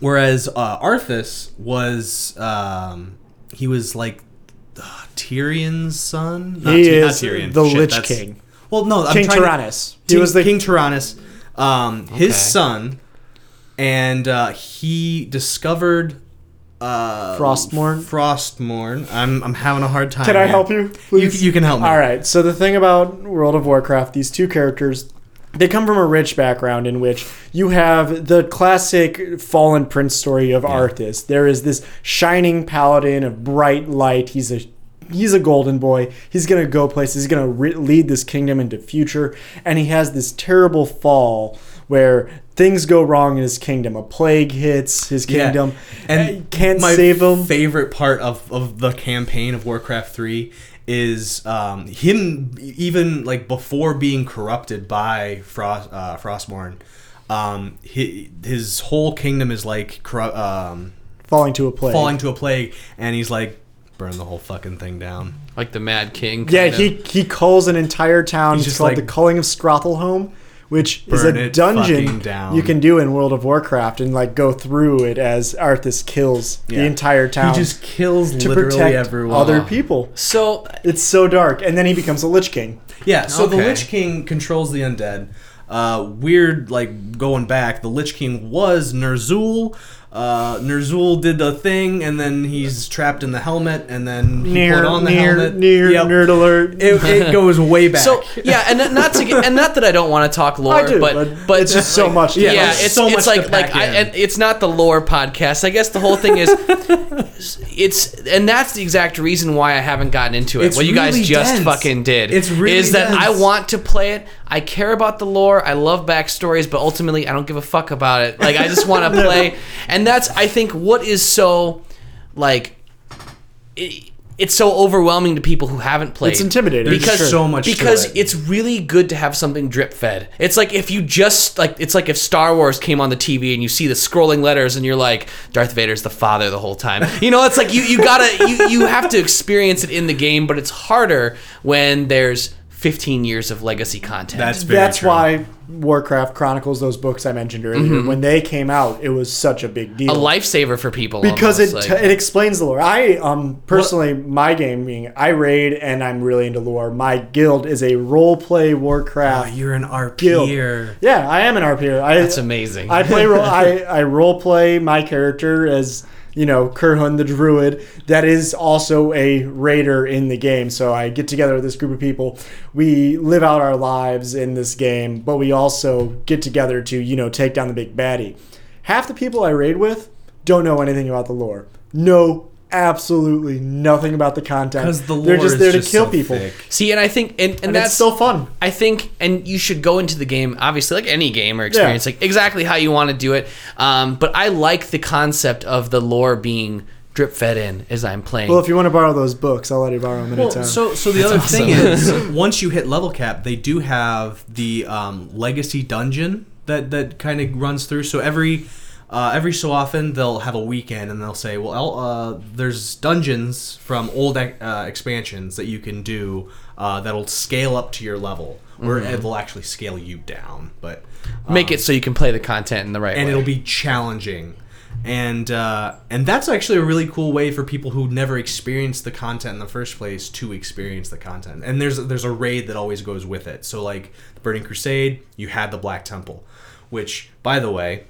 S4: whereas uh, Arthas was um, he was like uh, Tyrion's son. Not
S2: He
S4: Ty- not
S2: is the Lich
S4: that's-
S2: King.
S4: Well, no, I'm
S2: King
S4: trying to-
S2: Tyrannus. he
S4: King-
S2: was the
S4: King Tyrannus, um, his
S1: Okay.
S4: son, and uh, he discovered uh,
S2: Frostmourne?
S4: Frostmourne. I'm, I'm having a hard time.
S2: Can I
S4: here.
S2: help you?
S4: You,
S2: Please?
S4: you can help me.
S2: All right. So the thing about World of Warcraft, these two characters, they come from a rich background in which you have the classic fallen prince story of Arthas. There is this shining paladin of bright light. He's a he's a golden boy. He's gonna go places. He's gonna re- lead this kingdom into future, and he has this terrible fall where things go wrong in his kingdom. A plague hits his
S4: Yeah.
S2: kingdom, and
S4: And
S2: can't
S4: my
S2: save him.
S4: Favorite part of, of the campaign of Warcraft Three is um, him even like before being corrupted by Frost uh, Frostmourne. Um, hi his whole kingdom is like corrupt. Um,
S2: falling to a plague.
S4: falling to a plague, and he's like, burn the whole fucking thing down.
S1: Like the Mad King.
S2: Yeah,
S1: kinda?
S2: he he culls an entire town.
S4: He's
S2: It's
S4: just
S2: called
S4: like,
S2: the Culling of Strothelholm, which is
S4: "Burn
S2: a
S4: it fucking
S2: dungeon
S4: down."
S2: you can do in World of Warcraft and like go through it as Arthas kills the
S4: Yeah.
S2: entire town
S4: He just kills
S2: to
S4: literally
S2: protect
S4: everyone.
S2: other people.
S1: So
S2: It's so dark, and then he becomes a Lich King.
S4: Yeah, so the
S1: Okay.
S4: Lich King controls the undead. Uh, weird, like going back, the Lich King was Nerzul. Uh, Nerzul did the thing, and then he's trapped in the helmet, and then he
S2: Near,
S4: put on the
S2: near,
S4: helmet.
S2: near,
S4: Yep.
S2: nerd alert.
S4: It, it goes way back.
S1: so yeah, and not to get, and not that I don't want to talk lore,
S2: I do,
S1: but
S2: but,
S1: but
S2: it's just so much.
S1: Yeah,
S4: Yeah, there's
S1: it's,
S4: so
S1: it's
S4: much to
S1: like like
S4: pack
S1: I,
S4: in.
S1: and it's not the lore podcast. I guess the whole thing is it's and that's the exact reason why I haven't gotten into it.
S4: It's
S1: what you guys
S4: really
S1: just
S4: dense.
S1: fucking did.
S4: It's really
S1: is that I
S4: dense.
S1: want to play it. I care about the lore. I love backstories, but ultimately I don't give a fuck about it. Like I just want to play, and that's I think what is so like. It, it's so overwhelming to people who haven't played.
S2: It's intimidating. There's
S1: because
S4: so much to
S1: because
S4: it.
S1: it's really good to have something drip fed. It's like if you just like it's like if Star Wars came on the TV and you see the scrolling letters and you're like Darth Vader's the father the whole time. You know, it's like you you gotta you you have to experience it in the game, but it's harder when there's 15 years of legacy content.
S4: that's very
S2: That's
S4: true. Mm-hmm.
S2: why Warcraft Chronicles, those books I mentioned earlier, when they came out, it was such a big deal.
S1: a lifesaver for people
S2: because it,
S1: almost,
S2: t-
S1: like-
S2: it explains the lore. I um personally my gaming I raid and I'm really into lore. My guild is a role play
S4: Oh,
S2: Warcraft
S4: you're an RP.
S2: guild.
S4: -er.
S2: Yeah, I am an RPer. I,
S1: Ah, that's amazing.
S2: I play ro- I I role play my character as you know Kurhun the druid that is also a raider in the game. So I get together with this group of people. We live out our lives in this game, but we also get together to you know take down the big baddie. Half the people I raid with don't know anything about the lore. No, absolutely nothing about the content.
S4: 'Cause the
S2: They're
S4: lore
S2: just
S4: is
S2: there to
S4: just
S2: kill
S4: so
S2: people,
S4: thick.
S1: see, and I think and, and,
S2: and
S1: that's
S2: it's still fun.
S1: I think, and you should go into the game, obviously, like any game or experience, like exactly how you want to do it. Um, but I like the concept of the lore being drip fed in as I'm playing.
S2: Well, if you want to borrow those books, I'll let you borrow them anytime.
S4: Well, so so the other thing is, once you hit level cap, they do have the um, legacy dungeon that that kind of runs through. So every uh, uh, every so often they'll have a weekend and they'll say, well, I'll, uh, there's dungeons from old uh, expansions that you can do uh, that'll scale up to your level, or it'll actually scale you down. But
S1: Make it so you can play the content in the right
S4: and
S1: way.
S4: it'll be challenging and uh, and that's actually a really cool way for people who never experienced the content in the first place to experience the content and there's there's a raid that always goes with it so like the burning crusade you had the black temple which by the way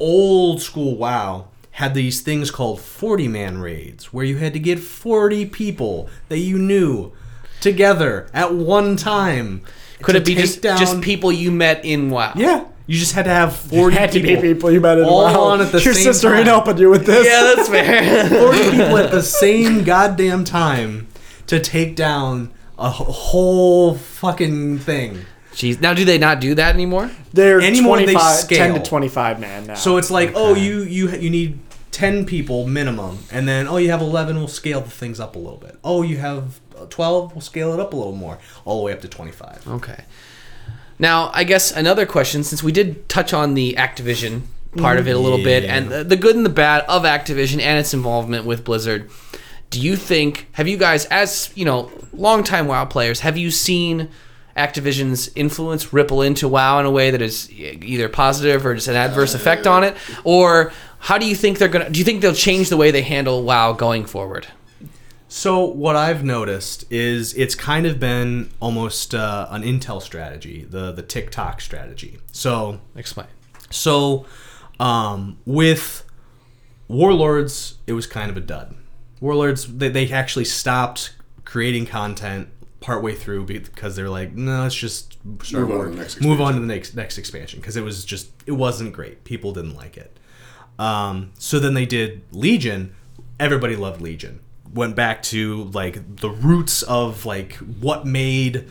S4: old school wow had these things called 40 man raids where you had to get 40 people that you knew together at one time
S1: Could
S4: to
S1: it be
S4: take
S1: just just people you met in WoW?
S4: yeah, you just had to have forty
S2: Had to
S4: people,
S2: be people you met in
S4: all
S2: a while.
S4: on at the
S2: Your
S4: same
S2: sister
S4: time.
S2: ain't helping you with this.
S1: Yeah, that's fair.
S4: Forty people at the same goddamn time to take down a wh- whole fucking thing.
S1: Jeez. Now, do they not do that anymore?
S2: They're
S4: Anymore they
S2: 25, 10 to
S4: scale.
S2: 25 man now.
S4: So it's like, oh, you you you need ten people minimum, and then oh, you have eleven, we'll scale the things up a little bit. Oh, you have twelve, we'll scale it up a little more, all the way up to twenty-five.
S1: Okay. Now, I guess another question, since we did touch on the Activision part of it a little
S2: Mm-hmm.
S1: bit, and the, the good and the bad of Activision and its involvement with Blizzard, do you think, have you guys, as, you know, longtime WoW players, have you seen Activision's influence ripple into WoW in a way that is e- either positive or just an adverse effect on it? Or how do you think they're going to, do you think they'll change the way they handle WoW going forward?
S4: So what I've noticed is it's kind of been almost uh, an intel strategy, the the TikTok strategy. So
S1: Explain.
S4: So, um, with Warlords, it was kind of a dud. Warlords, they, they actually stopped creating content partway through because they're like, no, let's just start
S3: Move on to
S4: work-
S3: the next
S4: move on to the next next expansion because it was just it wasn't great. People didn't like it. Um, so then they did Legion. Everybody loved Legion. Went back to like the roots of like what made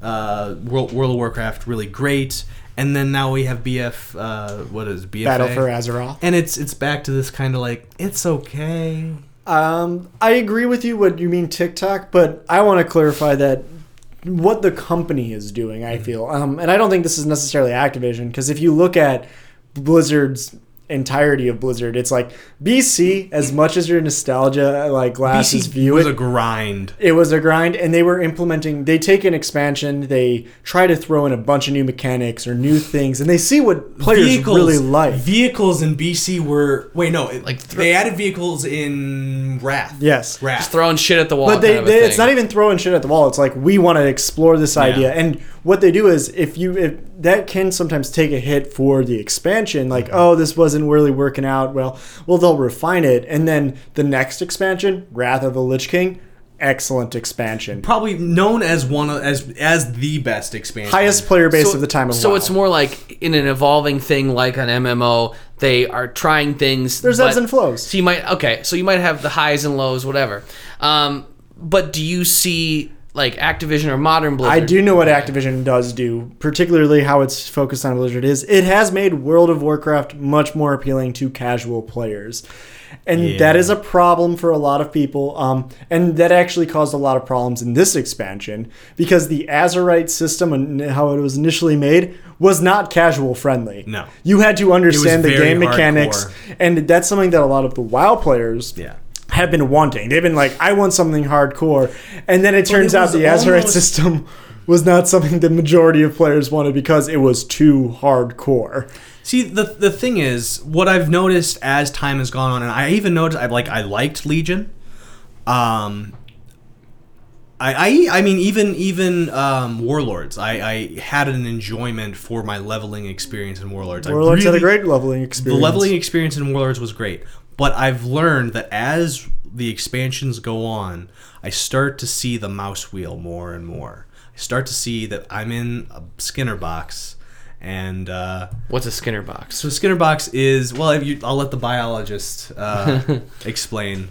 S4: uh, World, World of Warcraft really great, and then now we have BF. Uh, what is BFA?
S2: Battle for Azeroth.
S4: And it's it's back to this kind of like it's okay.
S2: Um, I agree with you what you mean TikTok, but I want to clarify that what the company is doing.
S4: Mm-hmm.
S2: I feel, um, and I don't think this is necessarily Activision because if you look at Blizzard's entirety of Blizzard, it's like BC. As
S4: Mm.
S2: much as your nostalgia like glasses
S4: It
S2: view
S4: was
S2: it,
S4: a grind.
S2: it was a grind and they were implementing they take an expansion they try to throw in a bunch of new mechanics or new things and they see what players really like
S4: Vehicles in BC were wait no it,
S1: Like
S4: like
S1: thr-
S4: they added vehicles in Wrath.
S2: yes
S4: Wrath.
S1: Just throwing shit at the wall.
S2: but they,
S1: kind of a
S2: they it's
S1: thing.
S2: not even throwing shit at the wall it's like we want to explore this idea and what they do is if you if that can sometimes take a hit for the expansion like
S1: Mm-hmm.
S2: oh this wasn't really working out well well they'll refine it and then the next expansion wrath of the lich king excellent expansion
S4: Probably known as one of, as as the best expansion.
S2: highest player base of the time of
S1: so
S2: WoW.
S1: it's more like in an evolving thing like an mmo they are trying things
S2: There's ebbs
S1: but-
S2: and flows.
S1: so you might okay so you might have the highs and lows whatever um, but do you see like activision or modern blizzard
S2: I do know what Activision does do, particularly how it's focused on Blizzard is it has made World of Warcraft much more appealing to casual players. And that is a problem for a lot of people. Um, and that actually caused a lot of problems in this expansion because the Azerite system and how it was initially made was not casual friendly.
S4: No.
S2: You had to understand the
S4: very
S2: game mechanics.
S4: hardcore.
S2: And that's something that a lot of the WoW players
S4: Yeah.
S2: have been wanting. They've been like, I want something hardcore. And then it turns
S4: was
S2: out the Azerite
S4: almost-
S2: system was not something the majority of players wanted because it was too hardcore.
S4: See, the the thing is, what I've noticed as time has gone on, and I even noticed, I like, I liked Legion. Um, I I, I mean, even even um, Warlords, I, I had an enjoyment for my leveling experience in Warlords.
S2: Warlords
S4: I really,
S2: had a great leveling experience.
S4: the leveling experience in Warlords was great, but I've learned that as the expansions go on, I start to see the mouse wheel more and more. I start to see that I'm in a Skinner box, and. Uh,
S1: what's a skinner box
S4: so Skinner box is well. If you, I'll let the biologist uh, explain.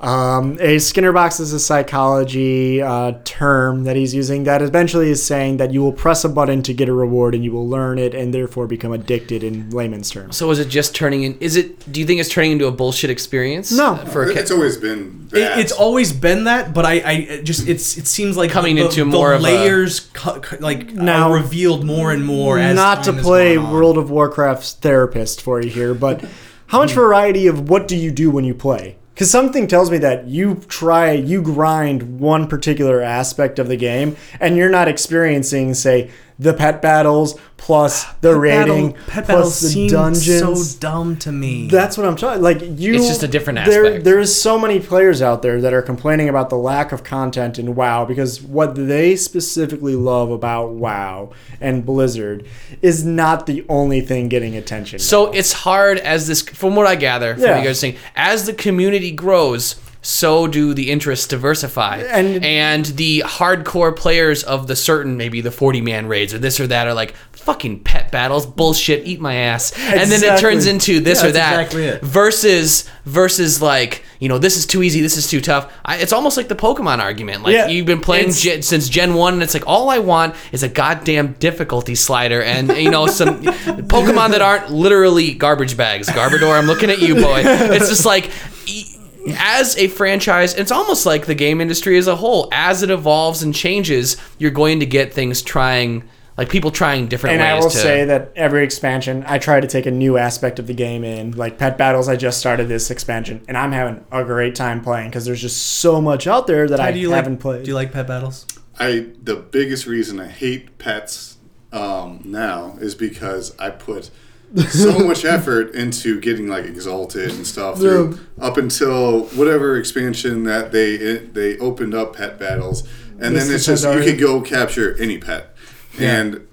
S2: Um, a Skinner box is a psychology uh, term that he's using that eventually is saying that you will press a button to get a reward and you will learn it and therefore become addicted in layman's terms.
S1: So is it just turning in? Is it? Do you think it's turning into a bullshit experience?
S2: No.
S1: Uh, for a
S3: it's
S1: ca-
S3: always been that.
S4: It, it's always been that, but I, I it just it's it seems like
S1: Coming
S4: the,
S1: into
S4: the
S1: more of a-
S4: layers cu- cu- like
S2: Now-
S4: are revealed more and more as
S2: Not to
S4: time has
S2: play
S4: gone on.
S2: World of Warcraft's therapist for you here, but how much variety of what do you do when you play? Because something tells me that you try, you grind one particular aspect of the game, and you're not experiencing, say, the pet battles plus the raiding
S4: Battle- Pet Battle
S2: plus the
S4: seemed
S2: dungeons.
S4: so dumb to me.
S2: That's what I'm talking. Like you,
S1: It's just a different
S2: There,
S1: aspect.
S2: there is so many players out there that are complaining about the lack of content in WoW because what they specifically love about WoW and Blizzard is not the only thing getting attention.
S1: So it's hard as this, from what I gather, from what
S2: Yeah.
S1: you guys are saying, as the community grows, so do the interests diversify,
S2: And-
S1: and the hardcore players of the certain, maybe the forty man raids or this or that, are like fucking pet battles, bullshit, eat my ass, and then it
S2: Exactly.
S1: turns into this
S4: Yeah,
S1: or
S4: that's
S1: that.
S4: exactly it.
S1: Versus, versus like you know, this is too easy, this is too tough. I, it's almost like the Pokemon argument. Like
S2: Yeah,
S1: you've been playing
S2: it's-
S1: Gen- since Gen One, and it's like all I want is a goddamn difficulty slider, and you know some Pokemon that aren't literally garbage bags. Garbodor, I'm looking at you, boy. It's just like. e- As a franchise, it's almost like the game industry as a whole. As it evolves and changes, you're going to get things trying, like people trying different
S2: and
S1: ways.
S2: I will
S1: to,
S2: say that every expansion, I try to take a new aspect of the game in. Like pet battles, I just started this expansion, and I'm having a great time playing because there's just so much out there that
S4: How
S2: I
S4: do you
S2: haven't
S4: like,
S2: played.
S4: Do you like pet battles?
S3: I the biggest reason I hate pets um, now is because I put so much effort into getting like exalted and stuff through up until whatever expansion that they they opened up pet battles, and
S2: This
S3: then it's
S2: is
S3: just you
S2: Pandaria.
S3: could go capture any pet, and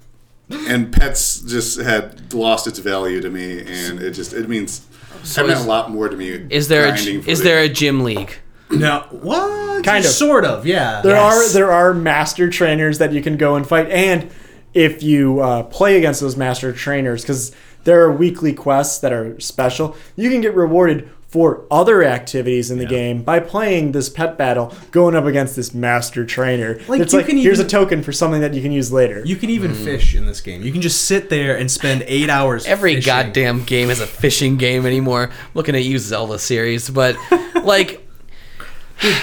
S3: and pets just had lost its value to me, and it just it means. it meant
S1: is-
S3: a lot more to me.
S1: is there a,
S3: grinding
S1: g-
S3: for
S1: is
S3: the-
S1: there a gym league?
S4: No. What?
S2: Kind of.
S4: Sort of. Yeah.
S2: There
S1: Yes.
S2: are there are master trainers that you can go and fight, and if you uh, play against those master trainers, because there are weekly quests that are special, you can get rewarded for other activities in the game by playing this pet battle, going up against this master trainer.
S4: Like,
S2: it's
S4: you
S2: like
S4: can
S2: here's
S4: even-
S2: a token for something that you can use later.
S4: You can
S2: Hmm.
S4: even fish in this game. You can just sit there and spend eight hours.
S1: every
S4: fishing.
S1: goddamn game is a fishing game anymore. Looking at you, Zelda series, but like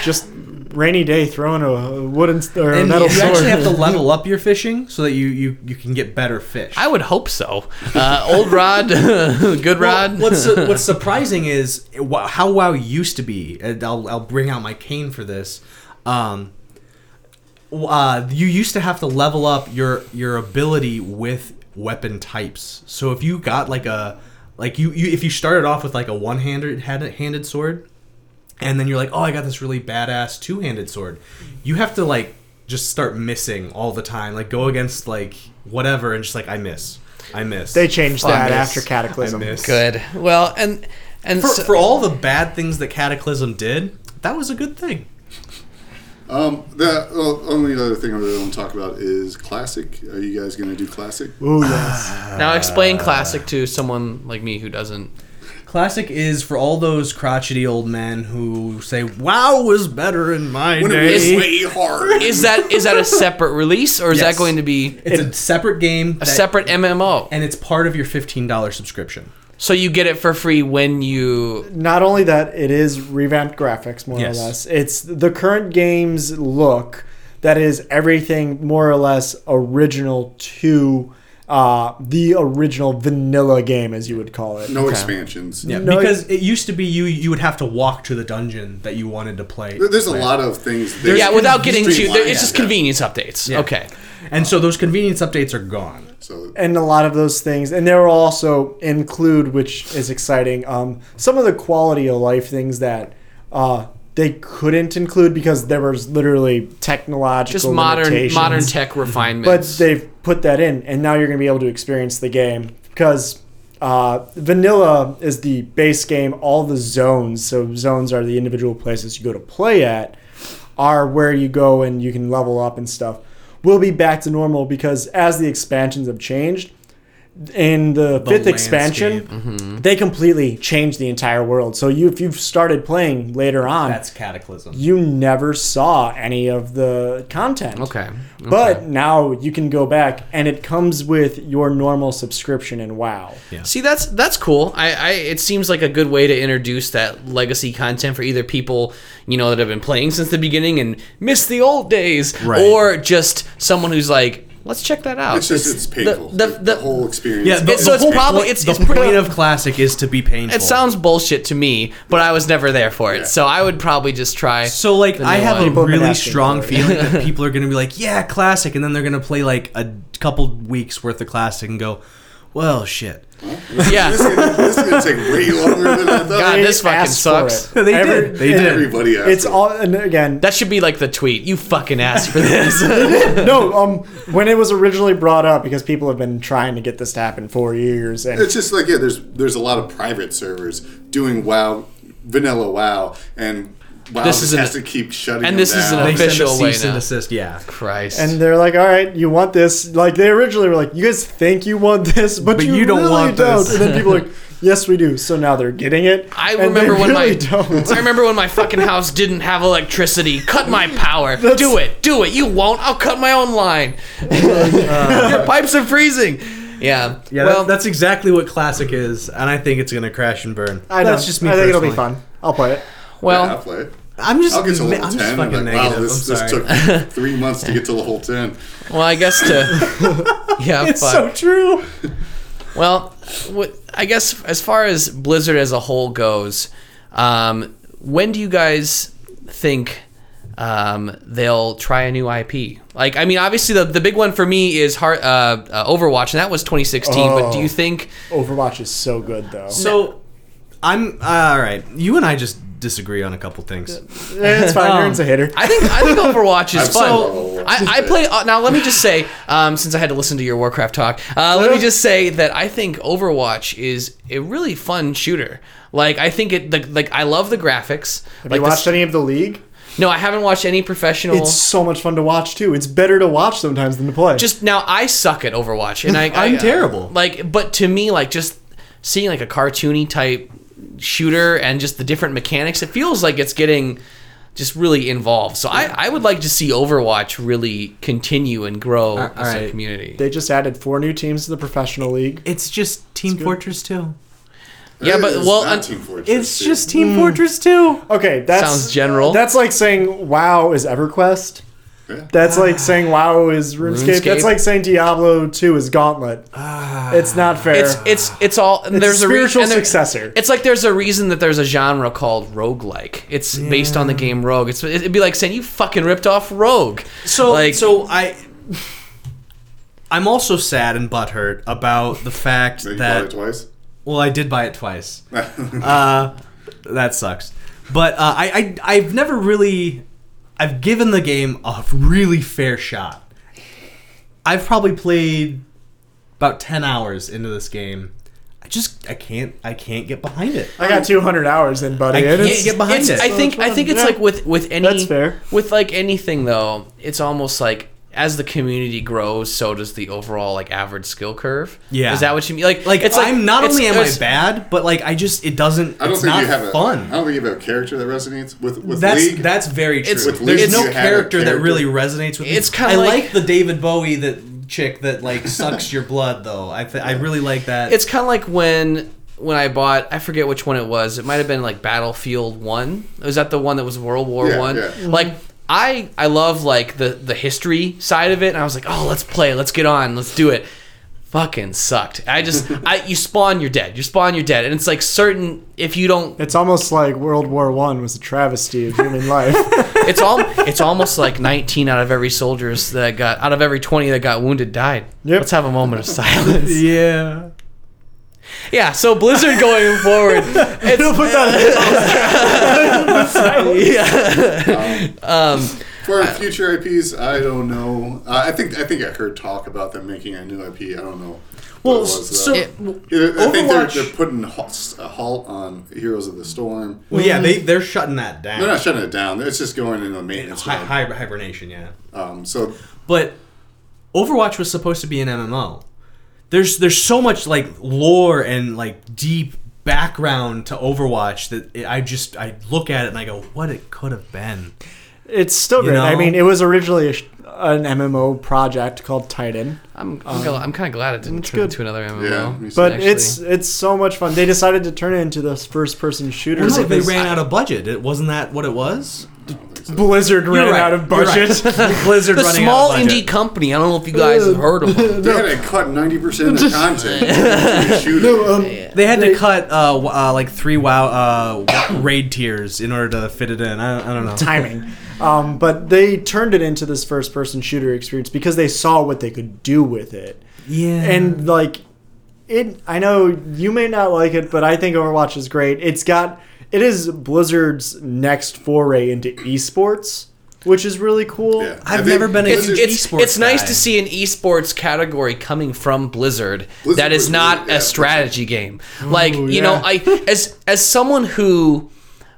S2: Just rainy day throwing a wooden s- or a
S4: And you
S2: metal
S4: you
S2: sword.
S4: actually have to level up your fishing so that you you, you can get better fish.
S1: I would hope so. Uh, old rod, good
S4: Well,
S1: rod.
S4: what's su- what's surprising is wh- how WoW used to be. And I'll I'll bring out my cane for this. Um, w- uh, you used to have to level up your your ability with weapon types. So if you got like a like you, you if you started off with like a one handed handed sword, and then you're like, oh, I got this really badass two handed sword. You have to like just start missing all the time. Like go against like whatever and just like I miss. I miss.
S2: they changed
S1: Fuck
S2: that
S1: this.
S2: after
S4: I
S2: Cataclysm.
S4: miss.
S1: good. Well, and and
S4: For,
S1: so-
S4: for all the bad things that Cataclysm did, that was a good thing.
S3: Um, the well, only other thing I really want to talk about is classic. Are you guys going to do classic?
S2: Ooh yes.
S1: now explain classic to someone like me who doesn't.
S4: Classic is for all those crotchety old men who say, "WoW was better in my
S3: When
S4: day."
S3: it was
S1: Is-
S3: way hard.
S1: Is that is that a separate release or is
S4: Yes.
S1: that going to be
S4: It's a separate game,
S1: a separate MMO?
S4: and it's part of your fifteen dollars subscription.
S1: So you get it for free when you.
S2: not only that, it is revamped graphics, more
S4: Yes.
S2: or less. It's the current game's look that is everything more or less original to uh, the original vanilla game, as you would call it.
S3: No expansions.
S4: Yeah,
S2: No,
S4: because it used to be you you would have to walk to the dungeon that you wanted to play.
S3: There- There's a lot of things. That
S1: Yeah, without getting too.
S3: Streamlined,
S1: It's just
S3: yeah.
S1: convenience updates.
S4: Yeah.
S1: Okay.
S4: and so those convenience updates are gone.
S3: So
S2: and a lot of those things and there will also include which is exciting um, some of the quality of life things that uh, they couldn't include because there was literally technological
S1: Just modern
S2: limitations.
S1: modern tech refinements.
S2: but they've put that in and now you're going to be able to experience the game because uh, vanilla is the base game all the zones so zones are the individual places you go to play at are where you go and you can level up and stuff will be back to normal because as the expansions have changed in the, fifth expansion,
S4: landscape.
S2: they completely changed the entire world. So you, if you've started playing later on,
S4: That's Cataclysm.
S2: you never saw any of the content.
S1: Okay.
S2: But now you can go back, and it comes with your normal subscription in WoW.
S1: See, that's that's cool. I, I it seems like a good way to introduce that legacy content for either people you know that have been playing since the beginning and miss the old days,
S4: Right.
S1: or just someone who's like, let's check that out.
S3: It's just it's painful.
S1: The, the, the-
S3: whole experience.
S4: Yeah, the,
S1: It's- so
S4: the
S1: it's
S4: whole
S1: probably-
S4: point-
S1: it's-
S4: the
S1: it's pretty-
S4: point of classic is to be painful.
S1: it sounds bullshit to me, but I was never there for it, so I would probably just try.
S4: So like I
S1: new
S4: have
S1: one.
S4: a
S1: People
S2: have been
S4: really
S2: asking
S4: strong
S2: for it.
S4: feeling that people are gonna be like, yeah, classic, and then they're gonna play like a couple weeks worth of classic and go, well, shit.
S1: yeah,
S3: This is gonna- this is gonna take way longer than I thought.
S1: God, this fucking
S2: Ask for
S1: sucks.
S2: it.
S4: They did. They did.
S3: Everybody asked
S2: It's
S3: for it.
S2: all and again.
S1: That should be like the tweet. You fucking asked for this.
S2: no, um, when it was originally brought up, because people have been trying to get this to happen for years, and
S3: It's just like yeah, there's there's a lot of private servers doing WoW, vanilla Wow, and WoW
S1: This
S3: this
S1: is
S3: just
S1: an-
S3: has to keep shutting.
S1: and
S3: them
S1: this is an
S3: down.
S4: They send
S1: Official
S4: a
S1: way
S4: cease
S1: now.
S4: and desist. Yeah.
S1: Christ.
S2: and they're like, "All right, you want this?" Like they originally were like, "You guys think you want this, but, you, don't want don't.
S4: this.
S2: And then people are like, "Yes, we do." So now they're getting it.
S1: I
S2: and they
S1: remember when
S2: really
S1: my
S2: don't.
S1: I remember when my fucking house didn't have electricity. Cut my power. do it. Do it. You won't. I'll cut my own line. Your pipes are freezing. Yeah.
S4: Yeah,
S1: well,
S4: well, that's exactly what classic is, and I think it's gonna crash and burn.
S2: I know.
S4: that's just me.
S2: I think it'll be
S4: personally.
S2: fun. I'll play it.
S1: well.
S3: Yeah, I'll play it.
S4: I'm just,
S3: I'll get to
S4: I'm
S3: level
S4: just
S3: ten.
S4: fucking
S3: and like,
S4: negative.
S3: wow, this,
S4: I'm
S3: this
S4: sorry.
S3: took three months to get to level ten.
S1: Well, I guess to. Yeah.
S2: It's
S1: fuck.
S2: so true.
S1: Well, what, I guess as far as Blizzard as a whole goes, um, when do you guys think um, they'll try a new IP? Like, I mean, obviously the, the big one for me is Heart, uh, uh, Overwatch, and that was 2016. But do
S2: Oh.
S1: you think?
S2: Overwatch is so good, though.
S4: So, I'm all right. You and I just disagree on a couple things.
S2: Eh, it's fine. Aaron's a hitter.
S1: I think I think Overwatch is
S3: I've
S1: fun.
S3: so-
S1: I, I play uh, now. Let me just say, um, since I had to listen to your Warcraft talk, uh, let me just say that I think Overwatch is a really fun shooter. Like I think it, the, like I love the graphics.
S2: Have
S1: like
S2: you
S1: the
S2: watched any of the league?
S1: No, I haven't watched any professional.
S2: It's so much fun to watch too. It's better to watch sometimes than to play.
S1: just now, I suck at Overwatch, and I,
S4: I'm
S1: I-
S4: terrible.
S1: Like, but to me, like just seeing like a cartoony type shooter and just the different mechanics, it feels like it's getting just really involved. So I, I would like to see Overwatch really continue and grow
S4: all
S1: as a
S4: right.
S1: community.
S2: they just added four new teams to the professional league.
S4: It's just Team Fortress 2.
S1: Yeah, but-
S3: It's
S1: well,
S3: not
S1: un-
S3: Team Fortress
S4: It's
S3: two.
S4: just Team
S2: Mm.
S4: Fortress 2.
S2: Okay, that's
S1: Sounds general.
S2: That's like saying WoW is EverQuest. That's like saying WoW is RuneScape.
S1: RuneScape.
S2: That's like saying Diablo 2 is Gauntlet. it's not fair.
S1: it's it's it's all and
S2: It's
S1: there's
S2: a spiritual
S1: a re- and there-
S2: successor.
S1: It's like there's a reason that there's a genre called roguelike. It's based on the game Rogue. It's it'd be like saying you fucking ripped off Rogue.
S4: So
S1: like
S4: so I I'm also sad and butthurt about the fact
S3: So you bought it
S4: that
S3: twice.
S4: well I did buy it twice. uh, that sucks. But uh, I, I I've never really I've given the game a really fair shot. I've probably played about 10 hours into this game. I just I can't I can't get behind it.
S2: I got 200 hours in, buddy.
S4: I
S2: and
S4: can't
S2: it's-
S4: get behind
S1: It's-
S4: it.
S1: I think I
S2: fun.
S1: think it's
S2: Yeah.
S1: like with with any
S2: That's fair.
S1: with like anything though, it's almost like as the community grows, so does the overall like average skill curve.
S4: Yeah.
S1: is that what you mean? Like,
S4: Like,
S1: it's
S4: I'm not
S1: it's-
S4: only am I
S1: it's-
S4: bad, but like I just it doesn't.
S3: I don't
S4: it's
S3: think
S4: not
S3: you have
S4: fun.
S3: a. I don't think you have a character that resonates with with
S4: that's
S3: League.
S4: that's very true.
S1: It's- With
S3: Legion,
S4: There's no
S3: you had a
S4: character, that
S3: character.
S4: really resonates with me.
S1: It's kinda
S4: I
S1: like-
S4: the David Bowie that chick that like sucks your blood though. I th- I really like that.
S1: It's kind of like when when I bought I forget which one it was. It might have been like Battlefield One. Was that the one that was World War
S3: Yeah,
S1: One?
S3: yeah.
S1: Like. I, I love like the, the history side of it and I was like, oh let's play, let's get on, let's do it. Fucking sucked. I just I you spawn, you're dead. You spawn, you're dead. And it's like certain if you don't
S2: It's almost like World War One was a travesty of human life.
S1: It's all. It's almost like 19 out of every soldiers that got out of every 20 that got wounded died.
S2: Yep.
S1: Let's have a moment of silence.
S4: yeah.
S1: yeah. So Blizzard going forward. It's,
S2: Put that
S3: For future IPs, I don't know. Uh, I think I think I heard talk about them making a new IP. I don't know. what
S4: Well,
S3: it was,
S4: so
S3: though.
S1: It-
S3: Yeah, I think they're,
S4: Overwatch-
S3: they're putting a halt, a halt on Heroes of the Storm.
S4: well, yeah,
S1: Mm.
S4: they they're shutting that down.
S3: They're not shutting it down. It's just going into maintenance
S4: Hi-
S3: mode.
S4: hi- hibernation, yeah.
S3: Um, so
S4: But Overwatch was supposed to be an MMO. there's there's so much like lore and like deep background to Overwatch that it, I just I look at it and I go, what it could have been.
S2: It's still
S4: You
S2: great. I
S4: know?
S2: mean, it was originally a, sh- an MMO project called Titan,
S1: I'm I'm, gl- I'm kind of glad it didn't
S2: it's
S1: turn
S2: good.
S1: into another MMO.
S3: Yeah, me too.
S2: but
S1: actually.
S2: it's it's so much fun. They decided to turn it into this first-person shooter.
S4: Because they
S2: because
S4: ran out of budget. It wasn't that what it was.
S2: Blizzard ran
S4: You're right,
S2: out of
S4: you're right.
S2: budget.
S4: Blizzard
S1: the
S4: running
S1: small
S4: out of
S1: indie
S4: budget.
S1: company. I don't know if you guys have heard of them.
S3: They had to cut ninety percent of the content. to shoot
S4: uh,
S3: it.
S4: They had to cut uh, w- uh, like three WoW uh, raid tiers in order to fit it in. I, I don't know.
S2: timing. Um, but they turned it into this first person shooter experience because they saw what they could do with it.
S4: Yeah.
S2: And like it I know you may not like it, but I think Overwatch is great. It's got it is Blizzard's next foray into esports, which is really cool.
S3: Yeah.
S4: I've
S3: I think
S4: never been a
S3: Blizzard-
S4: huge
S1: It's,
S4: esports
S1: it's nice
S4: guy.
S1: to see an esports category coming from Blizzard,
S3: Blizzard
S1: that is
S3: was
S1: not
S3: really- yeah,
S1: a strategy game. Like you
S2: yeah.
S1: know, I as as someone who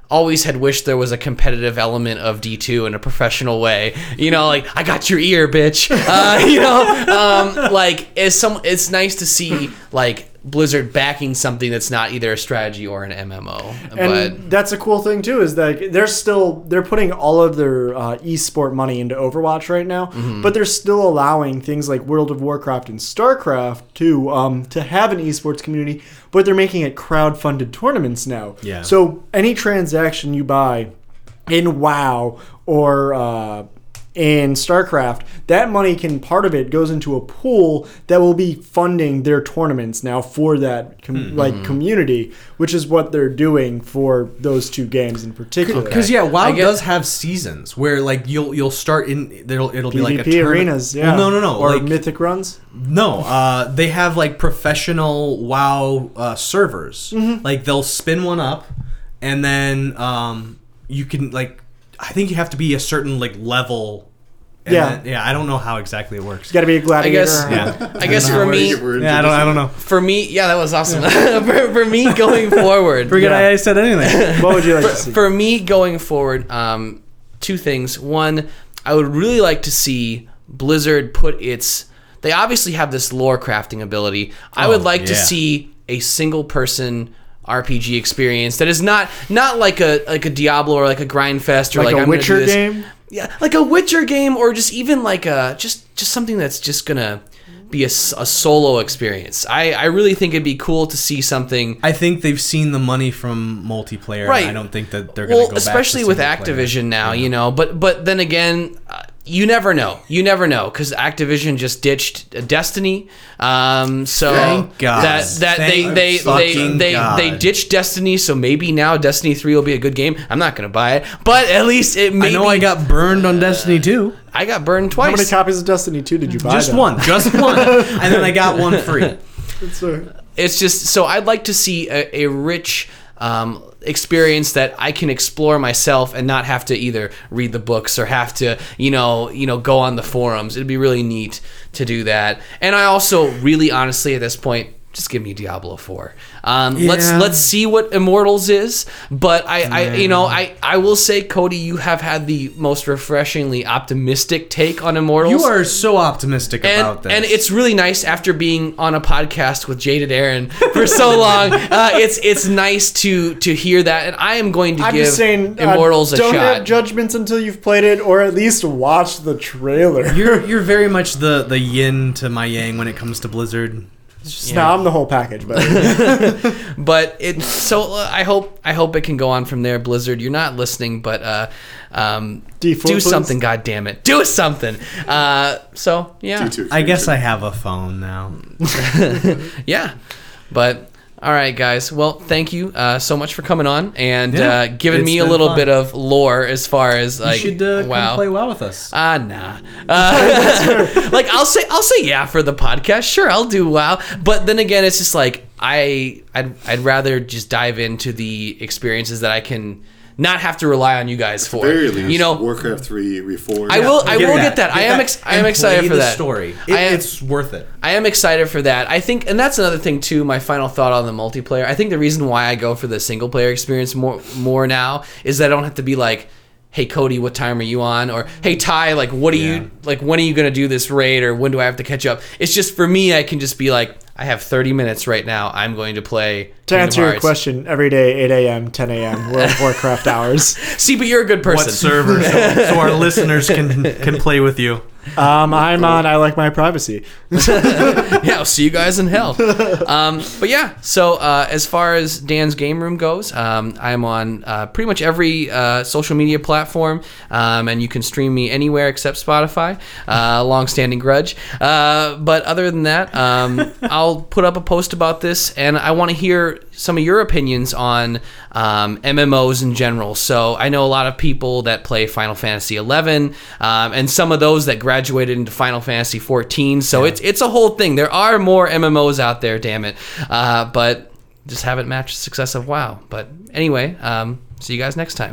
S1: always had wished there was a competitive element of D2 in a professional way. You know, like I got your ear, bitch. Uh, you know, um, like it's some it's nice to see like Blizzard backing something that's not either a strategy or an MMO. but
S2: And that's a cool thing too is that they're still they're putting all of their uh, esport money into Overwatch right now, but they're still allowing things like World of Warcraft and StarCraft to um, to have an esports community, but they're making it crowd funded tournaments now.
S4: Yeah.
S2: So any transaction you buy in WoW or uh, in StarCraft, that money can part of it goes into a pool that will be funding their tournaments now for that com-
S4: Hmm.
S2: like community, which is what they're doing for those two games in particular.
S4: Because yeah, WoW
S1: I get-
S4: does have seasons where like you'll you'll start in there'll it'll be like a
S2: PvP
S4: tourna-
S2: arenas, yeah.
S4: Well, no, no, no.
S2: or
S4: like,
S2: mythic runs.
S4: No, uh, they have like professional WoW uh, servers.
S1: Mm-hmm.
S4: Like they'll spin one up, and then um, you can like, I think you have to be a certain like level. and
S2: Yeah.
S4: then- yeah. I don't know how exactly it works.
S2: Got to be
S1: I
S2: a gladiator.
S1: guess
S4: Yeah.
S1: I guess for me
S4: Yeah, I don't. I don't know.
S1: for me, yeah, that was awesome. for, for me going forward,
S2: Yeah. I
S4: said anything.
S2: What would you like to see?
S1: for me going forward, um, two things. One, I would really like to see Blizzard put its. They obviously have this lore crafting ability. I
S2: Oh,
S1: would like to
S4: yeah.
S1: see a single person RPG experience that is not not like a like a Diablo or like a Grindfest or like,
S2: Like a
S1: I'm gonna do
S2: Witcher
S1: this-
S2: game?
S1: yeah, like a Witcher game, or just even like a just just something that's just gonna be a, s- a solo experience. I I really think it'd be cool to see something
S4: I think they've seen the money from multiplayer.
S1: Right.
S4: And I don't think that they're going
S1: well,
S4: to go
S1: especially
S4: back to
S1: with
S4: single player.
S1: Activision now, you know. But but then again, uh, you never know. You never know because Activision just ditched uh, Destiny. Um, so
S4: Thank God.
S1: that that
S4: Thank
S1: they they they
S4: fucking
S1: they,
S4: God.
S1: they ditched Destiny. So maybe now Destiny Three will be a good game. I'm not gonna buy it, but at least it. Maybe,
S4: I know I got burned on Destiny 2.
S1: I got burned
S2: How many
S1: twice.
S2: copies of Destiny 2 did you buy?
S4: Just
S2: though?
S4: one, just one, and then I got one free.
S2: It's, uh,
S1: it's just so I'd like to see a, a rich um, experience that I can explore myself and not have to either read the books or have to you know you know go on the forums. It'd be really neat to do that. And I also really honestly at this point. Just give me Diablo Four. Um, Let's
S4: Yeah.
S1: let's see what Immortals is, but I, I you know I, I will say Cody, you have had the most refreshingly optimistic take on Immortals
S4: You are so optimistic about
S1: and,
S4: this,
S1: and it's really nice after being on a podcast with Jaded Aaron for so long. Uh, it's it's nice to to hear that, and I am going to
S2: I'm
S1: give
S2: just saying, uh,
S1: Immortals a
S2: don't have
S1: shot.
S2: judgments until you've played it, or at least watch the trailer.
S4: You're you're very much the the yin to my yang when it comes to Blizzard.
S2: No, I'm the whole package, but
S1: but it so uh, I hope I hope it can go on from there. Blizzard, you're not listening, but uh, um, do
S2: D4, please.
S1: something, God damn it, do something. Uh, so yeah,
S4: I guess I have a phone now.
S1: yeah, but. All right, guys. Well, thank you uh, so much for coming on and
S4: Yeah,
S1: uh, giving
S4: it's
S1: me a
S4: been
S1: little
S4: fun.
S1: bit of lore as far as like wow.
S4: uh, well with us.
S1: Ah, nah. Uh, like I'll say, I'll say yeah for the podcast. Sure, I'll do wow. But then again, it's just like I, I'd, I'd rather just dive into the experiences that I can not have to rely on you guys for.
S3: Very least,
S1: you know,
S3: Warcraft three reforged.
S1: I will, I will get that. I am, ex- I am excited for that
S4: story.
S1: I am,
S4: it's worth it.
S1: I am excited for that. I think, and that's another thing too. My final thought on the multiplayer. I think the reason why I go for the single player experience more more now is that I don't have to be like, "Hey Cody, what time are you on?" or "Hey Ty, like what are
S4: Yeah.
S1: you like when are you gonna do this raid?" or "When do I have to catch up?" It's just for me, I can just be like, I have 30 minutes right now. I'm going to play.
S2: To
S1: Kingdom
S2: answer your
S1: Hearts.
S2: question, every day, 8 a.m., 10 a.m., World of Warcraft hours.
S1: See, but you're a good
S4: What
S1: person.
S4: server? So, so our listeners can can play with you.
S2: Um, I'm on I Like My Privacy.
S1: yeah, I'll see you guys in hell. Um, but yeah, so uh, as far as Dan's game room goes, um, I'm on uh, pretty much every uh, social media platform, um, and you can stream me anywhere except Spotify. Uh, long-standing grudge. Uh, but other than that, um, I'll put up a post about this, and I want to hear some of your opinions on um, MMOs in general. So I know a lot of people that play Final Fantasy XI, um, and some of those that graduated into Final Fantasy XIV. So it's it's a whole thing. There are more MMOs out there, damn it, uh, but just haven't matched the success of WoW. But anyway, um, see you guys next time.